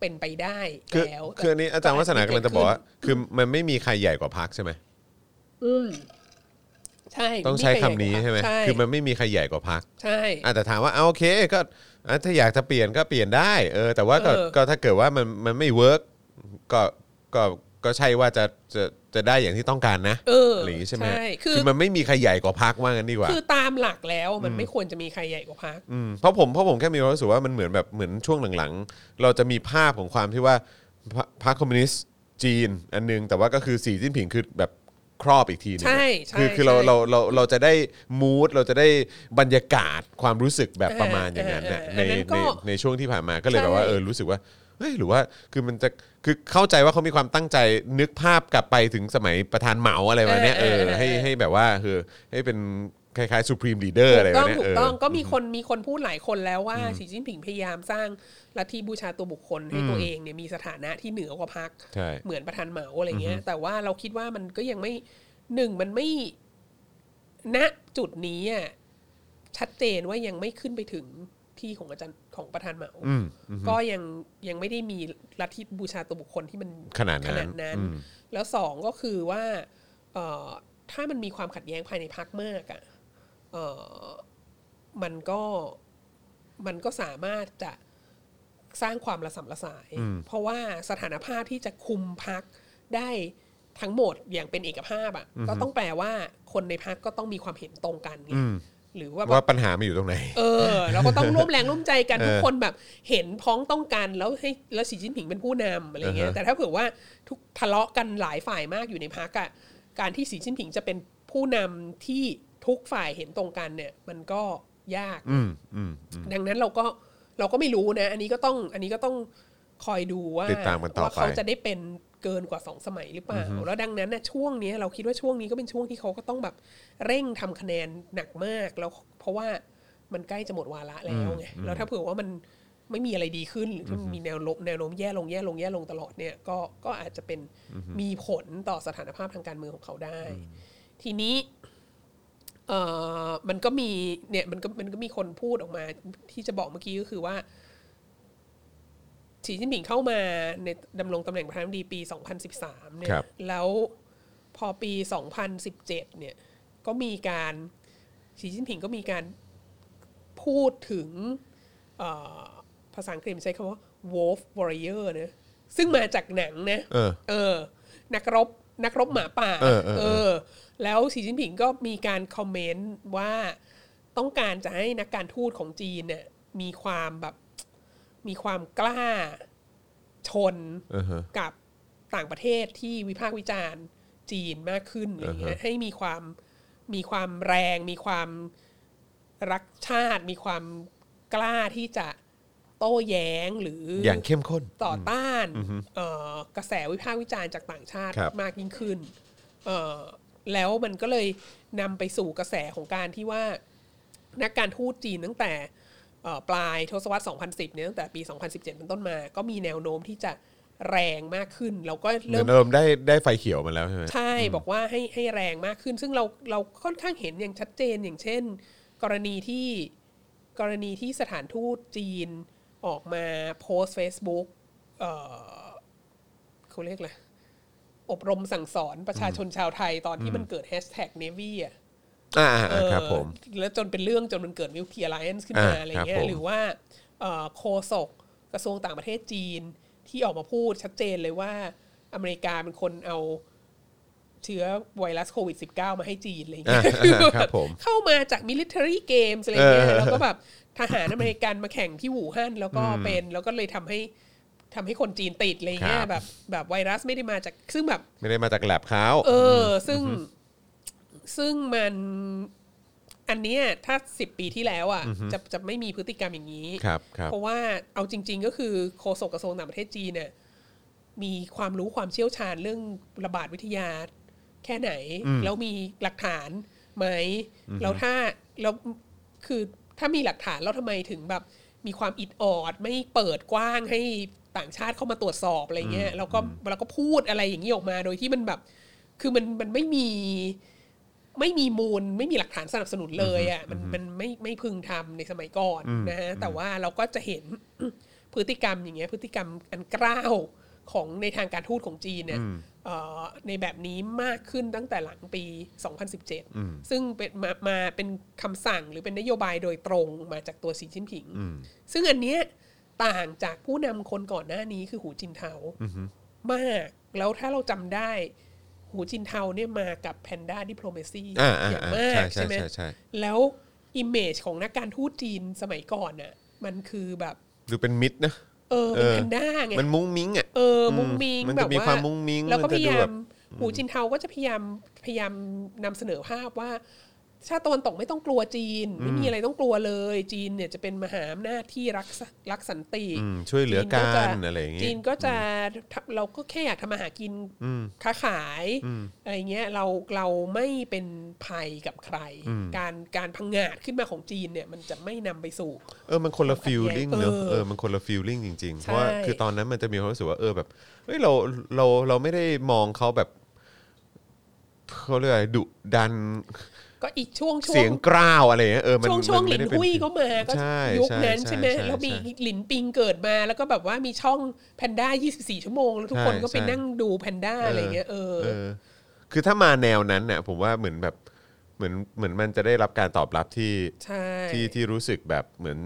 Speaker 4: เป็นไปได้
Speaker 2: คือ
Speaker 4: แล้ว
Speaker 2: คืออันนี้อาจารย์วัฒนากำลังจะบอกว่า คือมันไม่มีใครใหญ่กว่าพักใช่ไหม
Speaker 4: ใช่
Speaker 2: ต้องใช้คำนี้ใช่ไหม
Speaker 4: ใช่
Speaker 2: คือมันไม่มีใครใหญ่กว่าพัก
Speaker 4: ใช่
Speaker 2: อาจจะแต่ถามว่าเอาโอเคก็อ่ะถ้าอยากจะเปลี่ยนก็เปลี่ยนได้เออแต่ว่าก็
Speaker 4: เออ
Speaker 2: ก็ถ้าเกิดว่ามันมันไม่เวิร์กก็ก็ก็ใช่ว่าจะจะจะได้อย่างที่ต้องการนะ
Speaker 4: เอออ
Speaker 2: อะไรอย่างนี้ใช่ไหม
Speaker 4: คือ
Speaker 2: คือมันไม่มีใครใหญ่กว่าพักว่างั้นดีกว่า
Speaker 4: คือตามหลักแล้วมันไม่ควรจะมีใครใหญ่กว่าพัก
Speaker 2: มเพราะผมเพราะผมแค่มีความรู้สึกว่ามันเหมือนแบบเหมือนช่วงหลังๆ เราจะมีภาพของความที่ว่าพรรคพรรคคอมมิวนิสต์จีนอันหนึง แต่ว่าก็คือสีจิ้นผิงคือแบบครอบอีกทีหนึง
Speaker 4: ใช่ใช่
Speaker 2: คือคือเรา
Speaker 4: ใช่
Speaker 2: เราเราเราจะได้มูดเราจะได้บรรยากาศความรู้สึกแบบประมาณอย่างนั้นน่ะ
Speaker 4: เออเออ
Speaker 2: ใน
Speaker 4: อันนั้นก็
Speaker 2: ใน ในช่วงที่ผ่านมาก็เลยแบบว่า
Speaker 4: ใช่
Speaker 2: เออรู้สึกว่าเฮ้ยหรือว่าคือมันจะคือเข้าใจว่าเขามีความตั้งใจนึกภาพกลับไปถึงสมัยประธานเหมาอะไรแบบเนี้ยเออให้ให้แบบว่าเออให้เป็นคล้ายๆ supreme leader อะไรแบบ
Speaker 4: ต้อง
Speaker 2: เนี้ย
Speaker 4: ถู
Speaker 2: เอก อ
Speaker 4: ต้องก็มีคนมีคนพูดหลายคนแล้วว่าสีจิ้นผิงพยายามสร้างลัทธิบูชาตัวบุคคลให้ตัวเองเนี่ยมีสถานะที่เหนือกว่าพรรค
Speaker 2: ใช่
Speaker 4: เหมือนประธานเหมาอะไรเงี้ย แต่ว่าเราคิดว่ามันก็ยังไม่หนึ่งมันไม่ณจุดนี้อะชัดเจนว่ายังไม่ขึ้นไปถึงที่ของอาจารย์ของประธานเหมา
Speaker 2: อืม
Speaker 4: ก็ยังยังไม่ได้มีลัทธิบูชาตัวบุคคลที่มัน
Speaker 2: ขนาดนั้น
Speaker 4: น
Speaker 2: อืม
Speaker 4: แล้วสองก็คือว่าเอ่อถ้ามันมีความขัดแย้งภายในพักมากอะ่ะเอ่อมันก็มันก็สามารถจะสร้างความระสำระสาย เพราะว่าสถานภาพที่จะคุมพักได้ทั้งหมดอย่างเป็นเอกภาพอะ่ะก็ต้องแปลว่าคนในพักก็ต้องมีความเห็นตรงกันไงหรือว่าแบบ
Speaker 2: ว่าปัญหามันอยู่ตรงไหน
Speaker 4: เออเราก็ต้องร่วมแรงร่วมใจกัน
Speaker 2: เออ
Speaker 4: ทุกคนแบบเห็นพ้องต้องกันแล้วให้แล้วสีจิ้นผิงเป็นผู้นำอะไรเงี้ย
Speaker 2: อือฮะ
Speaker 4: แต่ถ้าเผื่อว่าทุกทะเลาะกันหลายฝ่ายมากอยู่ในพักอะการที่สีจิ้นผิงจะเป็นผู้นำที่ทุกฝ่ายเห็นตรงกันเนี่ย มันก็ยาก
Speaker 2: อืมอืมอืม
Speaker 4: ดังนั้นเราก็เราก็ไม่รู้นะ อันนี้ก็ต้องอันนี้ก็ต้องคอยดูว่า
Speaker 2: ติดตามกันต่อไป
Speaker 4: ว่าเขาจะได้เป็น เกินกว่า 2 สมัยหรือเปล่า แล้วดังนั้นนะช่วงเนี้ยเราคิดว่าช่วงนี้ก็เป็นช่วงที่เขาก็ต้องแบบเร่งทำคะแนนหนักมากแล้วเพราะว่ามันใกล้จะหมดวาระแล้วไงแล้วถ้าเผื่อว่ามันไม่มีอะไรดีขึ้นหรือถ้ามีแนวลบแนวโน้มแย่ลงแย่ลงแย่ลงตลอดเนี่ยก็ก็อาจจะเป็นมีผลต่อสถานภาพทางการเมืองของเขาได้ ทีนี้ เอ่อมันก็มีเนี่ยมันก็มันก็มีคนพูดออกมาที่จะบอกเมื่อกี้ก็คือว่าฉีจิ้นผิงเข้ามาในดำรงตำแหน่งประธานาธิบดีปี 2013 เนี่ย
Speaker 2: ครับ
Speaker 4: แล้วพอปี 2017 เนี่ย ก็มีการฉีจิ้นผิงก็มีการพูดถึงเอ่อภาษาอังกฤษใช้คำว่า wolf warrior นะซึ่งมาจากหนังนะ
Speaker 2: เออ
Speaker 4: เออ นักรบ นักรบหมาป่า
Speaker 2: เออเออเออ
Speaker 4: เออ แล้วสีจิ้นผิงก็มีการคอมเมนต์ว่าต้องการจะให้นักการทูตของจีนเนี่ยมีความแบบมีความกล้าชน
Speaker 2: อือฮะ
Speaker 4: กับต่างประเทศที่วิพากษ์วิจารณ์จีนมากขึ้นอะไรอย่างเงี้
Speaker 2: อือย ฮะ
Speaker 4: ให้มีความมีความแรง มีความรักชาติ มีความกล้าที่จะโต้แย้งหรืออ
Speaker 2: อย่างเข้มข้น
Speaker 4: ต่อต้านเอ่อกระแสวิพากษ์วิจารณ์จากต่างชาติ
Speaker 2: ครับ
Speaker 4: มากยิ่งขึ้นเอ่อแล้วมันก็เลยนำไปสู่กระแสของการที่ว่านักการทูตจีนตั้งแต่เอ่อปลายทศวรรษ 2010 เนี่ยตั้งแต่ปี 2017 เป็นต้นมา ก็มีแนวโน้มที่จะแรงมากขึ้น แล้วก็
Speaker 2: เหมื
Speaker 4: เริ่
Speaker 2: อ
Speaker 4: ม
Speaker 2: นอารมณ์ได้ได้ไฟเขียวมาแล้วใช่ไหม
Speaker 4: ใช่บอกว่าให้ให้แรงมากขึ้น ซึ่งเราเราค่อนข้างเห็นอย่างชัดเจนอย่างเช่น กรณีที่กรณีที่สถานทูตจีนออกมาโพสต์ Facebook เอ่อเขาเรียกอะไรอบรมสั่งสอนประชาชนชาวไทยตอนที่มันเกิดแฮชแท็กเนวี่อ่ะ
Speaker 2: อ่าอ่าอ่าครับ
Speaker 4: เออ
Speaker 2: ผม
Speaker 4: แล้วจนเป็นเรื่องจนมันเกิดมิวเทียไลเอนซ์ขึ้นมา
Speaker 2: อ่า
Speaker 4: อะไรเงี้
Speaker 2: ครับผ
Speaker 4: ย
Speaker 2: ม
Speaker 4: หรือว่าเอ่อโคศกกระทรวงต่างประเทศจีนที่ออกมาพูดชัดเจนเลยว่าอเมริกาเป็นคนเอาเชื้อไวรัสโควิด -19 มาให้จีนอะไรเงี้ย
Speaker 2: อ่า
Speaker 4: คือ
Speaker 2: ครับผม
Speaker 4: เข้ามาจากมิลิเ a อรี่เกมอะไรเงี้ย
Speaker 2: เออ
Speaker 4: แล้วก็แบบทหารอเมริกันมาแข่งที่หูฮั่นแล้วก็เป็นแล้วก็เลยทำให้ทำให้คนจีนติดอะไรเงี้ยแบบแบบไวรัสไม่ได้มาจากซึ่งแบบ
Speaker 2: ไม่ได้มาจากแลบเขา
Speaker 4: เออ ซึ่งซึ่งมันอันเนี้ยถ้าสิบปีที่แล้วอ่ะจะจะไม่มีพฤติกรรมอย่างนี้
Speaker 2: ครับครับ
Speaker 4: เพราะว่าเอาจริง ๆ ก็คือโฆษกกระทรวงต่างประเทศจีนเนี่ยมีความรู้ความเชี่ยวชาญเรื่องระบาดวิทยาแค่ไหน แล้วมีหลักฐานไหมแล้วถ้าแล้วคือถ้ามีหลักฐานแล้วทำไมถึงแบบมีความอิดออด ไม่เปิดกว้างให้ต่างชาติเข้ามาตรวจสอบอะไรเงี้ยแล้วก็แล้วก็พูดอะไรอย่างนี้ออกมาโดยที่มันแบบ คือมันมันไม่มี ไม่มีมูลไม่มีหลักฐานสนับสนุนเลยอ่ะมันมันไม่ไม่พึงทำในสมัยก่อนนะฮะแต่ว่าเราก็จะเห็น พฤติกรรมอย่างเงี้ยพฤติกรรมอันกล้าวของในทางการทูตของจีนเนี่ยเอ่อในแบบนี้มากขึ้นตั้งแต่หลังปี 2017 ซึ่งเป็นมามาเป็นคำสั่งหรือเป็นนโยบายโดยตรงมาจากตัวสีจิ้นผิง ซึ่งอันเนี้ยต่างจากผู้นำคนก่อนหน้านี้คือหูจินเทามาก แล้วถ้าเราจำได้หูจินเทาเนี่ยมากับแพนด้าดิ p l o เมซี
Speaker 2: อ่าอ่า
Speaker 4: อย่าง
Speaker 2: อ่าม
Speaker 4: าก
Speaker 2: ใช่ใช่
Speaker 4: ใช่ไหม
Speaker 2: ใช่ใช่
Speaker 4: แล้วอิมเมจของนักการทูตจีนสมัยก่อนน่ะมันคือแบบ
Speaker 2: ดูเป็นมิดนะ
Speaker 4: เออ
Speaker 2: เอ
Speaker 4: เป็น
Speaker 2: อ
Speaker 4: แพนด้าไง
Speaker 2: มันมุ้งมิ้งอ่ะ
Speaker 4: เออมุ้งมิง
Speaker 2: มันจะ
Speaker 4: แบบ
Speaker 2: มี
Speaker 4: ว่า
Speaker 2: ความมุ้งมิ้ง
Speaker 4: แล้วก็
Speaker 2: มัน
Speaker 4: พ
Speaker 2: จะดู
Speaker 4: ยายา
Speaker 2: แบ
Speaker 4: ม
Speaker 2: บ
Speaker 4: หูจินเทาก็จะพยายามพยายามนำเสนอภาพว่า ชาติตะวันตกไม่ต้องกลัวจีน ไม่มีอะไรต้องกลัวเลย จีนเนี่ยจะเป็นมหาอำนาจที่รักสรักสันติ
Speaker 2: อืมช่วยเหลือกันอะไรอย่าง
Speaker 4: จี
Speaker 2: งี้
Speaker 4: นก็จะทำเราก็แค่อยากทำมาหากินค้าขายอะไรเงี้ยเราเราไม่เป็นภัยกับใคร การการพังงาดขึ้นมาของจีนเนี่ยมันจะไม่นำไปสู่
Speaker 2: เออ มันคนละฟิลลิ่งเนอะ
Speaker 4: เออ
Speaker 2: เออ มันคนละฟิลลิ่งจริงๆ
Speaker 4: ใช่
Speaker 2: เพราะว่าคือตอนนั้นมันจะมีความรู้สึกว่า เออ แบบ เฮ้ย เรา เรา เราไม่ได้มองเขาแบบเขาเรียกอะไรดุดัน
Speaker 4: ก็อีกช่วงช่ว
Speaker 2: เสี
Speaker 4: ง
Speaker 2: ยงกร้าวอะไรเงี้ย เออ มัน
Speaker 4: ช่วงช่วง
Speaker 2: มั
Speaker 4: หลิ
Speaker 2: ไม่
Speaker 4: น
Speaker 2: ได้เป็
Speaker 4: หุยก็มาก็
Speaker 2: ใช่
Speaker 4: ยุคนั้นใช่ไหม
Speaker 2: ใช่ใช่
Speaker 4: แล้วมี
Speaker 2: ใช่
Speaker 4: หลินปิงเกิดมาแล้วก็แบบว่ามีช่องแพนด้า 24 ชั่วโมง แล้วทุกคน
Speaker 2: ใช่
Speaker 4: ก็ไป
Speaker 2: ใช่
Speaker 4: นั่งดูแพนด้าอะไรเงี้ยเออ
Speaker 2: เออ คือถ้ามาแนวนั้นเนี่ยผมว่าเหมือนแบบ เหมือน เหมือนมันจะได้รับการตอบรับที่
Speaker 4: ใช่
Speaker 2: ที่ที่รู้สึกแบบเหมือน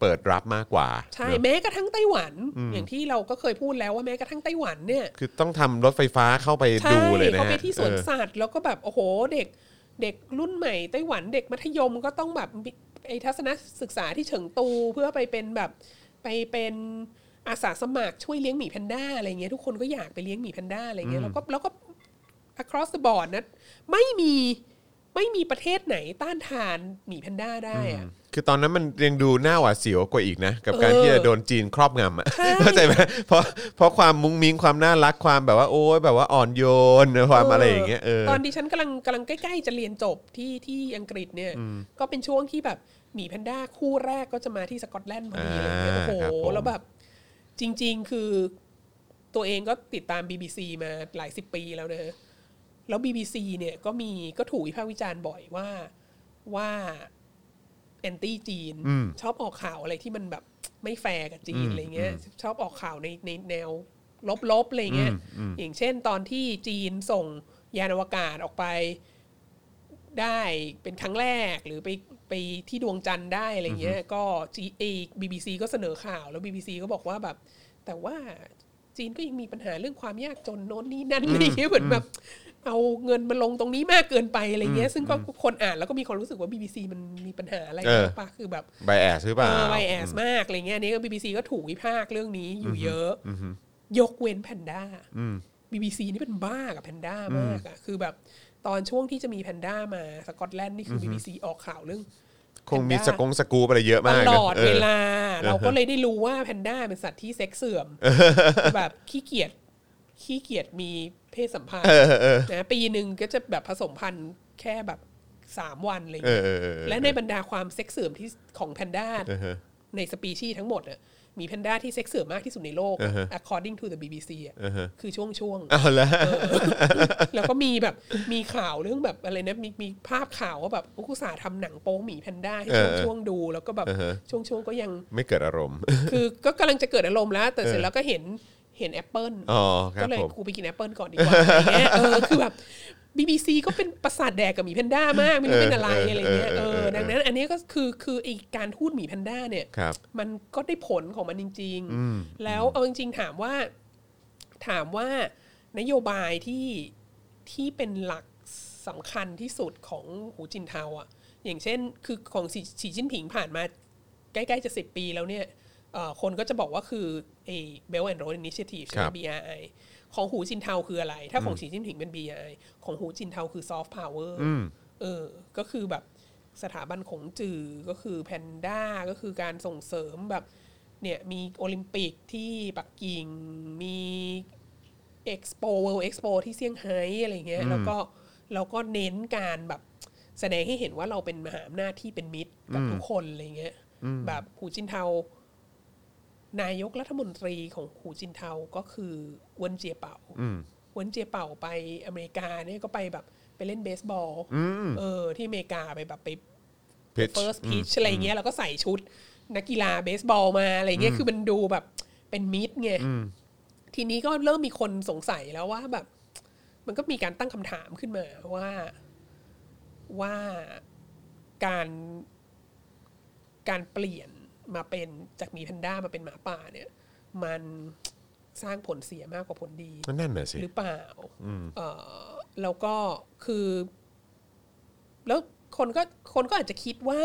Speaker 2: เปิดรับมากกว่า
Speaker 4: ใช่
Speaker 2: เนอะ
Speaker 4: แม้กระทั่งไต้หวัน อย่างที่เราก็เคยพูดแล้วว่าแม้กระทั่งไต้หวันเนี่ย
Speaker 2: คือต้องทำรถไฟฟ้าเข้าไป
Speaker 4: ใช่
Speaker 2: ดูเลยนะ
Speaker 4: เขา
Speaker 2: ฮะ
Speaker 4: ไปที่สวน
Speaker 2: เออ
Speaker 4: สัตว์แล้วก็แบบโอ้โหเด็กเด็กรุ่นใหม่ไต้หวันเด็กมัธยมก็ต้องแบบมีไอทัศนศึกษาที่เฉิงตูเพื่อไปเป็นแบบไปเป็นอาสาสมัครช่วยเลี้ยงหมีแพนด้าอะไรเงี้ยทุกคนก็อยากไปเลี้ยงหมีแพนด้าอะไรเงี้ยแล้วก็แล้วก็ across the board นะไม่มี ไม่มีประเทศไหนต้านทานหมีแพนด้าได้อะ
Speaker 2: คือตอนนั้นมันยังดูหน้าหวาดเสียวกว่าอีกนะ กับการ
Speaker 4: เออ
Speaker 2: ที่จะโดนจีนครอบงำอะเข้าใจไหมเพราะเพราะความมุ้งมิ้งความน่ารักความแบบว่าโอ้ยแบบว่าอ่อนโยนความ
Speaker 4: เอออ
Speaker 2: อะไรอย่างเงี้ยเออ
Speaker 4: ตอนดิฉันกำลังกำลังใกล้ๆจะเรียนจบที่ที่อังกฤษเนี่ย ก็เป็นช่วงที่แบบหมีแพนด้าคู่แรกก็จะมาที่สกอตแลนด์พอดีอะไรเงี้ยโอ้โห
Speaker 2: าครับผม
Speaker 4: แล้วแบบจริง ๆ คือตัวเองก็ติดตาม BBC มาหลายสิบปีแล้วนะแล้ว BBC เนี่ยก็มีก็ถูกวิพากษ์วิจารณ์บ่อยว่าว่าแอนตี้จีน ชอบออกข่าวอะไรที่มันแบบไม่แฟร์กับจีนอะไรเงี้ยชอบออกข่าวในในแนวลบๆอะไรเงี้ยอย่างเช่นตอนที่จีนส่งยานอวกาศออกไป ได้เป็นครั้งแรกหรือไปไปที่ดวงจันทร์ได้อะไรเงี้ยก็จีเอบีบีซีก็เสนอข่าวแล้ว BBC ก็บอกว่าแบบ แต่ว่าจีนก็ยังมีปัญหาเรื่องความยากจนโน้นนี่นั่นอะไรเงี้ยเหมือนแบบเอาเงินมาลงตรงนี้มากเกินไปอะไรเงี้ย ซึ่งก็คนอ่านแล้วก็มีความรู้สึกว่า BBC มันมีปัญหาอะไร
Speaker 2: เออ
Speaker 4: ปะคือแบบ
Speaker 2: ไบแอสหรือเปล่า
Speaker 4: ไวแอสมากอะไรเงี้ยอันนี่ก็บีบีซีก็ถูกวิพากษ์เรื่องนี้อยู่เยอะ ยกเว้นแพนด้าบีบีซีนี่เป็นบ้ากับแพนด้ามากอะคือแบบตอนช่วงที่จะมีแพนด้ามาสกอตแลนด์นี่คือบีบีซีออกข่าวเรื่อง
Speaker 2: คงมีสกงสกูปอะไรเยอะ
Speaker 4: ต
Speaker 2: มากนะ
Speaker 4: ลอด
Speaker 2: เอ
Speaker 4: เว
Speaker 2: อ
Speaker 4: ลา เราก็เลยได้รู้ว่าแพนด้าเป็นสัตว์ที่เซ็กซ์เสื่อ มแบบขี้เกียจขี้เกียจมีเพศสัมพันธ์นะปีหนึ่งก็จะแบบผสมพันธุ์แค่แบบสามวันอะไรอย่างเงี้ย
Speaker 2: เออเออเออ
Speaker 4: และในบรรดาความเซ็กซ์เสื่อมที่ของแพนด้าในสปีชีส์ทั้งหมดอะมีแพนด้าที่เซ็กซ์เสื่อมมากที่สุดในโลกอะ according to the BBC อะคือช่วงช่วงๆ
Speaker 2: เอาละ
Speaker 4: แล้วก็มีแบบมีข่าวเรื่องแบบอะไรนะมีมีภาพข่าวว่าแบบอุกุตสาห์ทำหนังโป๊หมีแพนด้าให้ช่วง
Speaker 2: เออ
Speaker 4: ช่วงๆดู แล้วก็แบบช่วงช่วงๆก็ยัง
Speaker 2: ไม่เกิดอารมณ์
Speaker 4: คือก็กำลังจะเกิดอารมณ์แล้ว แต่เสร็
Speaker 2: เอ
Speaker 4: จ
Speaker 2: อ
Speaker 4: แล้วก็เห็นเห็นแอปเปิล
Speaker 2: อ๋อครั
Speaker 4: ก็
Speaker 2: บ
Speaker 4: เลย
Speaker 2: ผม
Speaker 4: กูไปกินแอปเปิลก่อนดีกว่าอะไรเงี้ยเออคือแบบ BBC ก็เป็นประสาทแดกกับหมีแพนด้ามาก ไม่รู้เป็นอะไรอะไรเงี้ยเออดังนั้น อันนี้ก็คือคือไอการทูดหมีแพนด้าเนี่ย
Speaker 2: ครับ
Speaker 4: มันก็ได้ผลของมันจริง ๆ แล้วเอาจริงๆถามว่า ถามว่านโยบายที่ที่เป็นหลักสำคัญที่สุดของหูจินเทาอ่ะ อย่างเช่น คือของสีสีจิ้นผิงผ่านมาใกล้ๆจะสิบปีแล้วเนี่ยเอ่อคนก็จะบอกว่าคือไอ้ Belt and Road Initiative ใช่ไห
Speaker 2: ค
Speaker 4: ม
Speaker 2: รับ
Speaker 4: BRI ของหูจินเทาคืออะไร ถ้าของสีจิ้นผิงเป็น BRI ของหูจินเทาคือ Soft Power เออ ก็คือแบบสถาบันของจือก็คือแพนด้าก็คือการส่งเสริมแบบเนี่ยมีโอลิมปิกที่ปักกิ่งมี เอ็กซ์โปเวิลด์เอ็กซ์โปที่เซี่ยงไฮ้อะไรเงี้ยแล้วก็เราก็เน้นการแบบแสดงให้เห็นว่าเราเป็นมหาอำนาจที่เป็นมิตรกับทุกคนอะไรเงี้ยแบบหูจินเทา นายกรัฐมนตรีของหูจินเทาก็คืออ้วนเจียเป่าอ้วนเจียเป่าไปอเมริกาเนี่ยก็ไปแบบไปเล่นเบสบอลเออ ที่อเมริกาไปแบบไป
Speaker 2: pitch
Speaker 4: first pitch อะไรเงี้ยแล้วก็ใส่ชุดนักกีฬาเบสบอลมาอะไรเงี้ยคือมันดูแบบเป็นมิตรไง ทีนี้ก็เริ่มมีคนสงสัยแล้วว่าแบบ มันก็มีการตั้งคำถามขึ้นมาว่าว่าการการเปลี่ยนมาเป็นจากหมีแพนด้ามาเป็นหมาป่าเนี่ย มันสร้างผลเสียมากกว่าผลดี
Speaker 2: นั่นน่ะสิ
Speaker 4: หรือเปล่าเอ่อแล้วก็คือ แล้วคนก็คนก็อาจจะคิดว่า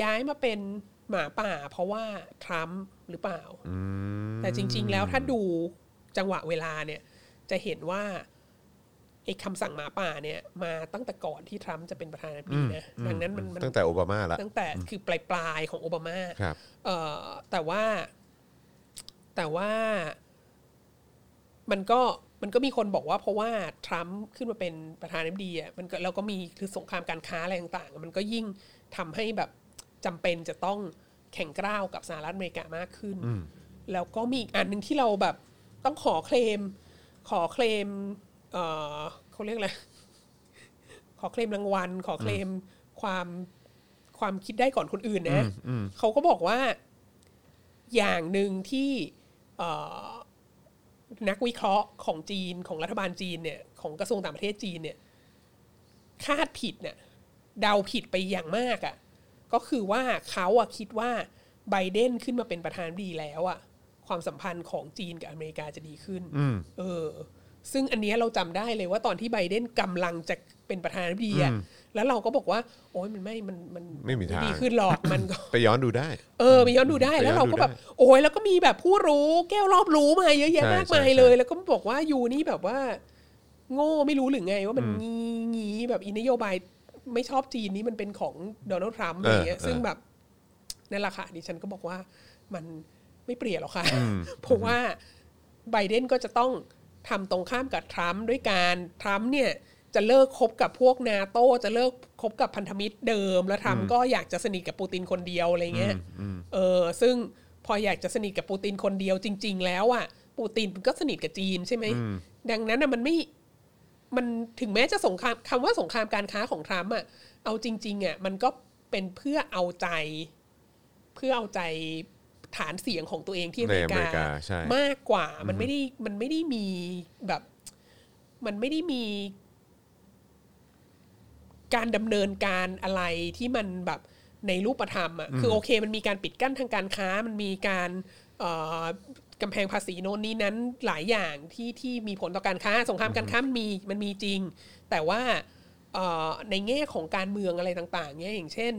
Speaker 4: ย้ายมาเป็นหมาป่า เพราะว่าทรัมป์หรือเปล่า แต่จริง ๆ แล้วถ้าดูจังหวะเวลาเนี่ย จะเห็นว่าไอ้คำสั่งหมาป่าเนี่ย มาตั้งแต่ก่อนที่ทรัมป์จะเป็นประธานาธิบดีนะ ดังนั้นมันมัน
Speaker 2: ตั้งแต่โอบามาละ
Speaker 4: ตั้งแต่คือปลายปลายๆของโอบามา
Speaker 2: ครับ
Speaker 4: เอ่อแต่ว่าแต่ว่ามันก็มันก็มีคนบอกว่าเพราะว่าทรัมป์ขึ้นมาเป็นประธานาธิบดีอ่ะมันก็แล้วก็มีคือสงครามการค้าอะไรต่างๆ มันก็ยิ่งทำให้แบบจำเป็นจะต้องแข่งกร้าวกับสหรัฐอเมริกามากขึ้น แล้วก็มีอีกอันหนึ่งที่เราแบบต้องขอเคลม ขอเคลมเอ่อเขาเรียกอะไร ขอเคลมรางวัล ขอเคลมความ ความคิดได้ก่อนคนอื่นนะ เขาก็บอกว่าอย่างหนึ่งที่เอ่อนักวิเคราะห์ของจีนของรัฐบาลจีนเนี่ย ของกระทรวงต่างประเทศจีนเนี่ย คาดผิดเนี่ยเดาผิดไปอย่างมากอะ่ะ ก็คือว่าเขาอะคิดว่าไบเดนขึ้นมาเป็นประธานาธิบดีแล้วอะ่ะ ความสัมพันธ์ของจีนกับอเมริกาจะดีขึ้นเออ ซึ่งอันเนี้ยเราจำได้เลยว่าตอนที่ไบเดนกำลังจะเป็นประธานาธิบดีอะ่ะแล้วเราก็บอกว่า โอ้ยมันไม่มันมัน
Speaker 2: ไม่มีทาง
Speaker 4: ดีขึ้นหรอกมัน ก็
Speaker 2: ไปย้อนดูได้
Speaker 4: เออไปย้อนดูได้
Speaker 2: ไปย้อน
Speaker 4: แล้วเรา
Speaker 2: ดู
Speaker 4: ก็
Speaker 2: ได้
Speaker 4: แบบโอ้ยแล้วก็มีแบบผู้รู้แก้วรอบรู้มาเยอะแยะ
Speaker 2: ใช่
Speaker 4: มากมา
Speaker 2: ใช่
Speaker 4: ย
Speaker 2: ใช่
Speaker 4: เลย แล้วก็บอกว่ายูนี่แบบว่า โง่ไม่รู้หรือไงว่ามันงีงีแบบอินโยบายไม่ชอบจีนนี้มันเป็นของโดนัลด์ทรัมป์อะไรเงี้ย
Speaker 2: เออเออ
Speaker 4: ซึ่งแบบนั่นแหละค่ะดิฉันก็บอกว่ามันไม่เปลี่ยนหรอกค่ะ เพราะว่าไบเดนก็จะต้องทำตรงข้ามกับทรัมป์ด้วยการทรัมป์เนี่ยจะเลิกคบกับพวกนาโตจะเลิกคบกับพันธมิตรเดิม แล้วทรัมป์ก็อยากจะสนิทกับปูตินคนเดียวอะไรเงี้ย เออซึ่งพออยากจะสนิทกับปูตินคนเดียวจริง ๆ แล้วอ่ะปูตินก็สนิทกับจีนใช่ไหม ดังนั้นน่ะมันไม่ มันถึงแม้จะสงครามคำว่าสงครามการค้าของทรัมป์อ่ะเอาจริงๆอ่ะมันก็เป็นเพื่อเอาใจ เพื่อเอาใจฐานเสียงของตัวเองที่อเมริ
Speaker 2: ในอเมริ
Speaker 4: กาก
Speaker 2: าใช่
Speaker 4: มากกว่ามันไม่ได้มันไม่ได้มีแบบ มันไม่ได้มี การดำเนินการอะไรที่มันแบบในรูปธรรมอ่ะคือโอเค มันมีการปิดกั้นทางการค้า มันมีการเอ่อกำแพงภาษีโน่นนี่นั้นหลายอย่างที่ที่มีผลต่อการค้าสงครามการค้ามันมีมันมีจริง แต่ว่าเอ่อในแง่ของการเมืองอะไรต่าง ๆเนี่ยอย่างเช่น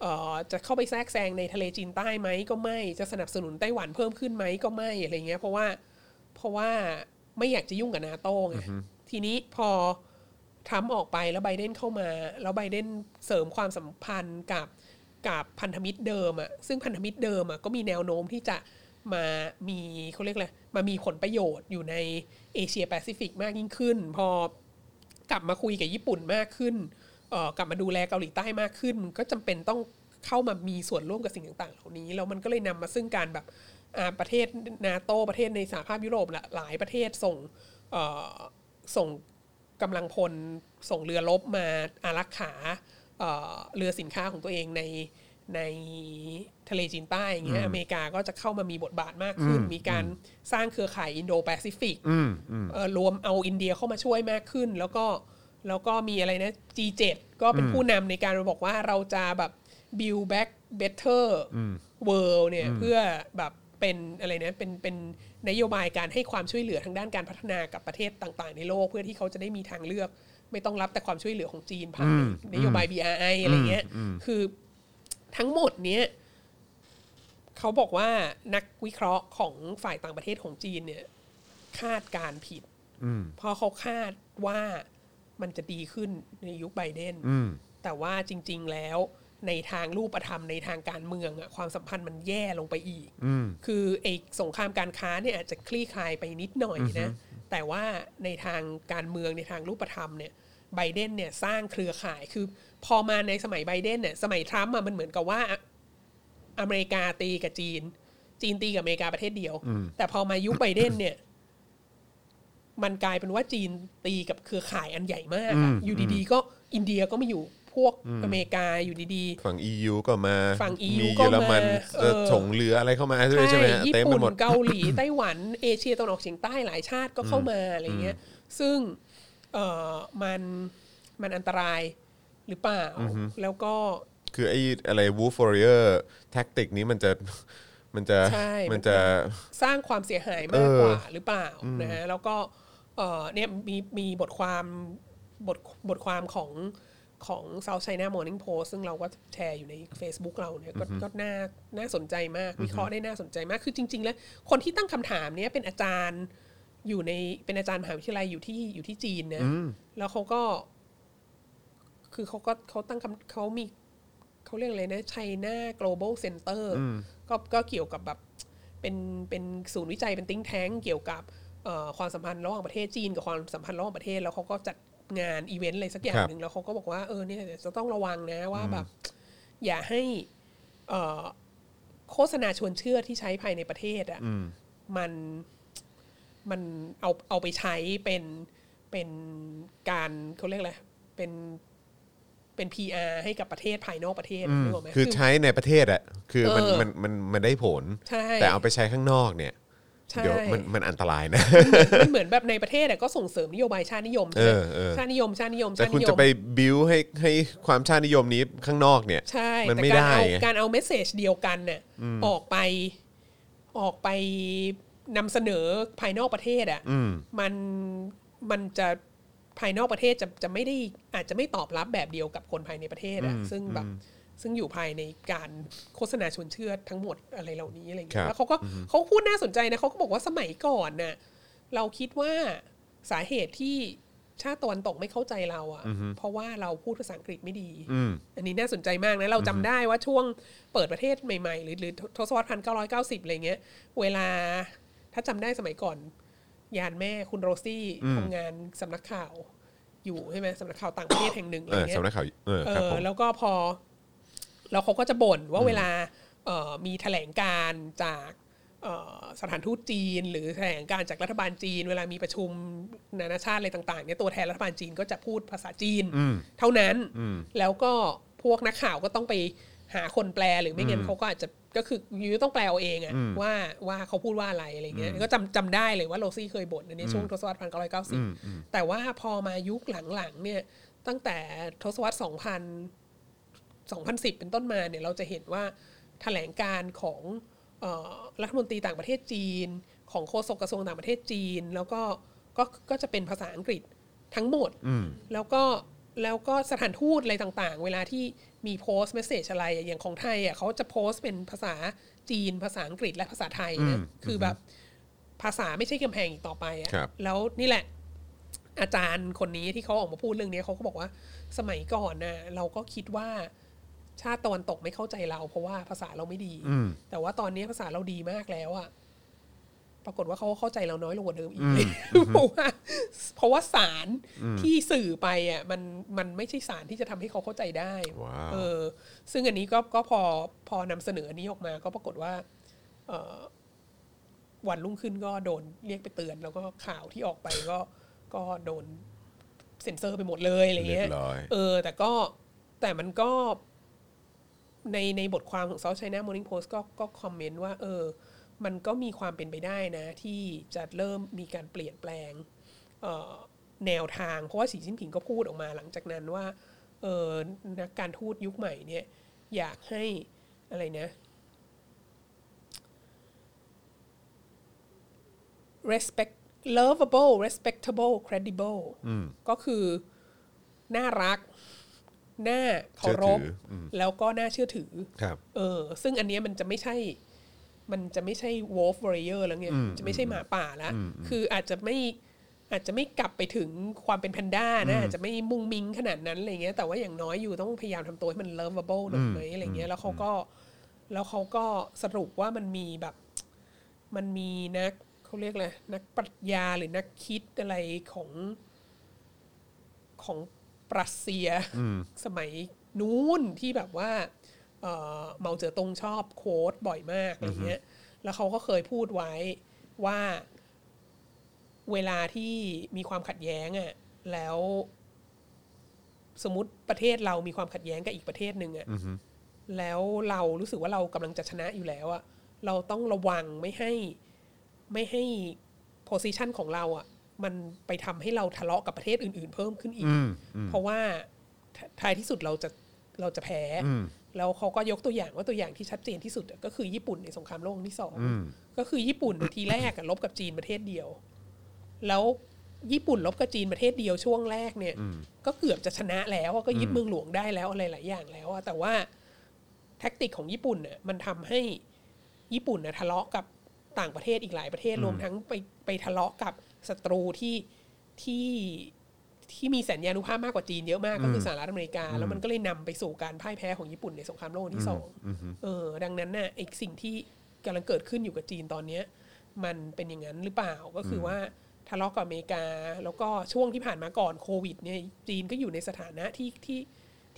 Speaker 4: เอ่อจะเข้าไปแทรกแซงในทะเลจีนใต้ไหมก็ไม่จะสนับสนุนไต้หวันเพิ่มขึ้นไหมก็ไม่อะไรเงี้ยเพราะว่าเพราะว่าไม่อยากจะยุ่งกับนาโต้ไงทีนี้พอ ทรัมป์ออกไปแล้วไบเดนเข้ามา แล้วไบเดนเสริมความสัมพันธ์กับกับพันธมิตรเดิมอะซึ่งพันธมิตรเดิมอะก็มีแนวโน้มที่จะมามีเขาเรียกอะไรมามีผลประโยชน์อยู่ในเอเชียแปซิฟิกมากยิ่งขึ้น พอกลับมาคุยกับญี่ปุ่นมากขึ้นเอ่อกลับมาดูแลเกาหลีใต้มากขึ้น มันก็จำเป็นต้องเข้ามามีส่วนร่วมกับสิ่งต่าง ๆ เหล่านี้แล้วมันก็เลยนำมาซึ่งการแบบอ่าประเทศนาโตประเทศในสหภาพยุโรปหลายประเทศส่งเอ่อส่ง กำลังพลส่งเรือรบมาอารักขาเอ่อเรือสินค้าของตัวเองในในทะเลจีนใต้อย่างเงี้ยอเมริกาก็จะเข้ามามีบทบาทมากขึ้น มีการสร้างเครือข่ายอินโดแปซิฟิกเอ่อรวมเอาอินเดียเข้ามาช่วยมากขึ้น แล้วก็แล้วก็มีอะไรนะ G7 ก็เป็นผู้นำในการบอกว่าเราจะแบบ build back better world เนี่ยเพื่อแบบเป็นอะไรนะเป็นเป็นนโยบายการให้ความช่วยเหลือทางด้านการพัฒนากับประเทศต่างๆ ในโลก เพื่อที่เขาจะได้มีทางเลือก ไม่ต้องรับแต่ความช่วยเหลือของจีนผ่านนโยบาย BRI อะไรเงี้ยคือทั้งหมดเนี้ย เขาบอกว่านักวิเคราะห์ของฝ่ายต่างประเทศของจีนเนี่ย คาดการณ์ผิดเพราะเขาคาดว่ามันจะดีขึ้นในยุคไบเดนแต่ว่าจริง ๆ แล้วในทางรูปธรรมในทางการเมืองอะความสัมพันธ์มันแย่ลงไปอีกคือไอ้สงครามการค้าเนี่ยอาจจะคลี่คลายไปนิดหน่อยนะ แต่ว่าในทางการเมืองในทางรูปธรรมเนี่ย ไบเดนเนี่ยสร้างเครือข่ายคือพอมาในสมัยไบเดนเนี่ยสมัยทรัมป์อะมันเหมือนกับว่า อเมริกาตีกับจีน จีนตีกับอเมริกาประเทศเดียว แต่พอมายุคไบเดนเนี่ย มันกลายเป็นว่าจีนตีกับเครือข่ายอันใหญ่มากอะอยู่ดีๆ ก็อินเดียก็มาอยู่พวกอเมริกาอยู่ดีๆ
Speaker 2: ฝั่ง EU ก็มา
Speaker 4: ฝั่ง EU
Speaker 2: มีเยอรมัน
Speaker 4: ก็มาเออ
Speaker 2: จะส่งเรืออะไรเข้ามาด้วย
Speaker 4: ใช่
Speaker 2: ใช่ไหมฮะ
Speaker 4: ญี่
Speaker 2: เต็มไป
Speaker 4: ปุ่น
Speaker 2: หมด
Speaker 4: เกาหลี ไต้หวันเอเชียตะวันออกเฉียงใต้หลายชาติก็เข้ามาอะไรเงี้ย ซึ่งเออมันมันอันตรายหรือเปล่า แล้วก็
Speaker 2: คือไอ้อะไร Wolf Warrior Tactic นี้มันจะ มันจะ
Speaker 4: ใช่
Speaker 2: มันจะ
Speaker 4: สร้างความเสียหายมากกว่า
Speaker 2: เออ
Speaker 4: หรือเปล่านะฮะแล้วก็เอ่อเนี่ยมีมีบทความบทบทความของของ South China Morning Post ซึ่งเราก็แชร์อยู่ใน Facebook เราเนี่ยก็ก็น่าน่าสนใจมาก วิเคราะห์ได้น่าสนใจมาก คือจริง ๆ แล้ว คนที่ตั้งคำถามเนี่ยเป็นอาจารย์อยู่ในเป็นอาจารย์มหาวิทยาลัยอยู่ที่อยู่ที่จีนนะแล้วเขาก็ คือเขาก็เขาตั้งคำเขามีเขาเรียกอะไรนะ China Global Center ก็ก็เกี่ยวกับแบบ เป็นเป็นศูนย์วิจัยเป็นติ้งแท้งเกี่ยวกับเอ่อความสัมพันธ์ระหว่างประเทศจีนกับความสัมพันธ์ระหว่างประเทศ แล้วเขาก็จัดงานอีเวนต์อะไรสักอย่า
Speaker 2: ค
Speaker 4: ง
Speaker 2: รับ
Speaker 4: หนึ่งแล้วเขาก็บอกว่าเออเนี่ยจะต้องระวังนะว่าแบบ อย่าให้เอ่อโฆษณาชวนเชื่อที่ใช้ภายในประเทศอะ่ะมันมันเอาเอาไปใช้เป็นเป็นการเขาเรียกอะไรเป็นเป็น PR ให้กับประเทศภายนอกประเทศนึกออกไหม
Speaker 2: คือใช้ในประเทศอะคือมัน
Speaker 4: เออ
Speaker 2: มันมันมันได้ผล
Speaker 4: ใช่
Speaker 2: แต่เอาไปใช้ข้างนอกเนี่ย
Speaker 4: ใช่
Speaker 2: เดี๋ยวมันมันอันตรายนะ
Speaker 4: มันเหมือนแบบในประเทศอะก็ส่งเสริมนโยบายชาตินิยมใช่ไหม
Speaker 2: เออเออ
Speaker 4: ชาตินิยม ชาตินิยม
Speaker 2: แต่
Speaker 4: ชาติ
Speaker 2: คุณ
Speaker 4: นิย
Speaker 2: จะ
Speaker 4: ม
Speaker 2: ไปบิวให้ให้ความชาตินิยมนี้ข้างนอกเนี่ย
Speaker 4: ใช่
Speaker 2: มัน
Speaker 4: แต่
Speaker 2: ไม่
Speaker 4: การ
Speaker 2: ได้
Speaker 4: เอา
Speaker 2: ไง
Speaker 4: การเอาเมสเซจเดียวกันเนี่ยออกไปออกไปนำเสนอภายนอกประเทศอะมันมันจะภายนอกประเทศจะจะไม่ได้อาจจะไม่ตอบรับแบบเดียวกับคนภายในประเทศอะซึ่งแบบซึ่งอยู่ภายในการโฆษณาชวนเชื่อทั้งหมดอะไรเหล่านี้อะไรอย่าง
Speaker 2: ครั
Speaker 4: เงี้ย
Speaker 2: บ
Speaker 4: แล้วเขาก็เขาพูดน่าสนใจนะเขาก็บอกว่าสมัยก่อนน่ะ เราคิดว่าสาเหตุที่ ชาติตะวันตกไม่เข้าใจเราอะ่ะ เพราะว่าเราพูดภาษาอังกฤษไม่ดี
Speaker 2: อืม
Speaker 4: อันนี้น่าสนใจมากนะ เราจำได้ว่าช่วงเปิดประเทศใหม่ๆ หรือหรือทศวรรษพันเก้าร้อยเก้าสิบอะไรเงี้ย เวลาถ้าจำได้สมัยก่อน ยานแม่คุณโรซี่ทำงานสำนักข่าวอยู่ใช่ไหมสำนักข่าวต่างประเทศแห่งหนึ่งอะ
Speaker 2: เอ
Speaker 4: ไร
Speaker 2: อ
Speaker 4: เงี้ย
Speaker 2: สำนักข่าวเออ
Speaker 4: เอ
Speaker 2: ครับ
Speaker 4: อ
Speaker 2: ผม
Speaker 4: แล้วก็พอแล้วเขาก็จะบ่นว่าเวลาเอ่อมีแถลงการจากเอ่อสถานทูตจีน หรือแถลงการจากรัฐบาลจีน เวลามีประชุมนานาชาติอะไรต่างๆเนี่ยตัวแทนรัฐบาลจีนก็จะพูดภาษาจีน เท่านั้นแล้วก็พวกนักข่าวก็ต้องไปหาคนแปลหรือไม่งั้นเขาก็อาจจะก็คือยูต้องแปลเอาเองอะว่าว่าเขาพูดว่าอะไรอะไรเงี้ยก็จำจำได้เลยว่าโรซี่เคยบ่นในช่วงทศวรรษพันเก้าร้อยเก้าสิบแต่ว่าพอมายุคหลังๆเนี่ย ตั้งแต่ทศวรรษ 2000 2010 เป็นต้นมาเนี่ยเราจะเห็นว่าแถลงการของเออรัฐมนตรีต่างประเทศจีน ของโฆษกกระทรวงต่างประเทศจีน แล้วก็ก็ก็จะเป็นภาษาอังกฤษทั้งหมด แล้วก็แล้วก็สถานทูตอะไรต่างๆ เวลาที่มีโพสต์เมสเซจอะไรอะอย่างของไทยอ่ะเขาจะโพสต์เป็นภาษาจีน ภาษาอังกฤษและภาษาไทยนะคือแบบภาษาไม่ใช่กำแพงอีกต่อไปอ่ะ
Speaker 2: ครับ
Speaker 4: แล้วนี่แหละ อาจารย์คนนี้ที่เขาออกมาพูดเรื่องนี้เขาก็บอกว่าสมัยก่อนนะเราก็คิดว่าชาติตะวันตกไม่เข้าใจเรา เพราะว่าภาษาเราไม่ดี แต่ว่าตอนนี้ภาษาเราดีมากแล้วอะปรากฏว่าเขาเข้าใจเราน้อยลงกว่าเดิมอีก เพราะว่าเพราะว่าสารที่สื่อไปอะมันมันไม่ใช่สารที่จะทำให้เขาเข้าใจได้
Speaker 2: ว้าว
Speaker 4: เออ ซึ่งอันนี้ก็ก็พอพอนำเสนออันนี้ออกมา ก็ปรากฏว่า เอ่อ วันรุ่งขึ้นก็โดนเรียกไปเตือน แล้วก็ข่าวที่ออกไปก็ ก็โดนเซ็นเซอร์ไปหมดเลยอะไรเงี้ย
Speaker 2: เรียบร้อย
Speaker 4: เออ แต่ก็แต่มันก็ ในในบทความของ South China Morning Post ก็ก็คอมเมนต์ว่า เออ มันก็มีความเป็นไปได้นะ ที่จะเริ่มมีการเปลี่ยนแปลง เอ่อแนวทางเพราะว่าสีจิ้นผิงก็พูดออกมาหลังจากนั้นว่า เออนักการทูตยุคใหม่เนี่ย อยากให้อะไรนะ respect lovable respectable credible ก็คือ น่ารัก น่าเคารพ
Speaker 2: เชื่อถืออืม
Speaker 4: แล้วก็น่าเชื่อถือ
Speaker 2: ครับ
Speaker 4: เออ ซึ่งอันเนี้ยมันจะไม่ใช่ มันจะไม่ใช่ wolf warrior แล้วไงจะไม่ใช่หมาป่าแล้ว คืออาจจะไม่ อาจจะไม่กลับไปถึงความเป็นแพนด้านะ อาจจะไม่มุงมิงขนาดนั้นอะไรเงี้ย แต่ว่าอย่างน้อยอยู่ต้องพยายามทำตัวให้มัน lovable หน่อยไหมอะไรเงี้ย แล้วเขาก็ แล้วเขาก็สรุปว่ามันมีแบบ มันมีนักเขาเรียกอะไรนักปรัชญาหรือนักคิดอะไรของของปรัสเซียสมัยนู้นที่แบบว่าเอ่อเหมาเจ๋อตงชอบโค้ดบ่อยมากอะไรเงี้ยแล้วเขาก็เคยพูดไว้ว่าเวลาที่มีความขัดแย้งอะ่ะแล้ว สมมติประเทศเรามีความขัดแย้งกับอีกประเทศหนึ่งอะ แล้วเรารู้สึกว่าเรากำลังจะชนะอยู่แล้วอะเราต้องระวังไม่ให้ไม่ให้ position ของเราอะมันไปทำให้เราทะเลาะกับประเทศอื่น ๆ เพิ่มขึ้นอีก เพราะว่าทท้ายที่สุดเราจะเราจะแพ้ แล้วเขาก็ยกตัวอย่างว่าตัวอย่างที่ชัดเจนที่สุดอะก็คือญี่ปุ่นในสงครามโลกครั้งที่สองก็คือญี่ปุ่น ทีแรกอะลบกับจีนประเทศเดียว แล้วญี่ปุ่นลบกับจีนประเทศเดียวช่วงแรกเนี่ย ก็เกือบจะชนะแล้วอะก็ยึดเมืองหลวงได้แล้วอะไรหลายอย่างแล้วอะแต่ว่า แท็กติกของญี่ปุ่นน่ะมันทำให้ญี่ปุ่นน่ะทะเลาะกับต่างประเทศอีกหลายประเทศรวมทั้งไปไปทะเลาะกับศัตรูที่ที่ที่มีสัญญานุภาพมากกว่าจีนเยอะมากก็คือสหรัฐอเมริกา แล้วมันก็เลยนำไปสู่การพ่ายแพ้ของญี่ปุ่นในสงครามโลกที่สองเออ ดังนั้นน่ะไอสิ่งที่กำลังเกิดขึ้นอยู่กับจีนตอนเนี้ย มันเป็นอย่างนั้นหรือเปล่าก็คือว่าทะเลาะกับอเมริกา แล้วก็ช่วงที่ผ่านมาก่อนโควิดเนี่ยจีนก็อยู่ในสถานะที่ที่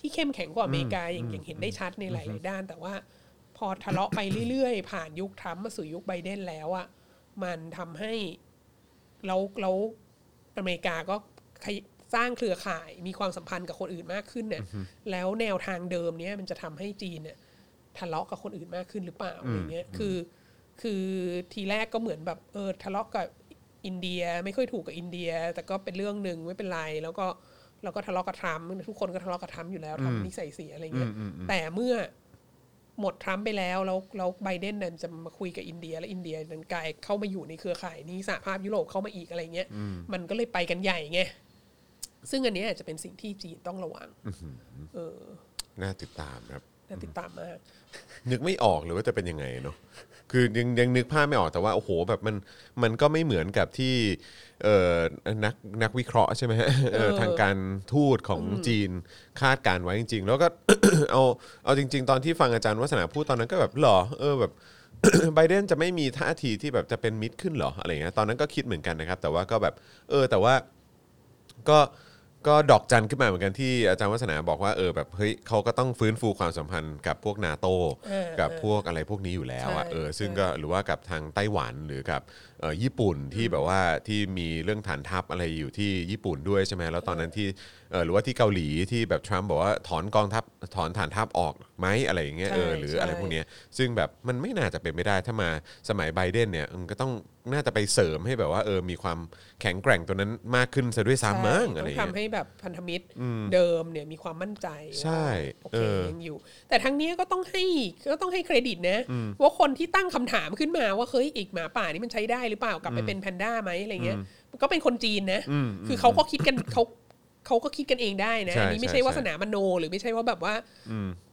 Speaker 4: ที่เข้มแข็งกว่าอเมริกาอย่างอย่างเห็นได้ชัดในหลาย ๆ ด้าน แต่ว่าพอทะเลาะไปเรื่อย ๆ ผ่านยุคทรัมป์มาสู่ยุคไบเดนแล้วอะมันทำให้แล้วแล้วอเมริกาก็ขยสร้างเครือข่ายมีความสัมพันธ์กับคนอื่นมากขึ้นเนี่ยแล้วแนวทางเดิมเนี้ยมันจะทำให้จีนเนี่ยทะเลาะกับคนอื่นมากขึ้นหรือเปล่าอะไรเงี้ยคือ คือทีแรกก็เหมือนแบบเออทะเลาะกับอินเดียไม่ค่อยถูกกับอินเดีย แต่ก็เป็นเรื่องหนึ่งไม่เป็นไร แล้วก็เราก็ทะเลาะกับทรัมป์ทุกคนก็ทะเลาะกับทรัมป์อยู่แล้วทำนิสัยเสียอะไรเงี้ยแต่เมื่อหมดทรัมป์ไปแล้วแล้วแล้วไบเดนนั้นจะมาคุยกับอินเดีย และอินเดียนั้นกลายเข้ามาอยู่ในเครือข่ายนี้สหภาพยุโรปเข้ามาอีกอะไรเงี้ยมันก็เลยไปกันใหญ่ไงซึ่งอันเนี้ยอาจจะเป็นสิ่งที่จีนต้องระวัง เออ
Speaker 2: น่าติดตามครับ
Speaker 4: น่าติดตามมาก
Speaker 2: นึกไม่ออกเลยว่าจะเป็นยังไงเนาะคือยังยังนึกภาพไม่ออกแต่ว่าโอ้โหแบบมันมันก็ไม่เหมือนกับที่เอ่อนักนักวิเคราะห์ใช่ไหมฮะเออ
Speaker 4: เออ
Speaker 2: ทางการทูตของจีนคาดการไว้จริง ๆ แล้วก็ เอาเอาจริง ๆ ตอนที่ฟังอาจารย์วัฒนาพูดตอนนั้นก็แบบหรอเออแบบ ไบเดนจะไม่มีท่าทีที่แบบจะเป็นมิตรขึ้นเหรออะไรเงี้ยตอนนั้นก็คิดเหมือนกันนะครับ แต่ว่าก็แบบเออแต่ว่า ก็ก็ดอกจันขึ้นมาเหมือนกันที่อาจารย์วัฒนาบอกว่าเออแบบเฮ้ยเขาก็ต้องฟื้นฟูความสัมพันธ์กับพวกนาโต
Speaker 4: เออ
Speaker 2: กับพวกอะไรพวกนี้อยู่แล้วอ่ะ
Speaker 4: ใช่
Speaker 2: เออซึ่งก็หรือว่ากับทางไต้หวันหรือกับเอ่อญี่ปุ่นที่แบบว่าที่มีเรื่องฐานทัพอะไรอยู่ที่ญี่ปุ่นด้วยใช่ไหมแล้วตอนนั้นที่เอ่อหรือว่าที่เกาหลีที่แบบทรัมป์บอกว่าถอนกองทัพถอนฐานทัพออกไหมอะไรอย่างเงี้ย
Speaker 4: ใช่
Speaker 2: เออหรืออะไร
Speaker 4: ใช่
Speaker 2: พวกเนี้ย ซึ่งแบบมันไม่น่าจะเป็นไม่ได้ถ้ามาสมัยไบเดนเนี่ยมันก็ต้องน่าจะไปเสริมให้แบบว่าเออมีความแข็งแกร่งตัวนั้นมากขึ้นซะด้วยซ้ำมั้ง
Speaker 4: ใช่
Speaker 2: อะไรอ
Speaker 4: ต้
Speaker 2: ย่า
Speaker 4: อง ง
Speaker 2: เงี้ย
Speaker 4: ทำให้แบบพันธมิตรเดิมเนี่ยมีความมั่นใจ
Speaker 2: ใช่
Speaker 4: ว่าโอ
Speaker 2: เ
Speaker 4: เค
Speaker 2: ออ
Speaker 4: ยังอยู่ แต่ทั้งเนี้ยก็ต้องให้ก็ต้องให้เครดิตนะว่าคนที่ตั้งคำถามขึ้นมาว่าเฮ้ยอีกหมาป่านี่มันใช้ได้หรือเปล่ากลับไปเป็นแพนด้าไหมอะไรเงี้ยก็เป็นคนจีนนะ คือเขาก็คิดกันเขาเขาก็คิดกันเองได้นะ
Speaker 2: ใช่
Speaker 4: อันนี้ไม่
Speaker 2: ใช่
Speaker 4: ใช่วา
Speaker 2: ใช่
Speaker 4: สนามโน หรือไม่ใช่ว่าแบบว่า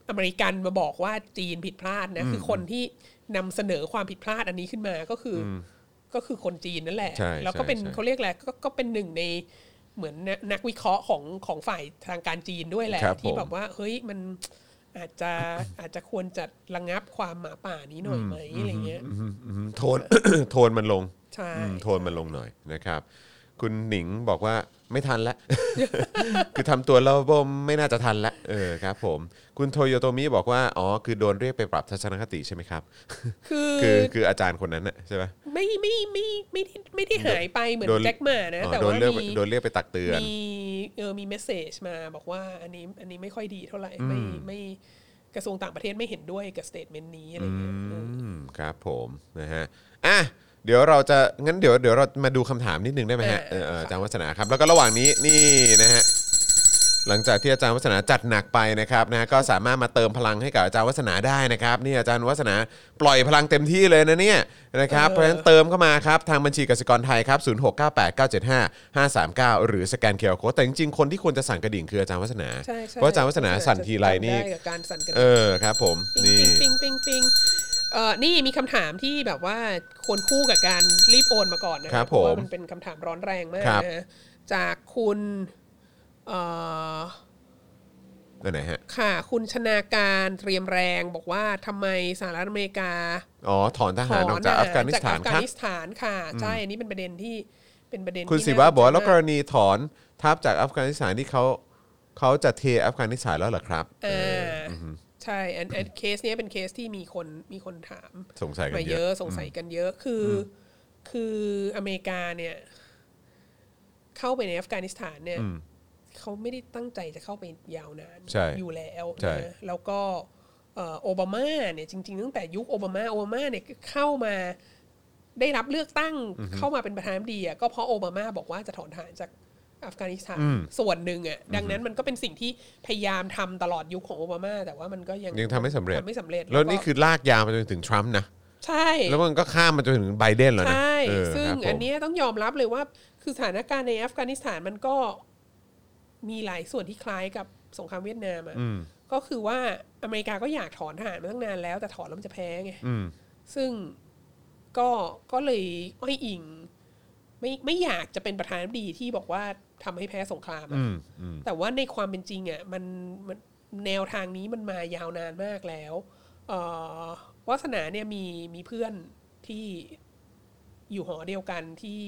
Speaker 4: อเมริกันมาบอกว่าจีนผิดพลาดนะคือคนที่นำเสนอความผิดพลาดอันนี้ขึ้นมาก็คืออก็คือคนจีนนั่นแหละ
Speaker 2: ใช่
Speaker 4: แล้วก็เป็น
Speaker 2: ใช่ใช่
Speaker 4: เขาเรียกแหละไรก็ก็เป็นหนึ่งในเหมือนนะนักวิเคราะห์ของของฝ่ายทางการจีนด้วยแหละ
Speaker 2: ครับ
Speaker 4: ที่
Speaker 2: ผม
Speaker 4: แบบว่าเฮ้ยมันอาจจะอาจจะควรจัดระงับความหมาป่านี้หน่อยไหมอะไรเงี้ย
Speaker 2: อืมโทน โทนมันลง
Speaker 4: ใช่
Speaker 2: อืมโทนมันลงหน่อยนะครับ คุณหนิงบอกว่าไม่ทันละ คือทำตัวเราบมไม่น่าจะทันละเออครับผม คุณโทโยโตมิบอกว่าอ๋อคือโดนเรียกไปปรับทัศนคติใช่ไหมครับ
Speaker 4: คือ
Speaker 2: คือคืออาจารย์คนนั้นน่ะใช่ไหม
Speaker 4: ไม่ไม่ไม่ไม่ได้ไม่ได้หายไปเหมือน
Speaker 2: โดน
Speaker 4: แจ็คหมานะ
Speaker 2: อ๋อ
Speaker 4: แต่
Speaker 2: โดน
Speaker 4: ว่า
Speaker 2: เรียกไป
Speaker 4: มี
Speaker 2: โดนเรียกไปตักเตือน
Speaker 4: มีเออมีเมสเซจมาบอกว่าอันนี้อันนี้ไม่ค่อยดีเท่าไหร่ไม่ไม่กระทรวงต่างประเทศไม่เห็นด้วยกับสเตทเมนต์นี้อะไรเงี้ยเออ
Speaker 2: อืมครับผมนะฮะอ่ะเดี๋ยวเราจะงั้นเดี๋ยวเดี๋ยวเรามาดูคำถามนิดนึงได้ไหมฮะเออเอออาจารย์วัฒนาครับ แล้วก็ระหว่างนี้นี่นะฮะหลังจากที่อาจารย์วัฒนาจัดหนักไปนะครับนะก็สามารถมาเติมพลังให้กับอาจารย์วัฒนาได้นะครับนี่อาจารย์วัฒนาปล่อยพลังเต็มที่เลยนะเนี่ยนะครับเพราะฉะนั้นเติมเข้ามาครับทางบัญชีกสิกรไทยครับ0698975539 หรือสแกนเคอร์โคแต่จริงๆคนที่ควรจะสั่นกระดิ่งคืออาจารย์วัฒนา
Speaker 4: ใช่ใช่
Speaker 2: เพราะอาจารย์วัฒนาสั่นทีไรนี่
Speaker 4: ได้กับการสั่นกัน
Speaker 2: เออครับผมนี่
Speaker 4: ปิงปิงปิงปิงเออนี่มีคำถามที่แบบว่าควรคู่กับการรีบโอนมาก่อนนะครับ เพราะว่า
Speaker 2: ผม
Speaker 4: มันเป็นคำถามร้อนแรงมาก
Speaker 2: ครับ
Speaker 4: นะฮะจากคุณเอ่อ
Speaker 2: อันไหนฮะ
Speaker 4: ค่ะ คุณชนาการเตรียมแรงบอกว่าทำไมสหรัฐอเมริกา
Speaker 2: อ๋อ ถอนทหารออกจากอัฟกานิสถาน
Speaker 4: จา
Speaker 2: ค
Speaker 4: กอัฟกา
Speaker 2: รับ
Speaker 4: นิสถานค่ะ ใช่ อันนี้เป็นประเด็นที่เป็นประเด็น
Speaker 2: คุณ
Speaker 4: ที่
Speaker 2: ศิวะ
Speaker 4: น่สนใจ
Speaker 2: บอกว่าแล้วก
Speaker 4: ม
Speaker 2: รณีถอนทัพจากอัฟกานิสถานที่เขาเขาจะเทอัฟกานิสถานแล้วเหรอครับเอ
Speaker 4: อ่
Speaker 2: อา
Speaker 4: ใช่อันอันเคสเนี้ยเป็นเคสที่มีคนมีคนถาม
Speaker 2: สงสัยกั
Speaker 4: มาน
Speaker 2: เย
Speaker 4: เย
Speaker 2: อะ
Speaker 4: อะสงสัยกันเยอะคือ คืออเมริกาเนี่ย เข้าไปในอัฟกานิสถานเนี่ย
Speaker 2: อืม
Speaker 4: เขาไม่ได้ตั้งใจจะเข้าไปยาวนาน
Speaker 2: ใช่
Speaker 4: อยู่แล้ว
Speaker 2: ใช่
Speaker 4: นะแล้วก็เอ่อโอบามาเนี่ยจริง ๆ ตั้งแต่ยุคโอบามาโอบามาเนี่ยเข้ามา ได้รับเลือกตั้งเข้ามาเป็นประธานาธิบดีอะก็เพราะโอบามาบอกว่าจะถอนทหารจากอัฟกานิสถาน
Speaker 2: อืม
Speaker 4: ส่วนหนึ่งอ่ะดังนั้นมันก็เป็นสิ่งที่พยายามทำตลอดยุคของโอบามา แต่ว่ามันก็ยัง
Speaker 2: ยังทำไม่สำเร็จ
Speaker 4: ทำไม่สำเร็จ
Speaker 2: แล้ว
Speaker 4: ก็
Speaker 2: นี่คือลากยาวมาจนถึงทรัมป์นะ
Speaker 4: ใช่
Speaker 2: แล้วมันก็ข้ามมาจนถึงไบเดนแล้ว
Speaker 4: ใช
Speaker 2: นะ
Speaker 4: ่ซึ่
Speaker 2: เค
Speaker 4: ง
Speaker 2: รับผม
Speaker 4: อันเนี้ยต้องยอมรับเลยว่า คือสถานการณ์ในอัฟกานิสถานมันก็มีหลายส่วนที่คล้ายกับสงครามเวียดนามอ่ะ
Speaker 2: อืม
Speaker 4: ก็คือว่าอเมริกาก็อยากถอนทหารมาตั้งนานแล้วแต่ถอนแล้วมันจะแพ้ไง
Speaker 2: อืม
Speaker 4: ซึ่งก็ก็เลยอ้อยอิง ไม่ไม่อยากจะเป็นประธานาธิบดีที่บอกว่าทำให้แพ้สงครามอะ
Speaker 2: อืมอืม
Speaker 4: แต่ว่าในความเป็นจริงอ่ะมันมันแนวทางนี้มันมายาวนานมากแล้วเอ่อวาสนาเนี่ยมีมีเพื่อนที่อยู่หอเดียวกันที่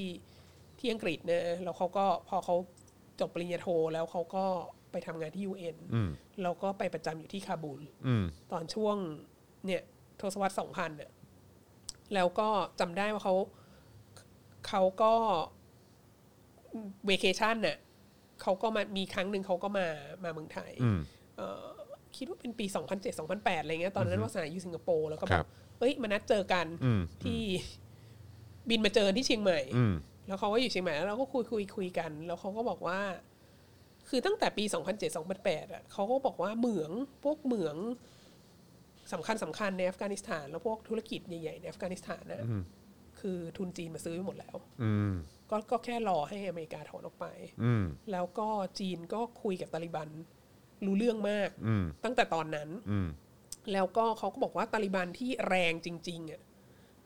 Speaker 4: ที่อังกฤษนะแล้วเขาก็พอเขาจบปริญญาโท แล้วเขาก็ไปทำงานที่ UN
Speaker 2: อืม
Speaker 4: แล้วก็ไปประจำอยู่ที่คาบูล
Speaker 2: อืม
Speaker 4: ตอนช่วงเนี่ยทศวรรษสองพันเนี่ยแล้วก็จำได้ว่าเขาเขาก็เวเคชันเนี่ยเขาก็มามีครั้งหนึ่งเขาก็มามาเมืองไทย
Speaker 2: อืม
Speaker 4: เอ่อคิดว่าเป็นปี 2007 2008 อะไรเงี้ยตอนนั้นวาสนาอยู่สิงคโปร์แล้วก็แบ
Speaker 2: ครับ บ
Speaker 4: เอ้ยมานัดเจอกัน
Speaker 2: อืม
Speaker 4: ที่บินมาเจอที่เชียงใหม่
Speaker 2: อืม
Speaker 4: แล้วเขาก็อยู่เชียงใหม่แล้วเราก็คุยคุยคุยกัน แล้วเขาก็บอกว่า คือตั้งแต่ปี 2007 2008อ่ะเขาก็บอกว่าเหมืองพวกเหมืองสำคัญสำคัญในอัฟกานิสถาน แล้วพวกธุรกิจใหญ่ๆในอัฟกานิสถานนะคือทุนจีนมาซื้อไปหมดแล้ว
Speaker 2: อืม
Speaker 4: ก็ก็แค่รอให้อเมริกาถอนออกไป
Speaker 2: อืม
Speaker 4: แล้วก็จีนก็คุยกับตาลิบันรู้เรื่องมาก
Speaker 2: อืม
Speaker 4: ตั้งแต่ตอนนั้น
Speaker 2: อืม
Speaker 4: แล้วก็เขาก็บอกว่าตาลิบันที่แรงจริงๆอ่ะ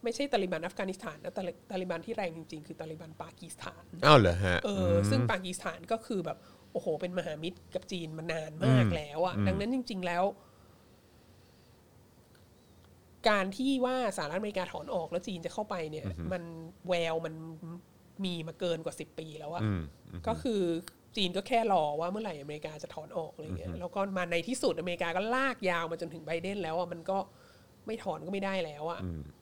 Speaker 4: ไม่ใช่ตาลิบันอัฟกานิสถานนะตาลิตาลิบันที่แรงจริงๆ คือตาลิบันปากีสถาน
Speaker 2: อ้าวเหรอฮะ
Speaker 4: เออซึ่งปากีสถานก็คือแบบ โอ้โห เป็นมหามิตรกับจีนมานานมากแล้วอะ่ะ ดังนั้นจริง ๆแล้ว การที่ว่าสหรัฐอเมริกาถอนออกแล้วจีนจะเข้าไปเนี่ย มันแววมันมีมาเกินกว่าสิบปีแล้วอะก็คือจีนก็แค่รอว่าเมื่อไหร่อเมริกาจะถอนออกอะไรเงี้ยแล้วก็มาในที่สุดอเมริกาก็ลากยาวมาจนถึงไบเดนแล้วอะมันก็ไม่ถอนก็ไม่ได้แล้วอะ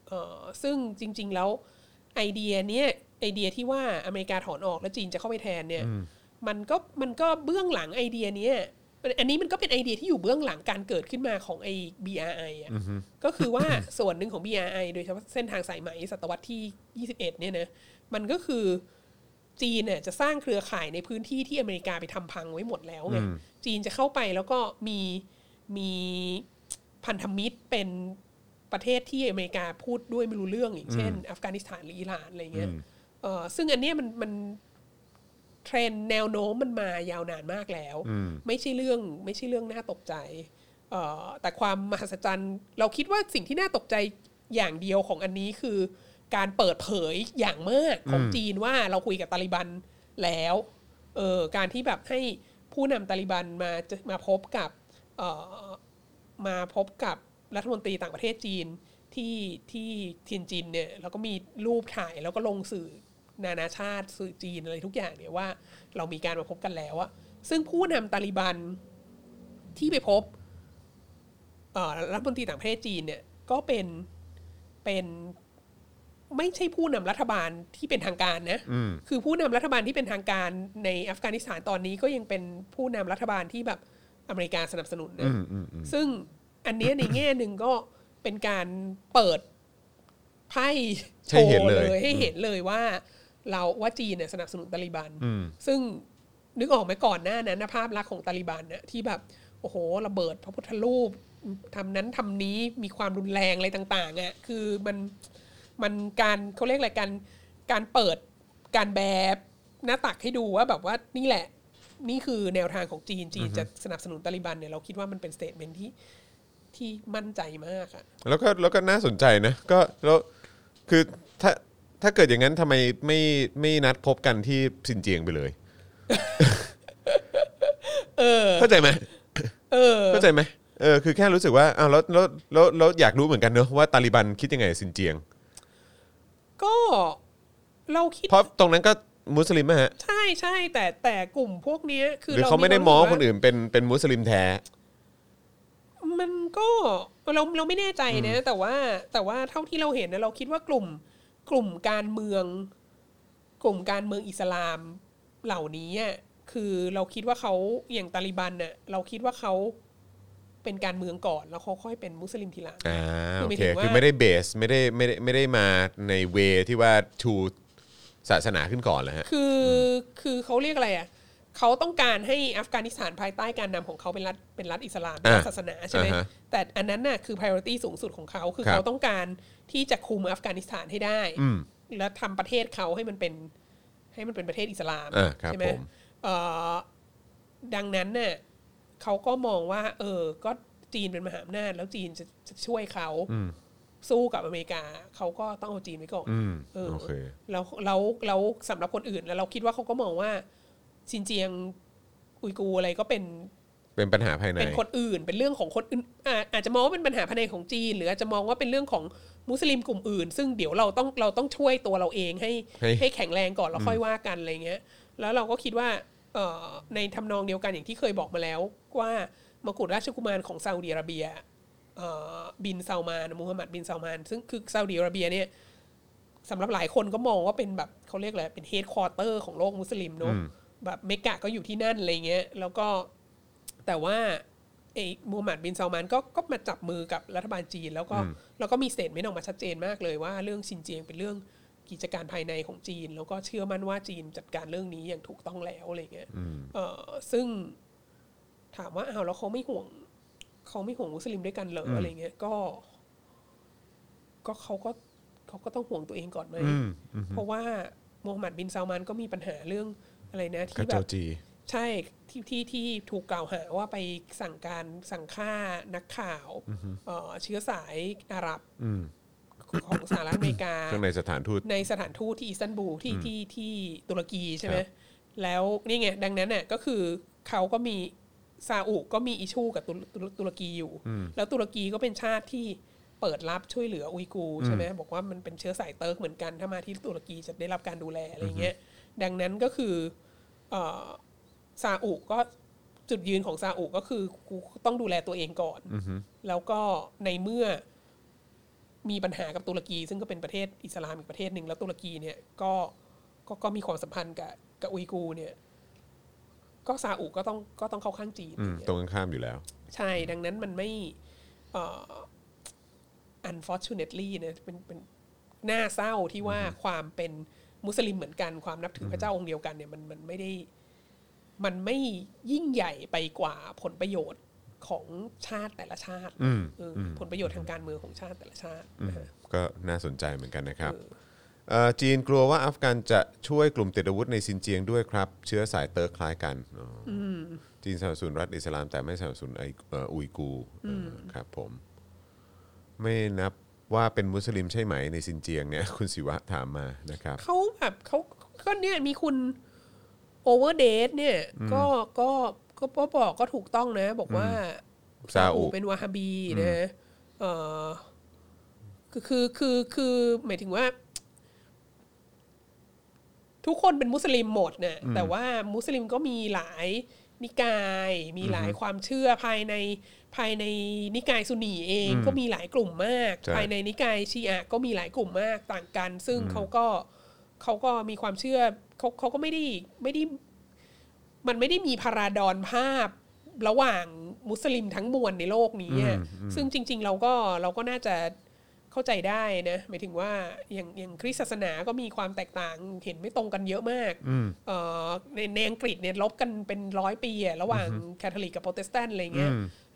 Speaker 4: เออซึ่งจริง ๆ แล้วไอเดียเนี้ยไอเดียที่ว่าอเมริกาถอนออกแล้วจีนจะเข้าไปแทนเนี่ย มันก็มันก็เบื้องหลังไอเดียเนี้ยอันนี้มันก็เป็นไอเดียที่อยู่เบื้องหลังการเกิดขึ้นมาของไอ BRI อ่ะก็คือว่า ส่วนหนึ่งของ BRI โดยเฉพาะเส้นทางสายไหมศตวรรษที่ 21 เนี่ยนะมันก็คือจีนเนี่ยจะสร้างเครือข่ายในพื้นที่ที่อเมริกาไปทำพังไว้หมดแล้วไงจีนจะเข้าไปแล้วก็มีมีพันธมิตรเป็นประเทศที่อเมริกาพูดด้วยไม่รู้เรื่องอย่างเช่น อัฟกานิสถานหรืออิหร่านอะไรเงี้ยเอ่อซึ่งอันเนี้ยมันมัน เทรนด์แนวโน้มมันมายาวนานมากแล้ว ไม่ใช่เรื่องไม่ใช่เรื่องน่าตกใจเอ่อแต่ความมหัศจรรย์ เราคิดว่าสิ่งที่น่าตกใจอย่างเดียวของอันนี้คือ การเปิดเผยอย่างมากของจีนว่าเราคุยกับตาลิบันแล้วเออการที่แบบให้ผู้นำตาลิบันมาเจอมาพบกับเอ่อมาพบกับรัฐมนตรีต่างประเทศจีนที่ที่เทียนจินเนี่ยแล้วก็มีรูปถ่ายแล้วก็ลงสื่อ นานาชาติสื่อจีนอะไรทุกอย่างเนี่ยว่าเรามีการมาพบกันแล้วอะซึ่งผู้นำตาลิบันที่ไปพบเอ่อรัฐมนตรีต่างประเทศจีนเนี่ยก็เป็นเป็นไม่ใช่ผู้นำรัฐบาลที่เป็นทางการนะคือผู้นำรัฐบาลที่เป็นทางการในอัฟกานิสถานตอนนี้ก็ยังเป็นผู้นำรัฐบาลที่แบบอเมริกาสนับสนุนนะซึ่งอันเนี้ยในแง่หนึ่งก็เป็นการเปิดไพ่
Speaker 2: ให้เห็นเลย
Speaker 4: โชว์ให้เห็นเลยว่า เราว่าจีนเนี่ยสนับสนุนตาลิบัน ซึ่งนึกออกไหมก่อนหน้านั้นนะภาพลักษณ์ของตาลิบันเนี่ยที่แบบ โอ้โห ระเบิดพระพุทธรูปทำนั้นทำนี้มีความรุนแรงอะไรต่างๆอะ่ะคือมันมันการเขาเรียกอะไรการการเปิดการแบบหน้าตักให้ดูว่าแบบว่านี่แหละ นี่คือแนวทางของจีนจีนจะสนับสนุนตาลิบันเนี่ยเราคิดว่ามันเป็นสเตทเมนที่ที่มั่นใจมากอะ
Speaker 2: แล้วก็แล้วก็น่าสนใจนะก็แล้วคือถ้าถ้าเกิดอย่างนั้นทำไมไม่ไม่นัดพบกันที่สินเจียงไป เลยเข้าใจไหม
Speaker 4: เออ
Speaker 2: เข้าใจไหมเออคือแค่รู้สึกว่าอ้าวแล้วแล้วแล้วแล้วอยากรู้เหมือนกันเนอะว่าตาลิบันคิดยังไงกับสินเจียง
Speaker 4: ก็เราคิด
Speaker 2: เพราะตรงนั้นก็มุสลิมไหมฮะ
Speaker 4: ใช่ใช่แต่แต่กลุ่มพวกเนี้ยคือ
Speaker 2: หรือเขาไม่ได้มองว่าคน
Speaker 4: น
Speaker 2: อื่นเป็นเป็นมุสลิมแท้
Speaker 4: มันก็เราเราไม่แน่ใจนะ แต่ว่าแต่ว่าเท่าที่เราเห็นนะเราคิดว่ากลุ่มกลุ่มการเมือง กลุ่มการเมืองอิสลามเหล่านี้อะคือเราคิดว่าเขาอย่างตาลิบันน่ะเราคิดว่าเขาเป็นการเมืองก่อนแล้วเขาค่อยเป็นมุสลิมทีหลัง
Speaker 2: อ่า
Speaker 4: คื
Speaker 2: โอ
Speaker 4: อหมาย
Speaker 2: เค
Speaker 4: ถึงว่า
Speaker 2: คือไม่ได้เบสไม่ได้ไม่ได้ไม่ได้มาในเวที่ว่าชูศาสนาขึ้นก่อนเลยฮะ
Speaker 4: คือคือเขาเรียกอะไรอ่ะเขาต้องการให้อัฟกานิสถานภายใต้การนำของเขาเป็นรัฐเป็นรัฐอิสลามเป็นรัฐ
Speaker 2: อ่า
Speaker 4: ศาสนาใช่ไหม
Speaker 2: อ่าฮะ
Speaker 4: แต่อันนั้นน่ะคือ priority สูงสุดของเขาคือ
Speaker 2: ครับ
Speaker 4: เขาต้องการที่จะคุมอัฟกานิสถานให้ได้
Speaker 2: อืม
Speaker 4: และทำประเทศเขาให้มันเป็นให้มันเป็นประเทศอิสลาม
Speaker 2: อ่าครับ
Speaker 4: ใช่ไหม
Speaker 2: ผม
Speaker 4: เอ่อดังนั้นน่ะเขาก็มองว่า เออ ก็จีนเป็นมหาอำนาจแล้วจีนจะจะช่วยเขาสู้กับอเมริกาเขาก็ต้องเอาจีนไว้ก่อน
Speaker 2: อืม
Speaker 4: เออ
Speaker 2: โอเค
Speaker 4: แล้วแล้วแล้วสำหรับคนอื่นแล้วเราคิดว่าเขาก็มองว่าซินเจียงอุยกูร์อะไรก็เป็น
Speaker 2: เป็นปัญหาภายใน
Speaker 4: เป็นคนอื่น เป็นเรื่องของคนอื่นอ่าอาจจะมองว่าเป็นปัญหาภายในของจีน หรืออาจจะมองว่าเป็นเรื่องของมุสลิมกลุ่มอื่น ซึ่งเดี๋ยวเราต้องเราต้องช่วยตัวเราเองให้
Speaker 2: ให้
Speaker 4: ให้แข็งแรงก่อนแล้วค่อยว่ากันอะไรเงี้ย แล้วเราก็คิดว่าเอ่อในทำนองเดียวกันอย่างที่เคยบอกมาแล้วว่ามกุฎราชกุมารของซาอุดิอาระเบียเอ่อบินซาอุมานมูฮัมหมัดบินซาอุมาน ซึ่งคือซาอุดิอาระเบียเนี่ย สำหรับหลายคนก็มองว่าเป็นแบบเขาเรียกอะไรเป็นเฮดคอร์เตอร์ของโลกมุสลิมเนอะแบบเมกะก็อยู่ที่นั่นอะไรเงี้ย แล้วก็แต่ว่าไอ้มูฮัมหมัดบินซาอมานก็ก็มาจับมือกับรัฐบาลจีน แล้วก็แล้วก็มีสเตทเมนต์ออกมาชัดเจนมากเลยว่าเรื่องซินเจียงเป็นเรื่องกิจการภายในของจีน แล้วก็เชื่อมั่นว่าจีนจัดการเรื่องนี้อย่างถูกต้องแล้วอะไรเงี้ยเออซึ่งถามว่าอ้าวแล้วเขาไม่ห่วงเขาไม่ห่วงมุสลิมด้วยกันเหรออะไรเงี้ยก็ ก็เขาก็เขาก็ต้องห่วงตัวเองก่อนไหม เพราะว่าโมูฮัมหมัดบินซาอมานก็มีปัญหาเรื่องอะไรนะ
Speaker 2: กระ
Speaker 4: ที่
Speaker 2: โจ
Speaker 4: แบบ
Speaker 2: จี
Speaker 4: ใช่ที่ที่ที่ถูกกล่าวหาว่าไปสั่งการสั่งฆ่านักข่าวเอ่อเชื้อสายอาหรับของสหรัฐอเมริกา
Speaker 2: ข้างในสถานทูต
Speaker 4: ในสถานทูตที่อิสตันบูลที่ที่ที่ตุรกีใช่ไหมแล้วนี่ไงดังนั้นเนี่ยก็คือเขาก็มีซาอุก็มีอิชูกับตุรตุรตุรกีอยู่ แล้วตุรกีก็เป็นชาติที่เปิดรับช่วยเหลืออุยกูร์ใช่ไหมบอกว่ามันเป็นเชื้อสายเติร์กเหมือนกันถ้ามาที่ตุรกีจะได้รับการดูแลอะไรเงี้ยดังนั้นก็คือเอ่อซาอุก็จุดยืนของซาอุก็คือกูต้องดูแลตัวเองก่อน แล้วก็ในเมื่อ มีปัญหากับตุรกี ซึ่งก็เป็นประเทศอิสลามอีกประเทศหนึ่งแล้วตุรกีเนี่ยก็ก็ก็มีความสัมพันธ์กับกับอุยกูร์เนี่ย ก็ซาอุก็ต้องก็ต้องเข้าข้างจีน
Speaker 2: อืมตรงกันข้ามอยู่แล้ว
Speaker 4: ใช่ดังนั้นมันไม่เอ่อ unfortunately เนี่ยเป็นเป็นน่าเศร้าที่ว่าความเป็นมุสลิมเหมือนกันความนับถือพระเจ้าองค์เดียวกันเนี่ยมันมันไม่ได้ มันไม่ยิ่งใหญ่ไปกว่าผลประโยชน์ของชาติแต่ละชาติเอออผลประโยชน์ทางการเมืองของชาติแต่ละชาตินะฮะ
Speaker 2: ก็น่าสนใจเหมือนกันนะครับเอ่อจีนกลัวว่าอัฟกันจะช่วยกลุ่มติดอาวุธในซินเจียงด้วยครับ เชื้อสายเติร์กคล้ายกันอ๋ออจีนสนับสนุนรัฐอิสลาม แต่ไม่สนับสนุนไอเอ่ออุยกูร์เอออครับผม ไม่นับว่าเป็นมุสลิมใช่ไหมในซินเจียงเนี่ย คุณศิวะถามมานะครับ
Speaker 4: เขาแบบเขาก็เนี่ยมีคุณโอเวอร์เดทเนี่ยก็ก็ก็ก็บอกก็ถูกต้องนะ บอกว่า
Speaker 2: ซาอุ
Speaker 4: เป็นวาฮาบีนะเออคือคือคือคือหมายถึงว่า ทุกคนเป็นมุสลิมหมดเนี่ยแต่ว่ามุสลิมก็มีหลายนิกาย มีหลายความเชื่อภายในภายในนิกายซุนนีเองก็มีหลายกลุ่มมาก
Speaker 2: ใช่
Speaker 4: ภายในนิกายชีอะก็มีหลายกลุ่มมากต่างกัน ซึ่งเขาก็เขาก็มีความเชื่อเขาเขาก็ไม่ได้ไม่ได้ มันไม่ได้มีพาราดอนภาพระหว่างมุสลิมทั้งมวลในโลกนี้อะซึ่งจริง ๆ เราก็เราก็น่าจะเข้าใจได้นะหมายถึงว่าอย่างอย่างคริสต์ศาสนาก็มีความแตกต่างเห็นไม่ตรงกันเยอะมากเอ่อในในอังกฤษเนี่ยลบกันเป็นร้อยปีอะระหว่างคาทอลิกกับโปรเตสแตนต์อะไรเงี้ย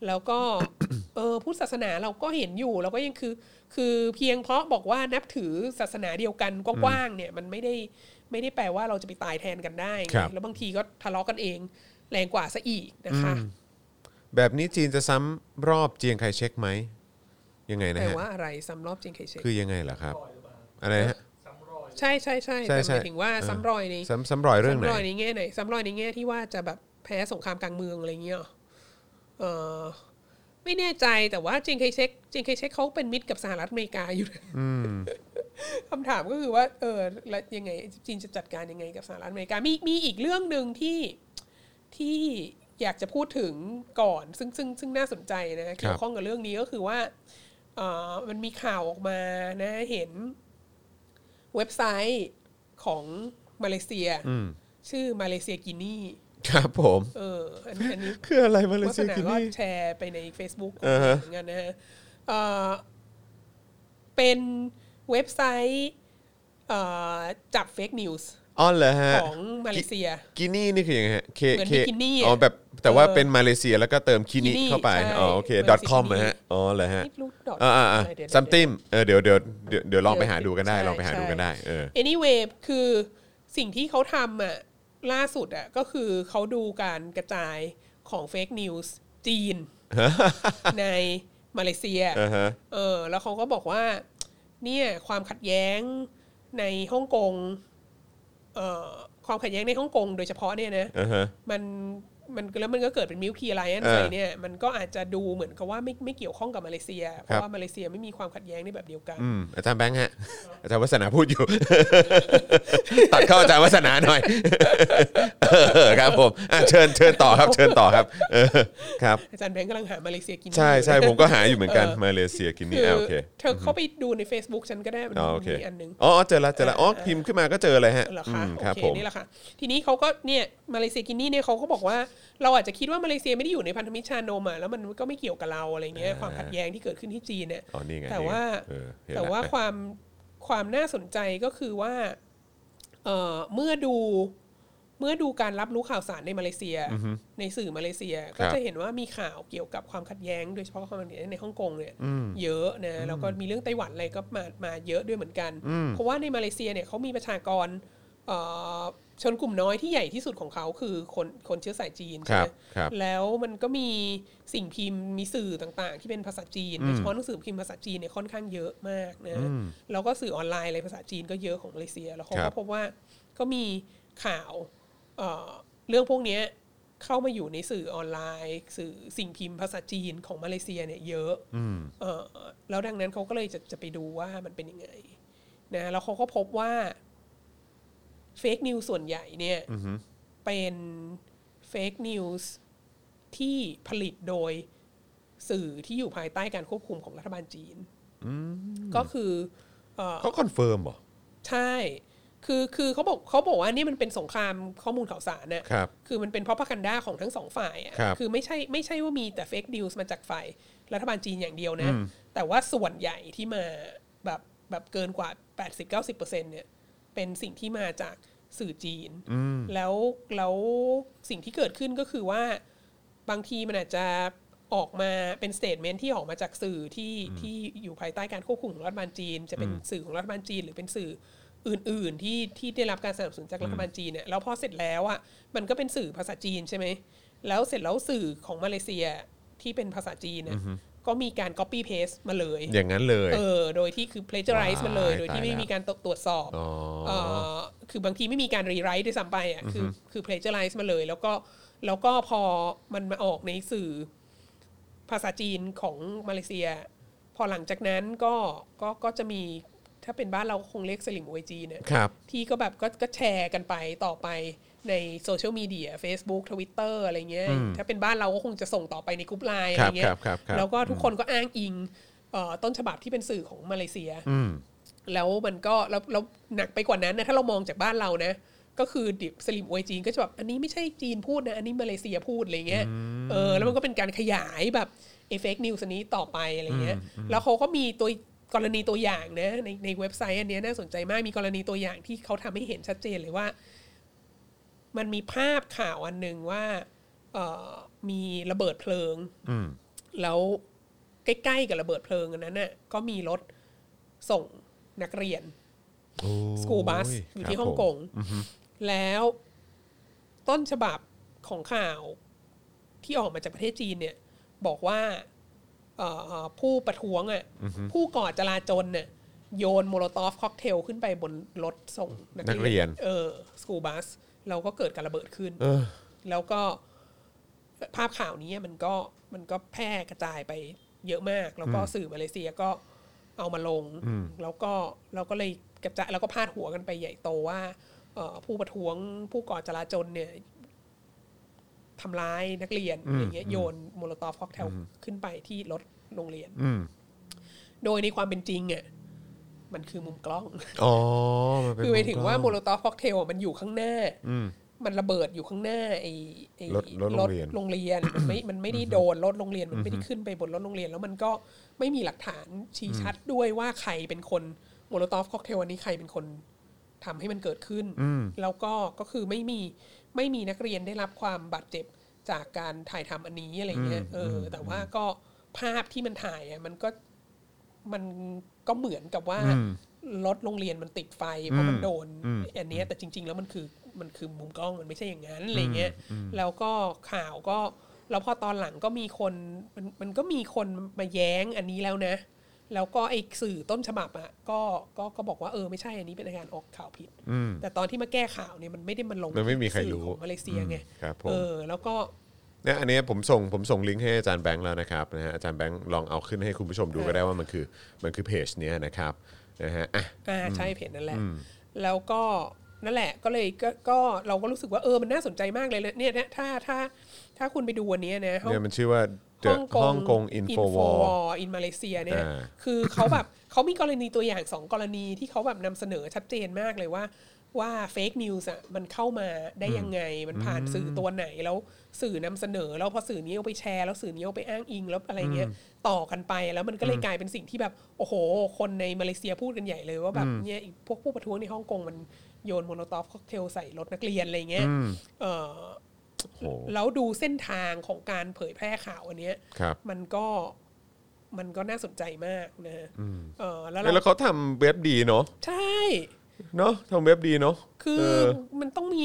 Speaker 4: แล้วก็ เออพุทธศาสนาเราก็เห็นอยู่เราก็ยังคือ คือเพียงเพราะบอกว่านับถือศาสนาเดียวกันกว้างๆเนี่ยมันไม่ได้ไม่ได้แปลว่าเราจะไปตายแทนกันได้ไง
Speaker 2: ครับ
Speaker 4: แล้วบางทีก็ทะเลาะกันเอง แรงกว่าซะอีกนะคะ
Speaker 2: แบบนี้จีนจะซ้ำรอบเจียงไคเชกไหม ยังไงนะ
Speaker 4: แต่
Speaker 2: ฮะ
Speaker 4: ว่าอะไรซ้ำรอบจริงเคยเช็ค
Speaker 2: คือยังไงเหรอครับ อะไรฮะ
Speaker 4: ใช่ใช่ใช่
Speaker 2: ใช่
Speaker 4: แต่
Speaker 2: ใช่
Speaker 4: หมายถึงว่าซ้ำรอยใน
Speaker 2: ซ้ำซ้ำรอยเรื่องไหน
Speaker 4: ซ้ำรอยในแง่ไหนซ้ำรอยในแง่ที่ว่าจะแบบแพ้สงครามกลางเมืองอะไรเงี้ยหรอเออไม่แน่ใจแต่ว่าจริงเคยเช็คจริงเคยเช็คเขาเป็นมิตรกับสหรัฐอเมริกาอยู่นะคำถามก็คือว่า เออแล้วยังไงจีนจะจัดการยังไงกับสหรัฐอเมริกามีมีอีกเรื่องหนึ่งที่ ที่อยากจะพูดถึงก่อน ซึ่งซึ่งซึ่งน่าสนใจนะเกี่ยวข้องกับเรื่องนี้ก็คือว่าเอ่อมันมีข่าวออกมานะเห็นเว็บไซต์ของมาเลเซีย ชื่อมาเลเซียกินี
Speaker 2: ครับผม
Speaker 4: เอออันอันนี้
Speaker 2: คืออะไรมาเล
Speaker 4: วั
Speaker 2: เซี
Speaker 4: ฒ
Speaker 2: ย
Speaker 4: นา
Speaker 2: กิน
Speaker 4: ก็
Speaker 2: นี่
Speaker 4: แชร์ไปใน Facebook ของ
Speaker 2: อ่าฮะ
Speaker 4: เหมือนกันนะฮะเอ่อเป็นเว็บไซต์เอ่อจับเฟกนิวส์
Speaker 2: อ๋อเหรอฮะ
Speaker 4: ของมาเลเซีย
Speaker 2: กินี่นี่คือยังไงฮะ K
Speaker 4: เหมือน
Speaker 2: K
Speaker 4: บิกินี่อะ
Speaker 2: อ๋อแบบแต่ว่า
Speaker 4: เออ
Speaker 2: เป็นมาเลเซียแล้วก็เติมคินี่
Speaker 4: กินี่
Speaker 2: เข้าไป
Speaker 4: ใช่
Speaker 2: อ๋อโอเค
Speaker 4: เออ
Speaker 2: .com นะฮะ อ๋อเหรอฮะ
Speaker 4: ไม่รู้ดอท
Speaker 2: อ่าอ่า
Speaker 4: อะไรเดี๋ยว
Speaker 2: ซัมติมเออเดี๋ยวเดี๋ยวเดี๋ยวเดี๋ยวลอง
Speaker 4: เดี๋
Speaker 2: ไป
Speaker 4: ยว
Speaker 2: หาดูกันได้
Speaker 4: ใช่
Speaker 2: ลองไปหา
Speaker 4: ใช่
Speaker 2: ดูกันได้เออ
Speaker 4: anyway คือสิ่งที่เขาทำอ่ะล่าสุดอ่ะก็คือเขาดูการกระจายของเฟกนิวส์จีน ในมาเลเซีย
Speaker 2: อ่าฮะ
Speaker 4: เออแล้วเขาก็บอกว่า เนี่ยความขัดแย้งในฮ่องกงเอ่อความขัดแย้งในฮ่องกงโดยเฉพาะเนี่ยนะ
Speaker 2: อ่าฮะ
Speaker 4: มันมันแล้วมันก็เกิดเป็นมิวคีไลน์
Speaker 2: เออ
Speaker 4: อะไรเนี่ยมันก็อาจจะดูเหมือนกับว่าไม่ไม่เกี่ยวข้องกับมาเลเซีย เพ
Speaker 2: ครับ
Speaker 4: ราะว่ามาเลเซียไม่มีความขัดแย้งในแบบเดียวกัน
Speaker 2: อืมอาจารย์แบงค์ฮะ อาจารย์วัฒนาพูดอยู่ ตัดเข้าอาจารย์วัฒนาหน่อย เออครับผมอ่ะเชิญเชิญต่อครับ เชิญต่อครับ เออครับ
Speaker 4: อาจารย์แบงค์กำลังหามาเลเซียกิน
Speaker 2: ใช่ใช่
Speaker 4: อยู่
Speaker 2: ผมก็หาอยู่เหมือนกันมาเลเซียกินนี่
Speaker 4: คือ
Speaker 2: อ่ะโอเค
Speaker 4: เธอเข้าไปดูใน Facebook ฉันก็ได้มัน
Speaker 2: อ๋อโอเค
Speaker 4: มีอันหนึง
Speaker 2: อ๋อเจอแล้วเจอแล้วอ๋อพิมพ์ขึ้นมาก็เจอเลยฮะ
Speaker 4: เหรอ
Speaker 2: อื
Speaker 4: คะ
Speaker 2: ม
Speaker 4: โอ
Speaker 2: ครับ
Speaker 4: เค
Speaker 2: ผม
Speaker 4: นี่แหละค่ะทีนี้เขาก็เนี่ยมาเลเซียกินนี่เนี่ยเขาก็บอกว่าเราอาจจะคิดว่ามาเลเซียไม่ได้อยู่ในพันธมิตรชานมอ่ะแล้วมันก็ไม่เกี่ยวกับเราอะไรเงี้ยความขัดแย้งที่เกิดขึ้นที่จีนเนี่ย
Speaker 2: อ๋อนี่ไง
Speaker 4: แต่
Speaker 2: นี่ไง
Speaker 4: ว่า
Speaker 2: เออเห็นละ
Speaker 4: แต่ว่า
Speaker 2: อ่ะ
Speaker 4: ความความน่าสนใจก็คือว่าเอ่อเมื่อดูเมื่อดูการรับรู้ข่าวสารในมาเลเซีย ในสื่อมาเลเซีย ก็จะเห็นว่ามีข่าวเกี่ยวกับความขัดแย้ง โดยเฉพาะความขัดแย้งในฮ่องกงเนี่ยเยอะนะแล้วก็มีเรื่องไต้หวันอะไรก็มามาเยอะด้วยเหมือนกัน เพราะว่าในมาเลเซียเนี่ยเขามีประชากร เอ่อชนกลุ่มน้อยที่ใหญ่ที่สุดของเขาคือคนคนเชื้อสายจีน
Speaker 2: ค
Speaker 4: ใช่
Speaker 2: รั
Speaker 4: ไห
Speaker 2: บ
Speaker 4: ม
Speaker 2: ครับ
Speaker 4: แล้วมันก็มีสิ่งพิมพ์มีสื่อต่างๆ ที่เป็นภาษาจีนโดยเฉพาะหนังสือพิมพ์ภาษาจีนเนี่ยค่อนข้างเยอะมากนะแล้วก็สื่อออนไลน์อะไรภาษาจีนก็เยอะของมาเลเซีย แล้วเขา
Speaker 2: ครั
Speaker 4: ก็
Speaker 2: บ
Speaker 4: พบว่าก็มีข่าวเอ่อเรื่องพวกเนี้ยเข้ามาอยู่ในสื่อออนไลน์ สื่อสิ่งพิมพ์ภาษาจีนของมาเลเซียเนี่ยเยอะเอ่อแล้วดังนั้นเขาก็เลยจะจะไปดูว่ามันเป็นยังไงนะแล้วเขาก็พบว่า เฟกนิวส่วนใหญ่เนี่ยเป็นเฟกนิวส์ที่ผลิตโดยสื่อที่อยู่ภายใต้การควบคุมของรัฐบาลจีนก็คือ
Speaker 2: เขาคอนเฟิร์มเหรอ
Speaker 4: ใช่ คือ คือเขาบอกเขาบอกว่านี่มันเป็นสงครามข้อมูลข่าวสารเนี่ย
Speaker 2: ครับ
Speaker 4: คือมันเป็นเพราะพักันด้าของทั้งสองฝ่ายอ่ะ
Speaker 2: ครับ
Speaker 4: อไม่ใช่ ไม่ใช่ว่ามีแต่เฟกนิวส์มาจากฝ่ายรัฐบาลจีนอย่างเดียวนะ แต่ว่าส่วนใหญ่ที่มาแบบแบบเกินกว่า 80-90%เนี่ย เป็นสิ่งที่มาจากสื่อจีน แล้ว แล้วสิ่งที่เกิดขึ้นก็คือว่า บางทีมันอาจจะออกมาเป็นสเตทเมนที่ออกมาจากสื่อที่ที่อยู่ภายใต้การควบคุมของรัฐบาลจีน จะเป็นสื่อของรัฐบาลจีน หรือเป็นสื่ออื่น ๆ ที่ที่ได้รับการสนับสนุนจากรัฐบาลจีนเนี่ยแล้วพอเสร็จแล้วอ่ะมันก็เป็นสื่อภาษาจีนใช่ไหมแล้วเสร็จแล้วสื่อของมาเลเซียที่เป็นภาษาจีนเนี่ยก็มีการ copy paste มาเลย
Speaker 2: อย่างนั้นเลย
Speaker 4: เออ โดยที่คือ plagiarize มันเลย
Speaker 2: ว้าย
Speaker 4: โดยที่
Speaker 2: ตายแล้
Speaker 4: ไม่
Speaker 2: ว
Speaker 4: มีการตตรวจสอบ
Speaker 2: อ๋อ
Speaker 4: เอ่อคือบางทีไม่มีการรีไรต์ด้วยซ้ำไปอ่ะ คือคือ plagiarize มาเลย แล้วก็แล้วก็พอมันมาออกในสื่อภาษาจีนของมาเลเซีย พอหลังจากนั้นก็ก็ก็จะมีถ้าเป็นบ้านเราคงเรียกสลิมโอจีเนี่ย
Speaker 2: ครับ
Speaker 4: ที่ก็แบบก็ก็แชร์กันไปต่อไปในโซเชียลมีเดีย Facebook Twitter อะไรเงี้ย ถ้าเป็นบ้านเราก็คงจะส่งต่อไปในกลุ่มไลน์อะ
Speaker 2: ค
Speaker 4: ไร
Speaker 2: รับ
Speaker 4: เงี้
Speaker 2: ค
Speaker 4: ย
Speaker 2: รับครับครับ
Speaker 4: แล้วก็ทุกคนก็อ้างอิงเอ่อต้นฉบับที่เป็นสื่อของมาเลเซีย
Speaker 2: อืม
Speaker 4: แล้วมันก็แล้วแล้วหนักไปกว่านั้นนะถ้าเรามองจากบ้านเรานะ ก็คือดิบสลิมอวยจีนก็จะแบบอันนี้ไม่ใช่จีนพูดนะ อันนี้มาเลเซียพูดอะไรเงี้ยเออแล้วมันก็เป็นการขยายแบบเอฟเฟกนิวส์นี้ต่อไปอะไรเงี้ยแล้วเขาก็มีตัวกรณีตัวอย่างนะในในเว็บไซต์อันเนี้ยน่าสนใจมากมีกรณีตัวอย่างที่เขาทำให้เห็นชัดเจนเลยว่า มันมีภาพข่าวอันหนึ่งว่าเอ่อมีระเบิดเพลิง
Speaker 2: อืม
Speaker 4: แล้วใกล้ๆกับระเบิดเพลิงอันนั้นน่ะก็มีรถส่งนักเรียน สกูบัสอยู่ที่ฮ่องกงแล้วต้นฉบับของข่าวที่ออกมาจากประเทศจีนเนี่ย บอกว่าเอ่อผู้ประท้วงอ่ะผู้ก่อจลาจลเนี่ยโยนโมโลตอฟค็อกเทลขึ้นไปบนรถส่ง
Speaker 2: นักเรียน
Speaker 4: เออสกูบัสเราก็เกิดการระเบิดขึ้น
Speaker 2: เออ
Speaker 4: แล้วก็ภาพข่าวนี้มันก็มันก็แพร่กระจายไปเยอะมาก แล้วก็สื่อมาเลเซียก็เอามาลง แล้วก็เราก็เลยกระจายแล้วก็พาดหัวกันไปใหญ่โตว่าเอ่อผู้ประท้วงผู้ก่อจลาจลเนี่ยทำร้ายนักเรียนอะไรเงี้ยโยนโมโลตอฟค็อกเทลขึ้นไปที่รถโรงเรียน
Speaker 2: อืม
Speaker 4: โดยในความเป็นจริงอ่ะมันคือมุมกล้อง
Speaker 2: อ๋อมันเป็น
Speaker 4: คือหมายถึงว่า
Speaker 2: มุ
Speaker 4: โม
Speaker 2: มกล้อง
Speaker 4: โลตอฟค็อกเทลมันอยู่ข้างหน้า
Speaker 2: อืม
Speaker 4: มันระเบิดอยู่ข้างหน้าไอ้ไอ้
Speaker 2: รถรถโรงเรียน
Speaker 4: ถโรงเรียน มันไม่มันไม่ได้โดนรถโรงเรียนมันไม่ได้ขึ้นไปบนรถโรงเรียน แล้วมันก็ไม่มีหลักฐานชี้ชัดด้วยว่าใครเป็นคนโมโลตอฟค็อกเทลอันนี้ใครเป็นคนทำให้มันเกิดขึ้น แล้วก็ก็คือไม่มีไม่มีนักเรียนได้รับความบาดเจ็บจากการถ่ายทำอันนี้อะไรเงี้ยเอออแต่ว่าก็ภาพที่มันถ่ายอ่ะมันก็ มันก็เหมือนกับว่ารถโรงเรียนมันติดไฟเพราะมันโดนอันเนี้ยแต่จริง ๆ แล้วมันคือมันคือมุมกล้องมันไม่ใช่อย่างนั้นอะไรเงี้ยแล้วก็ข่าวก็แล้วพอตอนหลังก็มีคนมันมันก็มีคนมาแย้งอันนี้แล้วนะ แล้วก็ไอ้สื่อต้นฉบับอะก็ก็ก็บอกว่าเออไม่ใช่อันนี้เป็นการออกข่าวผิด
Speaker 2: อืม
Speaker 4: แต่ตอนที่มาแก้ข่าวเนี่ยมันไม่ได้มันลง
Speaker 2: มันไม่มีใครรู้
Speaker 4: สื่อของมาเลเซียไง
Speaker 2: อืมครับผม
Speaker 4: เออ แล้วก็
Speaker 2: เนี่ยอันเนี้ยผมส่งผมส่งลิงก์ให้อาจารย์แบงค์แล้วนะครับนะฮะอาจารย์แบงค์ลองเอาขึ้นให้คุณผู้ชมดูก็ได้ว่ามันคือมันคือเพจเนี้ยนะครับนะฮะอ่ะ
Speaker 4: อ่าใช่เพจนั่นแหละ แล้วก็นั่นแหละก็เลยก็ก็เราก็รู้สึกว่าเออมันน่าสนใจมากเลยนะเนี่ยนะถ้าถ้าถ้าคุณไปดูวันนี้นะห้อง
Speaker 2: เนี่ยมันชื่อว่า The
Speaker 4: ฮ่องกง
Speaker 2: ฮ่องกงอินโฟวอล
Speaker 4: อินมาเลเซียเนี่ย
Speaker 2: อ่า
Speaker 4: คือเขาแบบ เขามีกรณีตัวอย่างสองกรณีที่เขาแบบนำเสนอชัดเจนมากเลยว่าว่าเฟกนิวส์อ่ะมันเข้ามาได้ยังไง มันผ่านสื่อตัวไหนแล้วสื่อนำเสนอแล้วพอสื่อนี้เอาไปแชร์ แล้วสื่อนี้เอาไปอ้างอิงแล้วอะไรเงี้ยต่อกันไปแล้วมันก็เลยกลายเป็นสิ่งที่แบบโอ้โห คนในมาเลเซียพูดกันใหญ่เลยว่าแบบเนี่ยไอ้พวกผู้ประท้วงในฮ่องกงมันโยนโมโนตอฟค็อกเทลใส่รถนักเรียนอะไรเงี้ยเออ
Speaker 2: โอ้โห
Speaker 4: แล้วดูเส้นทางของการเผยแพร่ข่าวอันเนี้ย
Speaker 2: ครับ
Speaker 4: มันก็มันก็น่าสนใจมากนะฮะเออแล้ว
Speaker 2: แล้ว
Speaker 4: เรา
Speaker 2: เขาทำเว็บดีเนาะ
Speaker 4: ใช่
Speaker 2: เนาะทำเว็บดีเนาะ
Speaker 4: คือ
Speaker 2: เออ
Speaker 4: มันต้องมี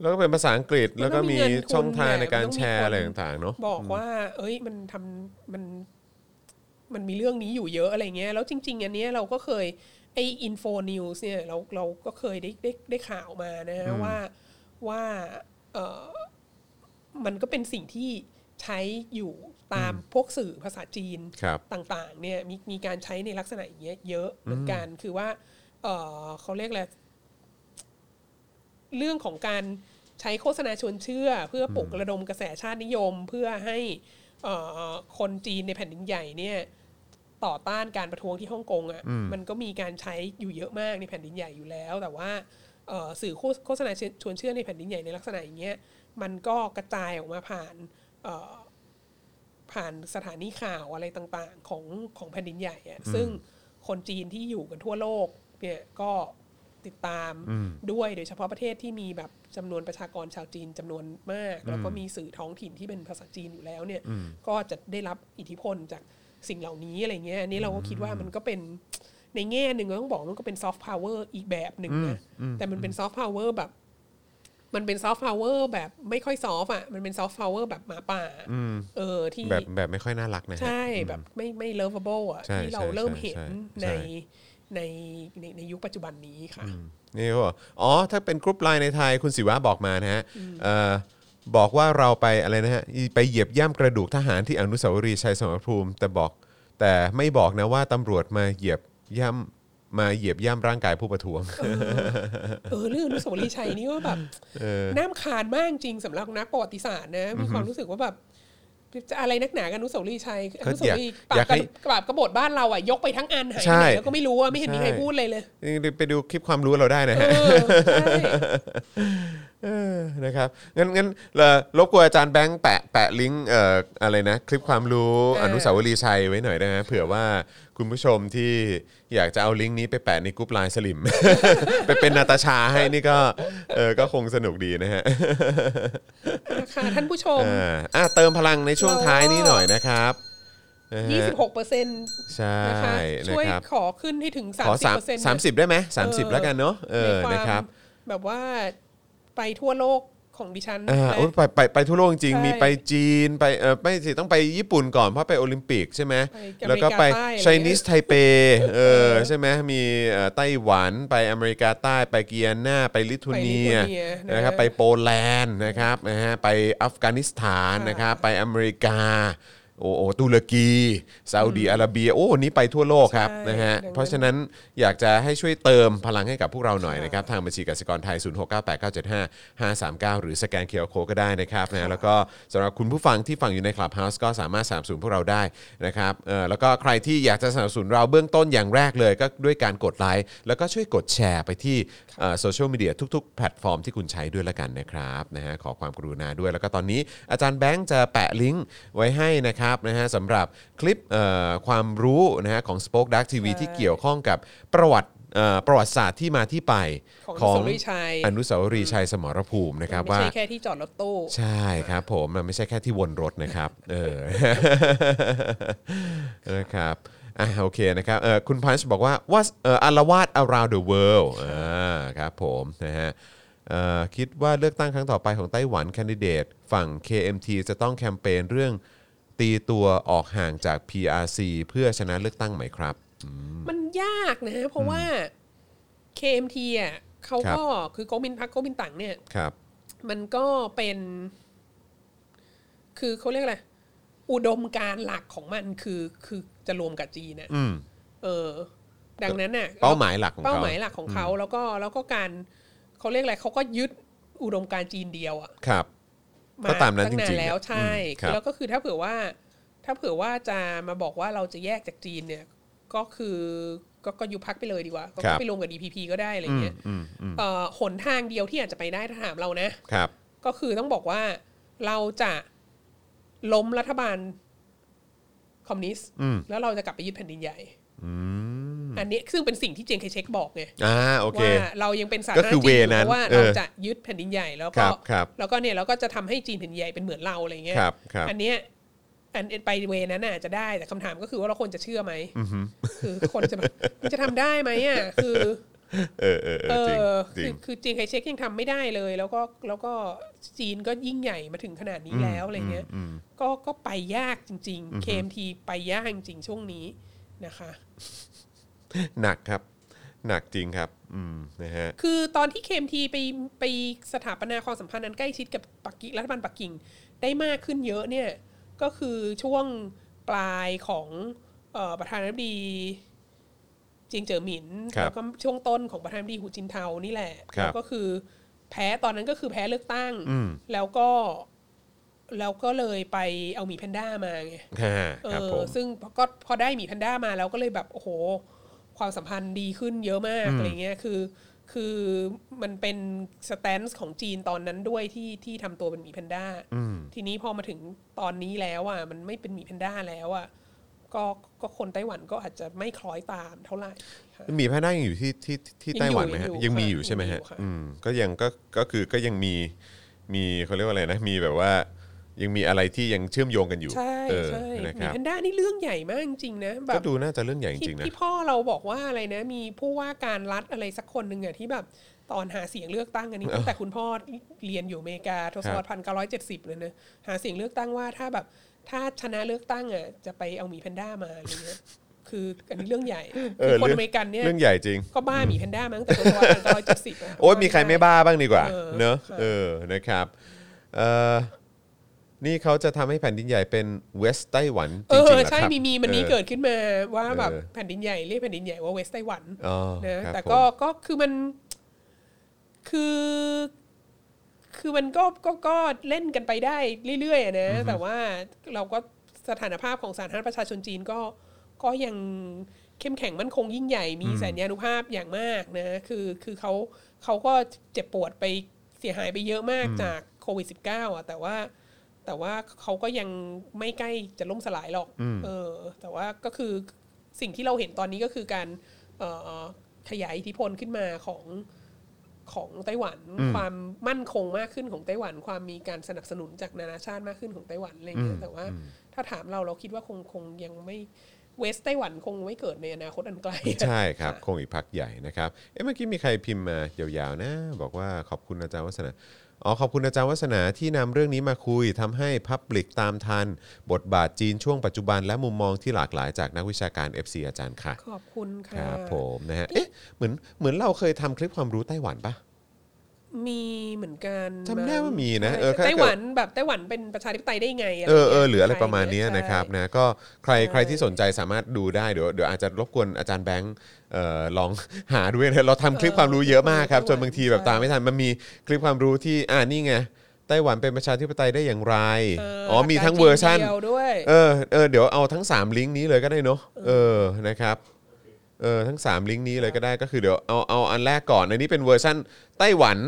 Speaker 2: แล้วก็เป็นภาษาอังกฤษ
Speaker 4: มั
Speaker 2: แล้
Speaker 4: น
Speaker 2: ว
Speaker 4: ต้
Speaker 2: ก็
Speaker 4: องมี
Speaker 2: มี
Speaker 4: เงินทุน
Speaker 2: ช่องทางในการ
Speaker 4: ไงมันต้องมี
Speaker 2: แชร์
Speaker 4: คน
Speaker 2: อะไรต่างๆเนาะ
Speaker 4: บอกว่า เอ้ย มันทำมัน มันมีเรื่องนี้อยู่เยอะอะไรเงี้ย แล้วจริง ๆ อันเนี้ยเราก็เคยไออินโฟนิวส์เนี่ยเราเราก็เคยได้ได้ได้ข่าวมานะฮะว่าว่าเออมันก็เป็นสิ่งที่ใช้อยู่ตามพวกสื่อภาษาจีน
Speaker 2: ครับ
Speaker 4: ต่างๆ เนี่ยมีมีการใช้ในลักษณะอย่างเงี้ยเยอะเหมือนกัน คือว่า เอ่อเขาเรียกอะไรเรื่องของการใช้โฆษณาชวนเชื่อ เพื่อปลุกระดมกระแสชาตินิยม เพื่อให้เอ่อคนจีนในแผ่นดินใหญ่เนี่ย ต่อต้านการประท้วงที่ฮ่องกงอ่ะมันก็มีการใช้อยู่เยอะมากในแผ่นดินใหญ่อยู่แล้ว แต่ว่าเอ่อสื่อโฆษโฆษณาชวนเชื่อในแผ่นดินใหญ่ในลักษณะอย่างเงี้ยมันก็กระจายออกมาผ่านเอ่อ ผ่านสถานีข่าวอะไรต่างๆ ของของแผ่นดินใหญ่อะซึ่งคนจีนที่อยู่กันทั่วโลกเนี่ยก็ติดตามด้วยโดยเฉพาะประเทศที่มีแบบจำนวนประชากรชาวจีนจำนวนมาก แล้วก็มีสื่อท้องถิ่นที่เป็นภาษาจีนอยู่แล้วเนี่ยก็จะได้รับอิทธิพลจากสิ่งเหล่านี้อะไรเงี้ยอันนี้เราก็คิดว่ามันก็เป็นในแง่หนึ่งเราต้องบอกมันก็เป็นซอฟต์พาวเวอร์อีกแบบหนึ่งนะแต่มันเป็นซอฟต์พาวเวอร์แบบ มันเป็นซอฟต์พาวเวอร์แบบไม่ค่อยซอฟต์อ่ะมันเป็นซอฟต์พาวเวอร์แบบหมาป่าเออที่
Speaker 2: แบบแบบไม่ค่อยน่ารักนะฮะ
Speaker 4: ใช่แบบไม่ไม่ lovable อ่ะ
Speaker 2: ใช่
Speaker 4: ที่เรา
Speaker 2: ใช่
Speaker 4: เริ่ม
Speaker 2: ใช่
Speaker 4: เห็น
Speaker 2: ใช่
Speaker 4: ใน
Speaker 2: ใช่
Speaker 4: ในในในยุคปัจจุบันนี้ค่ะ
Speaker 2: นี่เขาบอกอ๋อ ถ้าเป็นกรุ๊ปไลน์ในไทยคุณศิวะบอกมานะฮะเอ่อบอกว่าเราไปอะไรนะฮะอีไปเหยียบย่ำกระดูกทหารที่อนุสาวรีย์ชัยสมรภูมิ แต่บอกแต่ไม่บอกนะว่าตำรวจมาเหยียบย่ำมาเหยียบย่ำร่างกายผู้ประท้วง
Speaker 4: เออเรื่องอนุสาวรีย์ชัยนี่ก็แบบน่ามคานมากจริงสำหรับนักประวัติศาสตร์นะมีความรู้สึกว่าแบบจะอะไรนักหนากันอนุสาวรีย์ชัยอ
Speaker 2: ก็
Speaker 4: นุสาว
Speaker 2: อาก
Speaker 4: ยรีย์ปรา
Speaker 2: อยา
Speaker 4: บ
Speaker 2: ก
Speaker 4: กั
Speaker 2: ให้
Speaker 4: นปราบกบฏบ้านเราอ่ะยกไปทั้งอันหาย
Speaker 2: ใช่
Speaker 4: ไปไหนแล้วก็ไม่รู้อ่ะไม่เห็นมีใคร
Speaker 2: ใช่
Speaker 4: พูดเลยเลย
Speaker 2: นี่ไปดูคลิปความรู้เราได้นะ
Speaker 4: เอ
Speaker 2: ฮะ
Speaker 4: อใช่
Speaker 2: เออนะครับ งั้นงั้นเอ่อรบกวนอาจารย์แบงค์แปะแปะลิงก์เอ่ออะไรนะ คลิปความรู้อนุสาวรีย์ชัยไว้หน่อยได้ไหมเผื่อว่าคุณผู้ชมที่อยากจะเอาลิงก์นี้ไปแปะในกรุ๊ปไลน์สลิม ไปเป็นนาตาชาให้นี่ก็เออก็คงสนุกดีนะฮะ
Speaker 4: ค่ะท่านผู้ชม
Speaker 2: อ่าอ่ะเติมพลังในช่วงท้ายนี้หน่อยนะครับนะฮะ
Speaker 4: 26เปอร์เซ็นต์
Speaker 2: ใช่
Speaker 4: นะคะ
Speaker 2: นะ
Speaker 4: ช่วย
Speaker 2: ครับ
Speaker 4: ขอขึ้นให้ถึง
Speaker 2: ขอ
Speaker 4: 30
Speaker 2: สาม
Speaker 4: เปอร์เซ็นต์
Speaker 2: สามสิบได้ไหมสามสิบแล้วกันเนาะเออ
Speaker 4: ในวาม
Speaker 2: นะครับ
Speaker 4: แบบว่าไปทั่วโลกของดิฉัน
Speaker 2: อ่า
Speaker 4: นะ
Speaker 2: โอ้ยไปไปไปทั่วโลกจริง
Speaker 4: ใช่
Speaker 2: ๆมีไปจีนไปเออไม่สิต้องไปญี่ปุ่นก่อนเพราะไปโอลิมปิกใช่ไหม
Speaker 4: ไป
Speaker 2: แล้วก็ไป
Speaker 4: อเมริกาใต้อะไร
Speaker 2: ไชนีสไทเป เออใช่ไหมมีเอ่อไต้หวันไปอเมริกาใต้ไปเกียนา ไปลิทัวเนีย
Speaker 4: ไปลิทัวเนียนะ
Speaker 2: นะครับไปโปแลนด์นะครับนะฮะไปอัฟกานิสถาน
Speaker 4: ค่ะ
Speaker 2: นะครับไปอเมริกาโอ้โอตุรกีซาอุดีอาระเบียโอ้วันนี้ไปทั่วโลกครับนะฮะเพราะฉะนั้นอยากจะให้ช่วยเติมพลังให้กับพวกเราหน่อยนะครับ ทางบัญชีกสิกรไทย 0698975539 หรือสแกนเคอร์โคก็ได้นะครับนะแล้วก็สำหรับคุณผู้ฟังที่ฟังอยู่ใน Clubhouse ก็สามารถสนับสนุนพวกเราได้นะครับเอ่อแล้วก็ใครที่อยากจะสนับสนุนเราเบื้องต้นอย่างแรกเลย ก็ด้วยการกดไลค์แล้วก็ช่วยกดแชร์ไปที่โซเชียลมีเดียทุกๆ แพลตฟอร์มที่คุณใช้ด้วยละกันนะครับนะฮะขอความกรุณาด้วยแล้วก็ตอนนี้อาจารย์แบงค์จะแปะลิงก์ไว้ให้นะครับนะฮะสำหรับคลิปเอ่อความรู้นะฮะของ Spoke Dark TV ที่เกี่ยวข้องกับประวัติเอ่อประวัติศาสตร์ที่มาที่ไป
Speaker 4: ของอนุสาวรีย์ชัย
Speaker 2: อนุสาวรีย์ชัยสมรภูมินะครับ
Speaker 4: ไม่
Speaker 2: ว่า
Speaker 4: ใช่แค่ที่จอดรถตู้
Speaker 2: ใช่ครับผมมันไม่ใช่แค่ที่วนรถนะครับ เออ นะครับอ่ะโอเคนะครับเออคุณพันช์บอกว่าว่าเอออารวาส around the world อ่าครับผมนะฮะเอ่อคิดว่าเลือกตั้งครั้งต่อไปของไต้หวันแคนดิเดต ฝั่ง KMT จะต้องแคมเปญเรื่องตีตัวออกห่างจาก PRC เพื่อชนะเลือกตั้งไหมครับ
Speaker 4: มันยากนะ เพราะว่า KMT อ่ะเขาก็คือโกมินพักโกมินตังเนี่ย
Speaker 2: ครับ
Speaker 4: มันก็เป็น คือเขาเรียกอะไร อุดมการณ์หลักของมันคือคือจะรวมกับจีนน่ะ
Speaker 2: อืม
Speaker 4: เออ ดังนั้นน่ะ
Speaker 2: เป้าหมายหลักของ
Speaker 4: เป้า
Speaker 2: เขา
Speaker 4: หมายหลักของเขาแล้วก็แล้วก็การเขาเรียกอะไรเขาก็ยึดอุดมการณ์จีนเดียวอ่ะ
Speaker 2: ครับ ก็ตามนั้นจริงๆ
Speaker 4: ตั้แล้วใช่
Speaker 2: อืมครับ
Speaker 4: แล้วก็คือถ้าเผื่อว่า ถ้าเผื่อว่าจะมาบอกว่าเราจะแยกจากจีนเนี่ย ก็คือก็ก็ยุบพักไปเลยดีกว่า ก็ไปรวมกับ DPP ก็ได้อะไรเงี้ยเอ่อหนทางเดียวที่อาจจะไปได้ถ้าถามเรานะ
Speaker 2: ครับ
Speaker 4: ก็คือต้องบอกว่าเราจะล้มรัฐบาลคอมมิวนิสต์
Speaker 2: อืม
Speaker 4: แล้วเราจะกลับไปยึดแผ่นดินใหญ่
Speaker 2: อืม
Speaker 4: อันนี้ซึ่งเป็นสิ่งที่เจงเคเช็คบอกไง
Speaker 2: อ่าโอเค
Speaker 4: ว่าเรายังเป็นสาธาร
Speaker 2: ก็
Speaker 4: ณ
Speaker 2: คือ
Speaker 4: จีน
Speaker 2: เวนั้น
Speaker 4: เพราะว่า
Speaker 2: เอ
Speaker 4: เรา
Speaker 2: อ
Speaker 4: จะยึดแผ่นดินใหญ่แล้ว
Speaker 2: ค
Speaker 4: ก็
Speaker 2: รับครับ
Speaker 4: แล้วก็เนี่ยเราก็จะทำให้จีนแผ่นดินใหญ่เป็นเหมือนเราอะไรเงี้ย
Speaker 2: ครับครับ
Speaker 4: อันเนี้ยอันไปเวนั้นน่ะจะได้ แต่คำถามก็คือว่าเราควรจะเชื่อไหมคือคนจะแบบมันจะทำได้ไหมอ่ะคือ
Speaker 2: เออเออเออจริง
Speaker 4: เออ
Speaker 2: จริ
Speaker 4: คื
Speaker 2: ง
Speaker 4: อคือจีนไคเชกยังทำไม่ได้เลย แล้วก็แล้วก็จีนก็ยิ่งใหญ่มาถึงขนาดนี้แล้วอะไรเงี้ยก็ก็ไปยากจริง ๆ KMT ไปยากจริงๆช่วงนี้นะคะ
Speaker 2: หนักครับ หนักจริงครับ อืมนะฮะ
Speaker 4: คือตอนที่ KMT ไปไปสถาปนาความสัมพันธ์นั้นใกล้ชิดกับปักกิ่งรัฐบาลปักกิ่งได้มากขึ้นเยอะเนี่ยก็คือช่วงปลายของเออประธานาธิบดีเจียงเจ๋อหมิน
Speaker 2: ครับ
Speaker 4: แล้วก็ช่วงต้นของประธานาธิบดีหูจินเทานี่แหละ
Speaker 2: ครับ
Speaker 4: แล้วก็คือแพ้ตอนนั้นก็คือแพ้เลือกตั้ง
Speaker 2: อืม
Speaker 4: แล้วก็แล้วก็เลยไปเอาหมีแพนด้ามาไง
Speaker 2: ฮ่า
Speaker 4: เอ
Speaker 2: ครับ
Speaker 4: อ
Speaker 2: ผม
Speaker 4: ซึ่งก็พอได้หมีแพนด้ามาแล้วก็เลยแบบ โอ้โห ความสัมพันธ์ดีขึ้นเยอะมากอะไรเงี้ยคือคือมันเป็นสแตนซ์ของจีนตอนนั้นด้วยที่ที่ทำตัวเป็นหมีแพนด้าทีนี้พอมาถึงตอนนี้แล้วอ่ะมันไม่เป็นหมีแพนด้าแล้วอ่ะก็ก็คนไต้หวันก็อาจจะไม่คล้อยตามเท่าไหร่ค่ะ
Speaker 2: หมีแพนด้ายังอยู่ที่ที่ที่
Speaker 4: ยัง
Speaker 2: ไต้ห
Speaker 4: อยู่
Speaker 2: วันไหมฮะ
Speaker 4: ยั
Speaker 2: ยัง
Speaker 4: งอยู่
Speaker 2: มีอยู่
Speaker 4: ค่ะ
Speaker 2: ใช่ไหมฮะ
Speaker 4: ยังอยู่ค่ะ
Speaker 2: อืมก็ยังก็ก็คือก็ยังมีมีเขาเรียกว่าอะไรนะมีแบบว่า ยังมีอะไรที่ยังเชื่อมโยงกันอยู่
Speaker 4: ใช่
Speaker 2: เออ
Speaker 4: ใช่
Speaker 2: นะ
Speaker 4: ห
Speaker 2: ค
Speaker 4: มี
Speaker 2: รับ
Speaker 4: แพนด้านี่เรื่องใหญ่มากจริงๆนะแบ
Speaker 2: ก็
Speaker 4: บ
Speaker 2: ดูน่าจะเรื่องใหญ่จ
Speaker 4: ที่
Speaker 2: ริงๆนะ
Speaker 4: ที่พ่อเราบอกว่าอะไรนะ มีผู้ว่าการรัฐอะไรสักคนหนึ่งอะที่แบบตอนหาเสียงเลือกตั้งอันนี้
Speaker 2: เออ
Speaker 4: ตั้งแต่คุณพ่อเรียนอยู่อเมริกาทศวรรษพันเก้าร้อยเจ็ดสิบเลยนะหาเสียงเลือกตั้งว่าถ้าแบบ ถ้าชนะเลือกตั้งอะจะไปเอาหมีแพนด้ามาอะไรเงี้ยคืออันนี้เรื่องใหญ่
Speaker 2: เอ
Speaker 4: คืออคน
Speaker 2: เรื่อง
Speaker 4: อเมริกันเนี่ย
Speaker 2: เรื่องใหญ่จริง
Speaker 4: ก็บ้าหมีแพนด้ามาตั้งแต่ทศวรรษพันเก้าร้อยเจ็ดสิบ
Speaker 2: โอ้ยมีใครไม่บ้าบ้างดีกว่า
Speaker 4: เออ
Speaker 2: เนอะ
Speaker 4: ค่ะ
Speaker 2: เออนะครับเออนี่เขาจะทำให้แผ่นดินใหญ่เป็นเวสไต้หวันจ
Speaker 4: เอ
Speaker 2: ริงๆเหรอค
Speaker 4: อ
Speaker 2: รับ
Speaker 4: ใช่มีมีมันนี้เกิดขึ้นมาว่า
Speaker 2: เออ
Speaker 4: แบบแผ่นดินใหญ่เรียกแผ่นดินใหญ่ว่าเวสไต้หวัน
Speaker 2: อ๋อ
Speaker 4: นะครับแต่
Speaker 2: ผม
Speaker 4: ก็ก็คือมันคือคือมันก็ก็ก็เล่นกันไปได้เรื่อยๆอะนะแต่ว่าเราก็สถานภาพของสาธารณประชาชนจีนก็ก็ยังเข้มแข็งมั่นคงยิ่งใหญ่มีสัญญานุภาพอย่างมากนะคือคือเขาเขาก็เจ็บปวดไปเสียหายไปเยอะมากจากโควิด -19 อ่ะแต่ว่า แต่ว่าเขาก็ยังไม่ใกล้จะล่มสลายหรอกเออ แต่ว่าก็คือสิ่งที่เราเห็นตอนนี้ก็คือการเอ่อขยายอิทธิพลขึ้นมาของของไต้หวัน ความมั่นคงมากขึ้นของไต้หวัน ความมีการสนับสนุนจากนานาชาติมากขึ้นของไต้หวันอะไรเงี้ยแต่ว่าถ้าถามเราเราคิดว่าคงคงยังไม่เวสไต้หวันคงไม่เกิดในอนาคตอันไกล
Speaker 2: ใช่ครับ คงอีกพักใหญ่นะครับเอ๊ะเมื่อกี้มีใครพิมพ์มายาวๆนะ บอกว่าขอบคุณอาจารย์วัฒนาอ๋อขอบคุณอาจารย์วัฒนาที่นำเรื่องนี้มาคุยทำให้พับลิกตามทัน บทบาทจีนช่วงปัจจุบันและมุมมองที่หลากหลายจากนักวิชาการ FC อาจารย์ค่ะ
Speaker 4: ขอบคุณ
Speaker 2: ค
Speaker 4: ค่ะ
Speaker 2: รับผมนะฮะเอ๊ะเหมือนเหมือนเราเคยทำคลิปความรู้ไต้หวันปะ
Speaker 4: มีเหมือนกัน
Speaker 2: จำได้ว่ามีนะ
Speaker 4: ใช่
Speaker 2: เออถ้าเกิด
Speaker 4: ไต้หวันแบบไต้หวันเป็นประชาธิปไตยได้ไงะไร
Speaker 2: เออเออ
Speaker 4: งี้ย
Speaker 2: หรืออะไรประมาณเนี้ย
Speaker 4: ใช่
Speaker 2: นะครับนะก็ใคร
Speaker 4: ใช่
Speaker 2: ใครที่สนใจสามารถดูได้เดี๋ยวเดี๋ยวอาจจะรบกวนอาจารย์แบงค์เอ่อลอง หาด้วยนะเราทำคลิปความรู้เยอะมากครับ จนบางทีแบบตามไม่ทันมันมีคลิปความรู้ที่อ่านี่ไงไต้หวันเป็นประชาธิปไตยได้อย่างไร
Speaker 4: เ
Speaker 2: อ๋อมีทั้งเวอร์ชัน
Speaker 4: หลักการจีนเดียวด้วย
Speaker 2: เออเออเดี๋ยวเอาทั้ง 3 ลิงก์นี้เลยก็ได้เนาะเออนะครับเออทั้ง 3 ลิงก์นี้เลยก็ได้ก็คือเดี๋ยวเอาเอาอันแรกก่อนอันนี้เป็นเวอร์ชันไต้หวัน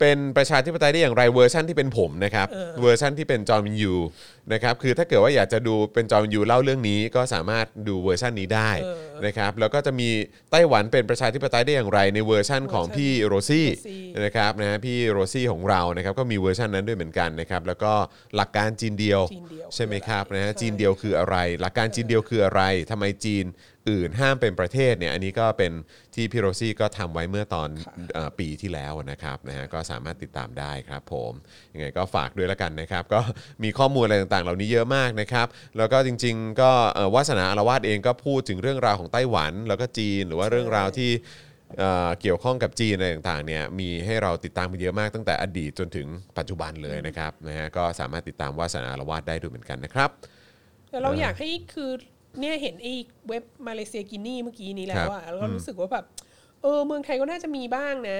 Speaker 2: เป็นประชาธิปไตยได้อย่างไรเวอร์ชันที่เป็นผมนะครับ
Speaker 4: เออ
Speaker 2: เวอร์ชันที่เป็นจอห์นวินยูนะครับคือถ้าเกิดว่าอยากจะดูเป็นจอห์นวินยูเล่าเรื่องนี้ก็สามารถดูเวอร์ชันนี้ได้นะครับแล้วก็จะมีไต้หวันเป็นประชาธิปไตยได้อย่างไรในเวอร์ชันของพี่โรซี่
Speaker 4: โรซี่
Speaker 2: นะครับนะฮะพี่โรซี่ของเรานะครับก็มีเวอร์ชันนั้นด้วยเหมือนกันนะครับแล้วก็หลักการจีนเดียว
Speaker 4: จีนเดียว
Speaker 2: ใช่ไหมครับนะฮะ
Speaker 4: ใช่
Speaker 2: จีนเดียวคืออะไร หลักการจีนเดียวคืออะไรทำไมจีนอื่นห้ามเป็นประเทศเนี่ยอันนี้ก็เป็นที่พี่โรซี่ก็ทำไว้เมื่อตอนเอ่อปีที่แล้วนะครับนะฮะก็สามารถติดตามได้ครับผมยังไงก็ฝากด้วยละกันนะครับ ก็มีข้อมูลอะไรต่างๆ เหล่านี้เยอะมากนะครับแล้วก็จริง ๆ ก็เอ่อวาสนาอารวาสเองก็พูดถึงเรื่องราวของไต้หวัน แล้วก็จีนหรือว่าเรื่องราวที่ เอ่อเกี่ยวข้องกับจีนอะไรต่างๆเนี่ยมีให้เราติดตามกันเยอะมากตั้งแต่อดีตจนถึงปัจจุบันเลยนะครับนะฮะก็สามารถติดตามวาสนาละวาดได้ด้วยเหมือนกันนะครับ
Speaker 4: แต่เราอยากให้คือเนี่ยเห็นไอ้เว็บมาเลเซียกินี่เมื่อกี้นี้แล้วอะแล้วก็รู้สึกว่าแบบเออเมืองไทยก็น่าจะมีบ้างนะ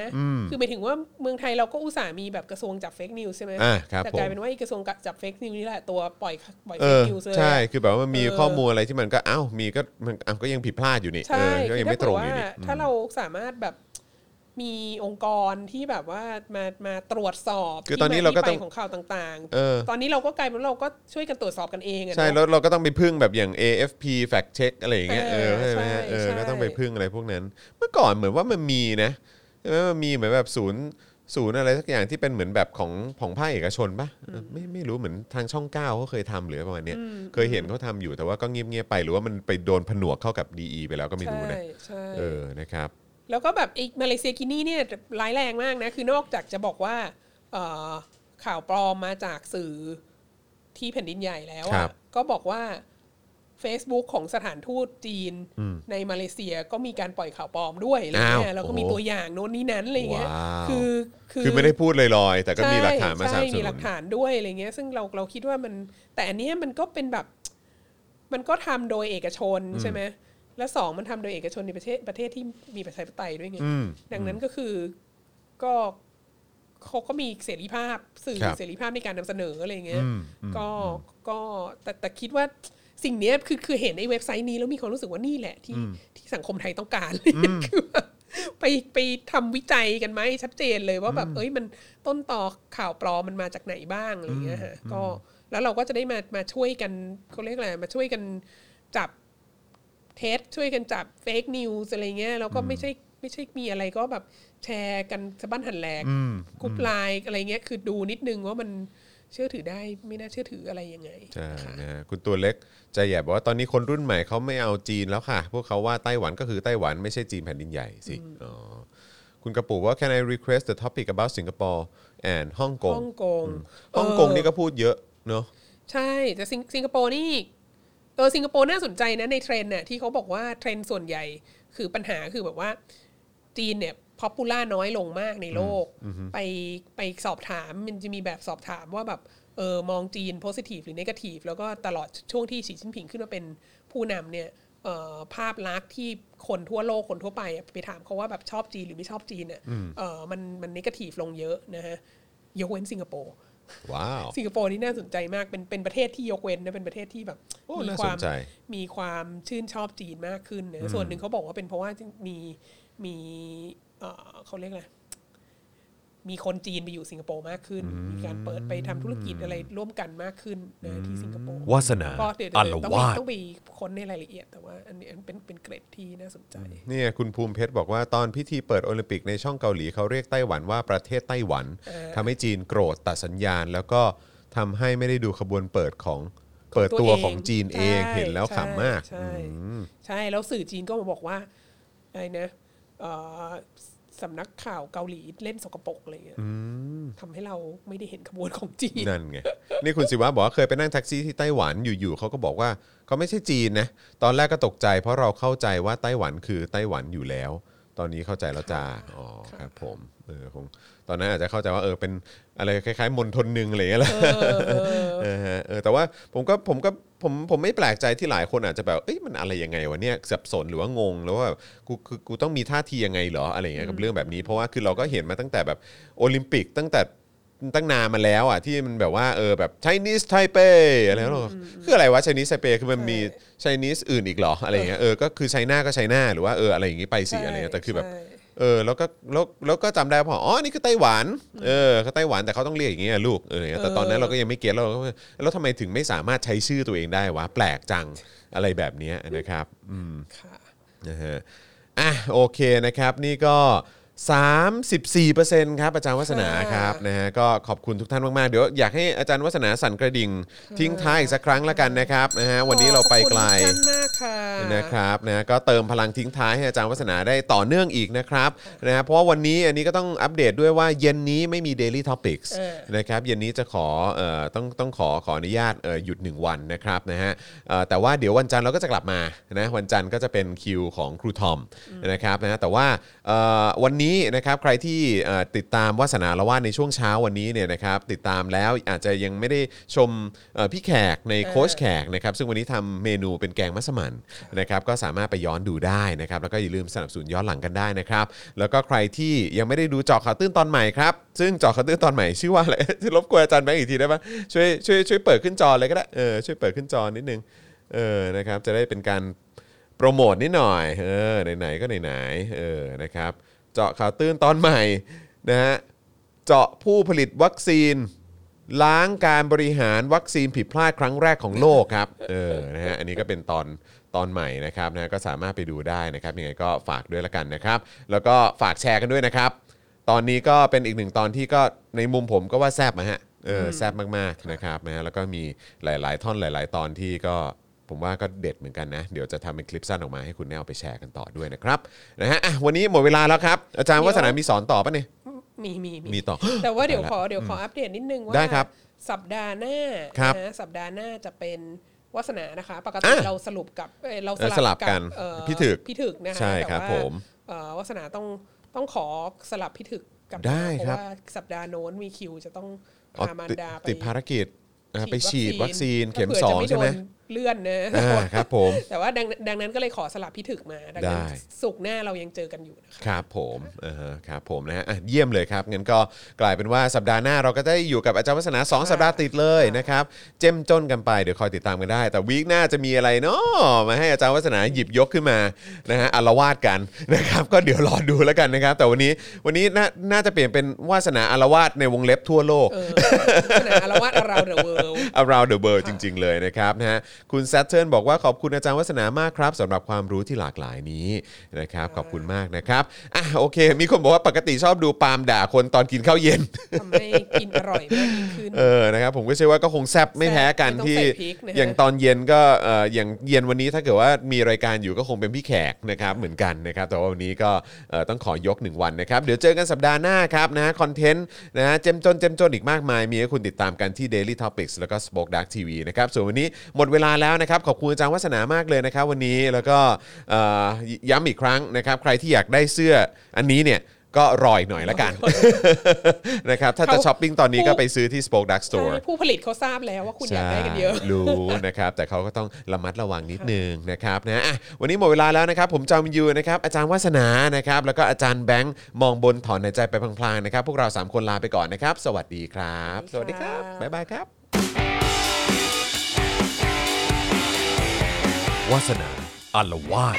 Speaker 4: คือหมายถึงว่าเมืองไทยเราก็อุตส่าห์มีแบบกระทรวงจับเฟกนิวใช่ไหม
Speaker 2: อ่าครับ
Speaker 4: แต่ก
Speaker 2: ผ
Speaker 4: ลา
Speaker 2: ม
Speaker 4: ยเป็นว่าไอ้กระทรวงจับเฟกนิวนี่แหละตัวปล่อยปล่อย
Speaker 2: เอ
Speaker 4: เฟก
Speaker 2: อ
Speaker 4: นิวเลยอะ
Speaker 2: ใช่คือแบบว่ามันมี
Speaker 4: เออ
Speaker 2: ข้อมูลอะไรที่มันก็เอ้ามีก็มันอ้าวก็ยังผิดพลาดอยู่นี่เอ
Speaker 4: ใช่
Speaker 2: อก็ยัง
Speaker 4: คือ
Speaker 2: ไม่ตร
Speaker 4: ถ้า
Speaker 2: งอ
Speaker 4: เกิด
Speaker 2: ยู่
Speaker 4: ว่า
Speaker 2: นี่
Speaker 4: ถ้าเราสามารถแบบมีองค์กรที่แบบว่ามามาตรวจสอบ
Speaker 2: คือตอนนี้เราก็ต้
Speaker 4: ที่ม
Speaker 2: อง
Speaker 4: ที่ไปของข่าวต่าง
Speaker 2: เออ
Speaker 4: ๆ ตอนนี้เราก็กลายเป็นว่าเราก็ช่วยกันตรวจสอบกันเองอะ
Speaker 2: ใช่
Speaker 4: เนาะ
Speaker 2: แล้วเราก็ต้องไปพึ่งแบบอย่าง AFP fact check อะไรอย่างเงี้ยเอ
Speaker 4: เอ
Speaker 2: อ
Speaker 4: อ
Speaker 2: ใช่ไหม
Speaker 4: ใช่
Speaker 2: ฮะเออ
Speaker 4: ใช่
Speaker 2: ก็ต้องไปพึ่งอะไรพวกนั้น เมื่อก่อนเหมือนว่ามันมีนะใช่ไหมมันมีเหมือนแบบศูนย์ศูนย์อะไรสักอย่างที่เป็นเหมือนแบบของของภาคเอกชนปะเออไม่ไม่รู้เหมือนทางช่องเก้าเขาเคยทำหรือประมาณเนี้ยเคยเห็นเขาทำอยู่แต่ว่าก็เงียบเงียบๆไป หรือว่ามันไปโดนผนวกเข้ากับ DE ไปแล้วก็ไม่รู้นะ
Speaker 4: ใช่ใช่
Speaker 2: เออนะครับ
Speaker 4: แล้วก็แบบไอ้มาเลเซียกินี่เนี่ยร้ายแรงมากนะ คือนอกจากจะบอกว่าเอ่อข่าวปลอมมาจากสื่อที่แผ่นดินใหญ่แล้ว
Speaker 2: ครั
Speaker 4: อะ
Speaker 2: บ
Speaker 4: ก็บอกว่า Facebook ของสถานทูตจีนในมาเลเซียก็มีการปล่อยข่าวปลอมด้วยอะไรเงี้
Speaker 2: อ้า
Speaker 4: ยว แล้วก็มี
Speaker 2: โอ้โห
Speaker 4: ตัวอย่างโน้นนี้นั้นอะไรเงี้ย
Speaker 2: ว้าว
Speaker 4: คือ
Speaker 2: คือไม่ได้พูดลอยๆ แต่ก็มี
Speaker 4: ใช่
Speaker 2: หลักฐานมาสนั
Speaker 4: ใช่
Speaker 2: บส
Speaker 4: มีห
Speaker 2: นุ
Speaker 4: ลั
Speaker 2: น
Speaker 4: กฐานด้วยอะไรเงี้ย ซึ่งเราเราคิดว่ามัน แต่อันเนี้ยมันก็เป็นแบบ มันก็ทำโดยเอกชนใช่ไหมและสองมันทำโดยเอกชนในประเทศประเทศที่มีประชาธิปไตยด้วยไง
Speaker 2: อืม
Speaker 4: ดังนั้นก็คือก็เขาก็มีเสรีภาพสื่อ
Speaker 2: ครับ
Speaker 4: เสรีภาพในการนำเสนออะไรเงี้ย
Speaker 2: อืมอืม
Speaker 4: ก็ก็แต่แต่คิดว่าสิ่งเนี้ยคือคือเห็นในเว็บไซต์นี้แล้วมีความรู้สึกว่านี่แหละที่ที่สังคมไทยต้องการ คือแบบ ไปไปทำวิจัยกันไหมชัดเจนเลยว่าแบบเอ้ยมันต้นต่อข่าวปลอมมันมาจากไหนบ้างอะไรเงี้ยฮะก็แล้วเราก็จะได้มามาช่วยกันเขาเรียกอะไรมาช่วยกันจับเท็จช่วยกันจับเฟกนิวส์อะไรเงี้ยแล้วก็ไม่ใช่ไม่ใช่มีอะไรก็แบบแชร์กันสะบั้นหันแหลกกรุ๊ปไลน์อะไรเงี้ยคือดูนิดนึงว่ามันเชื่อถือได้ไม่น่าเชื่อถืออะไรยังไง
Speaker 2: ใช่
Speaker 4: ค่ะ
Speaker 2: นะฮะคุณตัวเล็กใจใหญ่บอกว่าตอนนี้คนรุ่นใหม่เขาไม่เอาจีนแล้วค่ะ พวกเขาว่าไต้หวันก็คือไต้หวันไม่ใช่จีนแผ่นดินใหญ่สิอ๋อคุณกระปูกว่า can I request the topic about Singapore and Hong
Speaker 4: ฮ่
Speaker 2: Kong
Speaker 4: องกง
Speaker 2: ฮ่องกง
Speaker 4: เออ
Speaker 2: นี่ก็พูดเยอะเนาะ
Speaker 4: ใช่แต่สิงสิงคโปร์นี่เออสิงคโปร์น่าสนใจนะในเทรนด์น่ะที่เขาบอกว่าเทรนด์ส่วนใหญ่คือปัญหาคือแบบว่า จีนเนี่ยพอปูล่าน้อยลงมากในโลก ไปไปสอบถามมันจะมีแบบสอบถามว่าแบบเออมองจีนโพสิทีฟหรือเนกาทีฟแล้วก็ตลอดช่วงที่สีชิ้นผิงขึ้นมาเป็นผู้นำเนี่ยเอ่อภาพลักษณ์ที่คนทั่วโลกคนทั่วไปอะไปถามเขาว่าแบบชอบจีนหรือไม่ชอบจีนเนี่ยเออมันมันเนกาทีฟลงเยอะนะฮะยกเว้นสิงคโปร์
Speaker 2: ว้าว
Speaker 4: สิงคโปร์นี่น่าสนใจมาก เป็นเป็นประเทศที่ยกเว้นนะ เป็นประเทศที่แบบ
Speaker 2: โอ้
Speaker 4: มี
Speaker 2: น่า
Speaker 4: ค
Speaker 2: ส
Speaker 4: วาม
Speaker 2: นใจ
Speaker 4: มีความชื่นชอบจีนมากขึ้นนะส่วนหนึ่งเขาบอกว่าเป็นเพราะว่ามีมีเอ่อเขาเรียกอะไร มีคนจีนไปอยู่สิงคโปร์มากขึ้น มีการเปิดไปทำธุรกิจอะไรร่วมกันมากขึ้นนะที่สิงคโปร์
Speaker 1: วาสนา
Speaker 4: ก็เดี๋ยว
Speaker 1: อา
Speaker 4: เดี๋
Speaker 1: ละ
Speaker 4: ยวต้อง
Speaker 1: วา
Speaker 4: ไป
Speaker 1: ด
Speaker 4: ต้องไปค้นในรายละเอียด แต่ว่าอันนี้อันเป็นเป็นเกรดที่น่าสนใจ
Speaker 2: เนี่ยคุณภูมิเพชรบอกว่าตอนพิธีเปิดโอลิมปิกในช่องเกาหลีเขาเรียกไต้หวันว่าประเทศไต้หวันทำให้จีนโกรธตัดสัญญาณ แล้วก็ทำให้ไม่ได้ดูขบวนเปิดของเปิดตัวของจีนเอง
Speaker 4: ใช่
Speaker 2: เห็นแล้วขำมาก
Speaker 4: ใช่
Speaker 2: อืม
Speaker 4: ใช่แล้วสื่อจีนก็มาบอกว่าอะไรนะเอ่อสำนักข่าวเกาหลีเล่นสกปรกอะไรเงี้ยทำให้เราไม่ได้เห็นขบวนของจีน
Speaker 2: นั่นไง นี่คุณศิวะบอกว่าเคยไปนั่งแท็กซี่ที่ไต้หวันอยู่ๆเขาก็บอกว่าเขาไม่ใช่จีนนะตอนแรกก็ตกใจ เพราะเราเข้าใจว่าไต้หวันคือไต้หวันอยู่แล้ว ตอนนี้เข้าใจแล้วจ้าอ๋อ
Speaker 4: ค่ะ
Speaker 2: ครับผมเออคงตอนนั้นอาจจะเข้าใจว่าเออเป็นอะไรคล้ายๆมณฑลหนึ่งอะไรอย่างเงี้ยแหละ
Speaker 4: เออเออ
Speaker 2: เออฮะเออแต่ว่าผมก็ผมก็ผมผมไม่แปลกใจที่หลายคนอาจจะแบบเอ้ยมันอะไรยังไงวะเนี่ยสับสนหรือว่างงแล้วว่ากูกูกูต้องมีท่าทียังไงเหรออะไรอย่างเงี้ยกับเรื่องแบบนี้ เพราะว่าคือเราก็เห็นมาตั้งแต่แบบโอลิมปิกตั้งแต่ตั้งนานมาแล้วอ่ะที่มันแบบว่าเออแบบไชนีสไทเปอะไรแล้วเราก็คืออะไรวะไชนีสไทเปคือมันมีไชนีสอื่นอีกเหรออะไรอย่างเงี้ยเออก็คือไชน่าก็ไชน่าหรือว่าเอออะไรอย่างงี้ไปสิอะไรเงี้ยแต่คือแบบ
Speaker 4: ใช่
Speaker 2: เออแล้วก็แล้วแล้วก็จำได้พออ๋อนี่คือไต้หวันเออเขาไต้หวันแต่เขาต้องเรียกอย่างเงี้ยลูกเอออย่างเงี้ยแต่ตอนนั้นเราก็ยังไม่เก็ตเราก็แล้วทำไมถึงไม่สามารถใช้ชื่อตัวเองได้วะแปลกจังอะไรแบบเนี้ยนะครับอืม
Speaker 4: ค่ะ
Speaker 2: นะฮะอ่ะโอเคนะครับนี่ก็ 34%ครับอาจารย์วัฒนาครับนะฮะก็ขอบคุณทุกท่านมากๆเดี๋ยวอยากให้อาจารย์วัฒนาสั่นกระดิ่ง ทิ้งท้ายอีกสักครั้งละกันนะครับนะฮะวันนี้เราไปไกล
Speaker 4: ขอบคุณทุท่านมากค่ะ
Speaker 2: นะครับนะก็เติมพลังทิ้งท้ายให้อาจารย์วัฒนาได้ต่อเนื่องอีกนะครับนะเพราะว่าวันนี้อันนี้ก็ต้องอัปเดตด้วยว่าเย็นนี้ไม่มี Daily Topics นะครับเย็นนี้จะขอเอ่อต้องต้องขอขออนุญาตเอ่อหยุด 1 วันนะครับนะฮะเอ่อแต่ว่าเดี๋ยววันจันทร์เราก็จะกลับมานะวันจันทร์ก็จะเป็นคิวของครูทอมนะครับนะแต่ว่าเอ่อวันนี้นะครับใครที่เอ่อติดตามวาสนาละวาดในช่วงเช้าวันนี้เนี่ยนะครับติดตามแล้วอาจจะยังไม่ได้ชมเอ่อพี่แขกในโค้ชแขกนะครับซึ่งวันนี้ทำเมนูเป็นแกงมัสมั่น นะครับก็สามารถไปย้อนดูได้นะครับแล้วก็อย่าลืมสนับสนุนย้อนหลังกันได้นะครับแล้วก็ใครที่ยังไม่ได้ดูเจอข่าวตื้นตอนใหม่ครับซึ่งเจอข่าวตื้นตอนใหม่ชื่อว่าอะไร รบกวนอาจารย์แบงค์อีกทีได้ปะช่วยช่วยช่วยเปิดขึ้นจอเลยก็ได้เออช่วยเปิดขึ้นจอนิดนึงเออนะครับจะได้เป็นการโปรโมทนิดหน่อยเออไหนๆก็ไหนๆเออนะครับเจาะข่าวตื้นตอนใหม่นะฮะเจาะผู้ผลิตวัคซีน ล้างการบริหารวัคซีนผิดพลาดครั้งแรกของโลกครับ เออ นะฮะ อันนี้ก็เป็นตอนตอนใหม่นะครับนะ ก็สามารถไปดูได้นะครับ ยังไงก็ฝากด้วยละกันนะครับ แล้วก็ฝากแชร์กันด้วยนะครับ ตอนนี้ก็เป็นอีกหนึ่งตอนที่ก็ในมุมผมก็ว่าแซบนะฮะ เออ แซบมากๆนะครับนะฮะ แล้วก็มีหลาย ๆ ท่อนหลาย ๆ ตอนที่ก็ ผมว่าก็เด็ดเหมือนกันนะ เดี๋ยวจะทำเป็นคลิปสั้นออกมาให้คุณแนวไปแชร์กันต่อด้วยนะครับนะฮะอ่ะวันนี้หมดเวลาแล้วครับ อาจารย์วัฒนามีสอนต่อปะเนี่ย
Speaker 4: มีมี
Speaker 2: มีต่อ
Speaker 4: แต่ว่าเดี๋ยวขอเดี๋ยวขออัปเดตนิดนึงว่า
Speaker 2: ได้ครับ
Speaker 4: สัปดาห์หน้า
Speaker 2: ครับ
Speaker 4: นะสัปดาห์หน้าจะเป็นวาสนานะคะ ปกติ
Speaker 2: อ่ะ
Speaker 4: เราสรุปกับเอ่อเรา
Speaker 2: เออ
Speaker 4: ส
Speaker 2: สลั
Speaker 4: ลั
Speaker 2: บบ กัน
Speaker 4: เอ่อ
Speaker 2: พี่ถึก
Speaker 4: พี่ถึกนะคะ
Speaker 2: ใช่ครับ
Speaker 4: แต่ว่า
Speaker 2: ผม
Speaker 4: เอ่อวาสนาต้องต้องขอสลับพี่ถึกกับ
Speaker 2: ได้
Speaker 4: เพ
Speaker 2: ครั
Speaker 4: ราะ
Speaker 2: บ
Speaker 4: ว่าสัปดาห์โน้นมีคิวจะต้อง
Speaker 2: อ๋อ
Speaker 4: พามาร
Speaker 2: ติด
Speaker 4: ดาไป
Speaker 2: ติดภารกิจอ่ะไปฉีดวัคซีนเข็ม
Speaker 4: ผื่
Speaker 2: ส
Speaker 4: จะ
Speaker 2: อง
Speaker 4: โดน
Speaker 2: ใช่ไหม
Speaker 4: เลื่อนนะ
Speaker 2: อ่าครับผม
Speaker 4: แต่ว่าดังดังนั้นก็เลยขอสลับพี่ถึกมาดังนั้น
Speaker 2: ได้
Speaker 4: สุกร์หน้าเรายังเจอกันอยู่นะคะ
Speaker 2: ครับผมอ่าฮะครับผมนะฮะอ่ะเยี่ยมเลยครับงั้นก็กลายเป็นว่าสัปดาห์หน้าเราก็ได้อยู่กับอาจารย์วัฒนาสองสัปดาห์ติดเลยนะครับเจ้มจนกันไปเดี๋ยวคอยติดตามกันได้ แต่วีคหน้าจะมีอะไรเนาะมาให้อาจารย์วัฒนาหยิบยกขึ้นมานะฮะอารวาดกันนะครับ ก็เดี๋ยวรอดูแล้วกันนะครับ แต่วันนี้วันนี้น่าน่าจะเปลี่ยนเป็นวาสนาอารวาดในวงเล็บทั่วโลก
Speaker 4: เอ อขนาดอารวาสเราเดอะเวิลด์
Speaker 2: around the world จริง ๆ เลยนะครับนะฮะคุณ Saturn บอกว่าขอบคุณอาจารย์วัฒนามากครับสำหรับความรู้ที่หลากหลายนี้นะครับขอบคุณมากนะครับอ่ะโอเค มีคนบอกว่าปกติชอบดูปาล์มด่าคนตอนกินข้าวเย็น
Speaker 4: ทำให้กินอร่อยมากยิ่งขึ้น
Speaker 2: เออนะครับผมก็เชื่อว่าก็คงแซบไม่แพ้กัน
Speaker 4: แซ่บ
Speaker 2: ที่
Speaker 4: ไม่ต้องใส่พริกนะฮะ
Speaker 2: อย่างตอนเย็นก็เอ่ออย่างเย็นวันนี้ถ้าเกิดว่ามีรายการอยู่ก็คงเป็นพี่แขกนะครับเหมือนกันนะครับแต่ว่าวันนี้ก็เอ่อต้องขอยกหนึ่งวันนะครับเดี๋ยวเจอกันสัปดาห์หน้าครับนะฮะคอนเทนต์นะฮะเจ้มจนเจ้มจนอีกมากมาย มีให้คุณติดตามกันที่ Daily Topics แล้วก็ Spoke Dark TV นะครับส่วนวันนี้หมดเวลาแล้วนะครับขอบคุณอาจารย์วัฒนามากเลยนะครับวันนี้แล้วก็เอ่อย้ำอีกครั้งนะครับใครที่อยากได้เสื้ออันนี้เนี่ยก็รออีกหน่อยละกัน นะครับถ้าจะช้อปปิ้งตอนนี้ก็ไปซื้อที่ Spoke Dark
Speaker 4: ใช่
Speaker 2: Store
Speaker 4: ผู้ผลิตเขาทราบแล้วว่าคุณอยากได้กันเยอะ
Speaker 2: ใช่รู้นะครับ แต่เขาก็ต้องระมัดระวังนิดนึงนะครับนะอ่ะวันนี้หมดเวลาแล้วนะครับ ผมจอมยูนะครับ อาจารย์วัฒนานะครับ แล้วก็อาจารย์แบงค์มองบนถอนหายใจไปพลางๆนะครับ พวกเรา 3 คนลาไปก่อนนะครับ สวัสดีครับ ส
Speaker 4: สวั
Speaker 2: วัส
Speaker 4: สดี
Speaker 2: ดีค
Speaker 4: ครั
Speaker 2: รับ
Speaker 4: บ
Speaker 2: บ๊ายบายครับ
Speaker 1: วาสนาอารวาส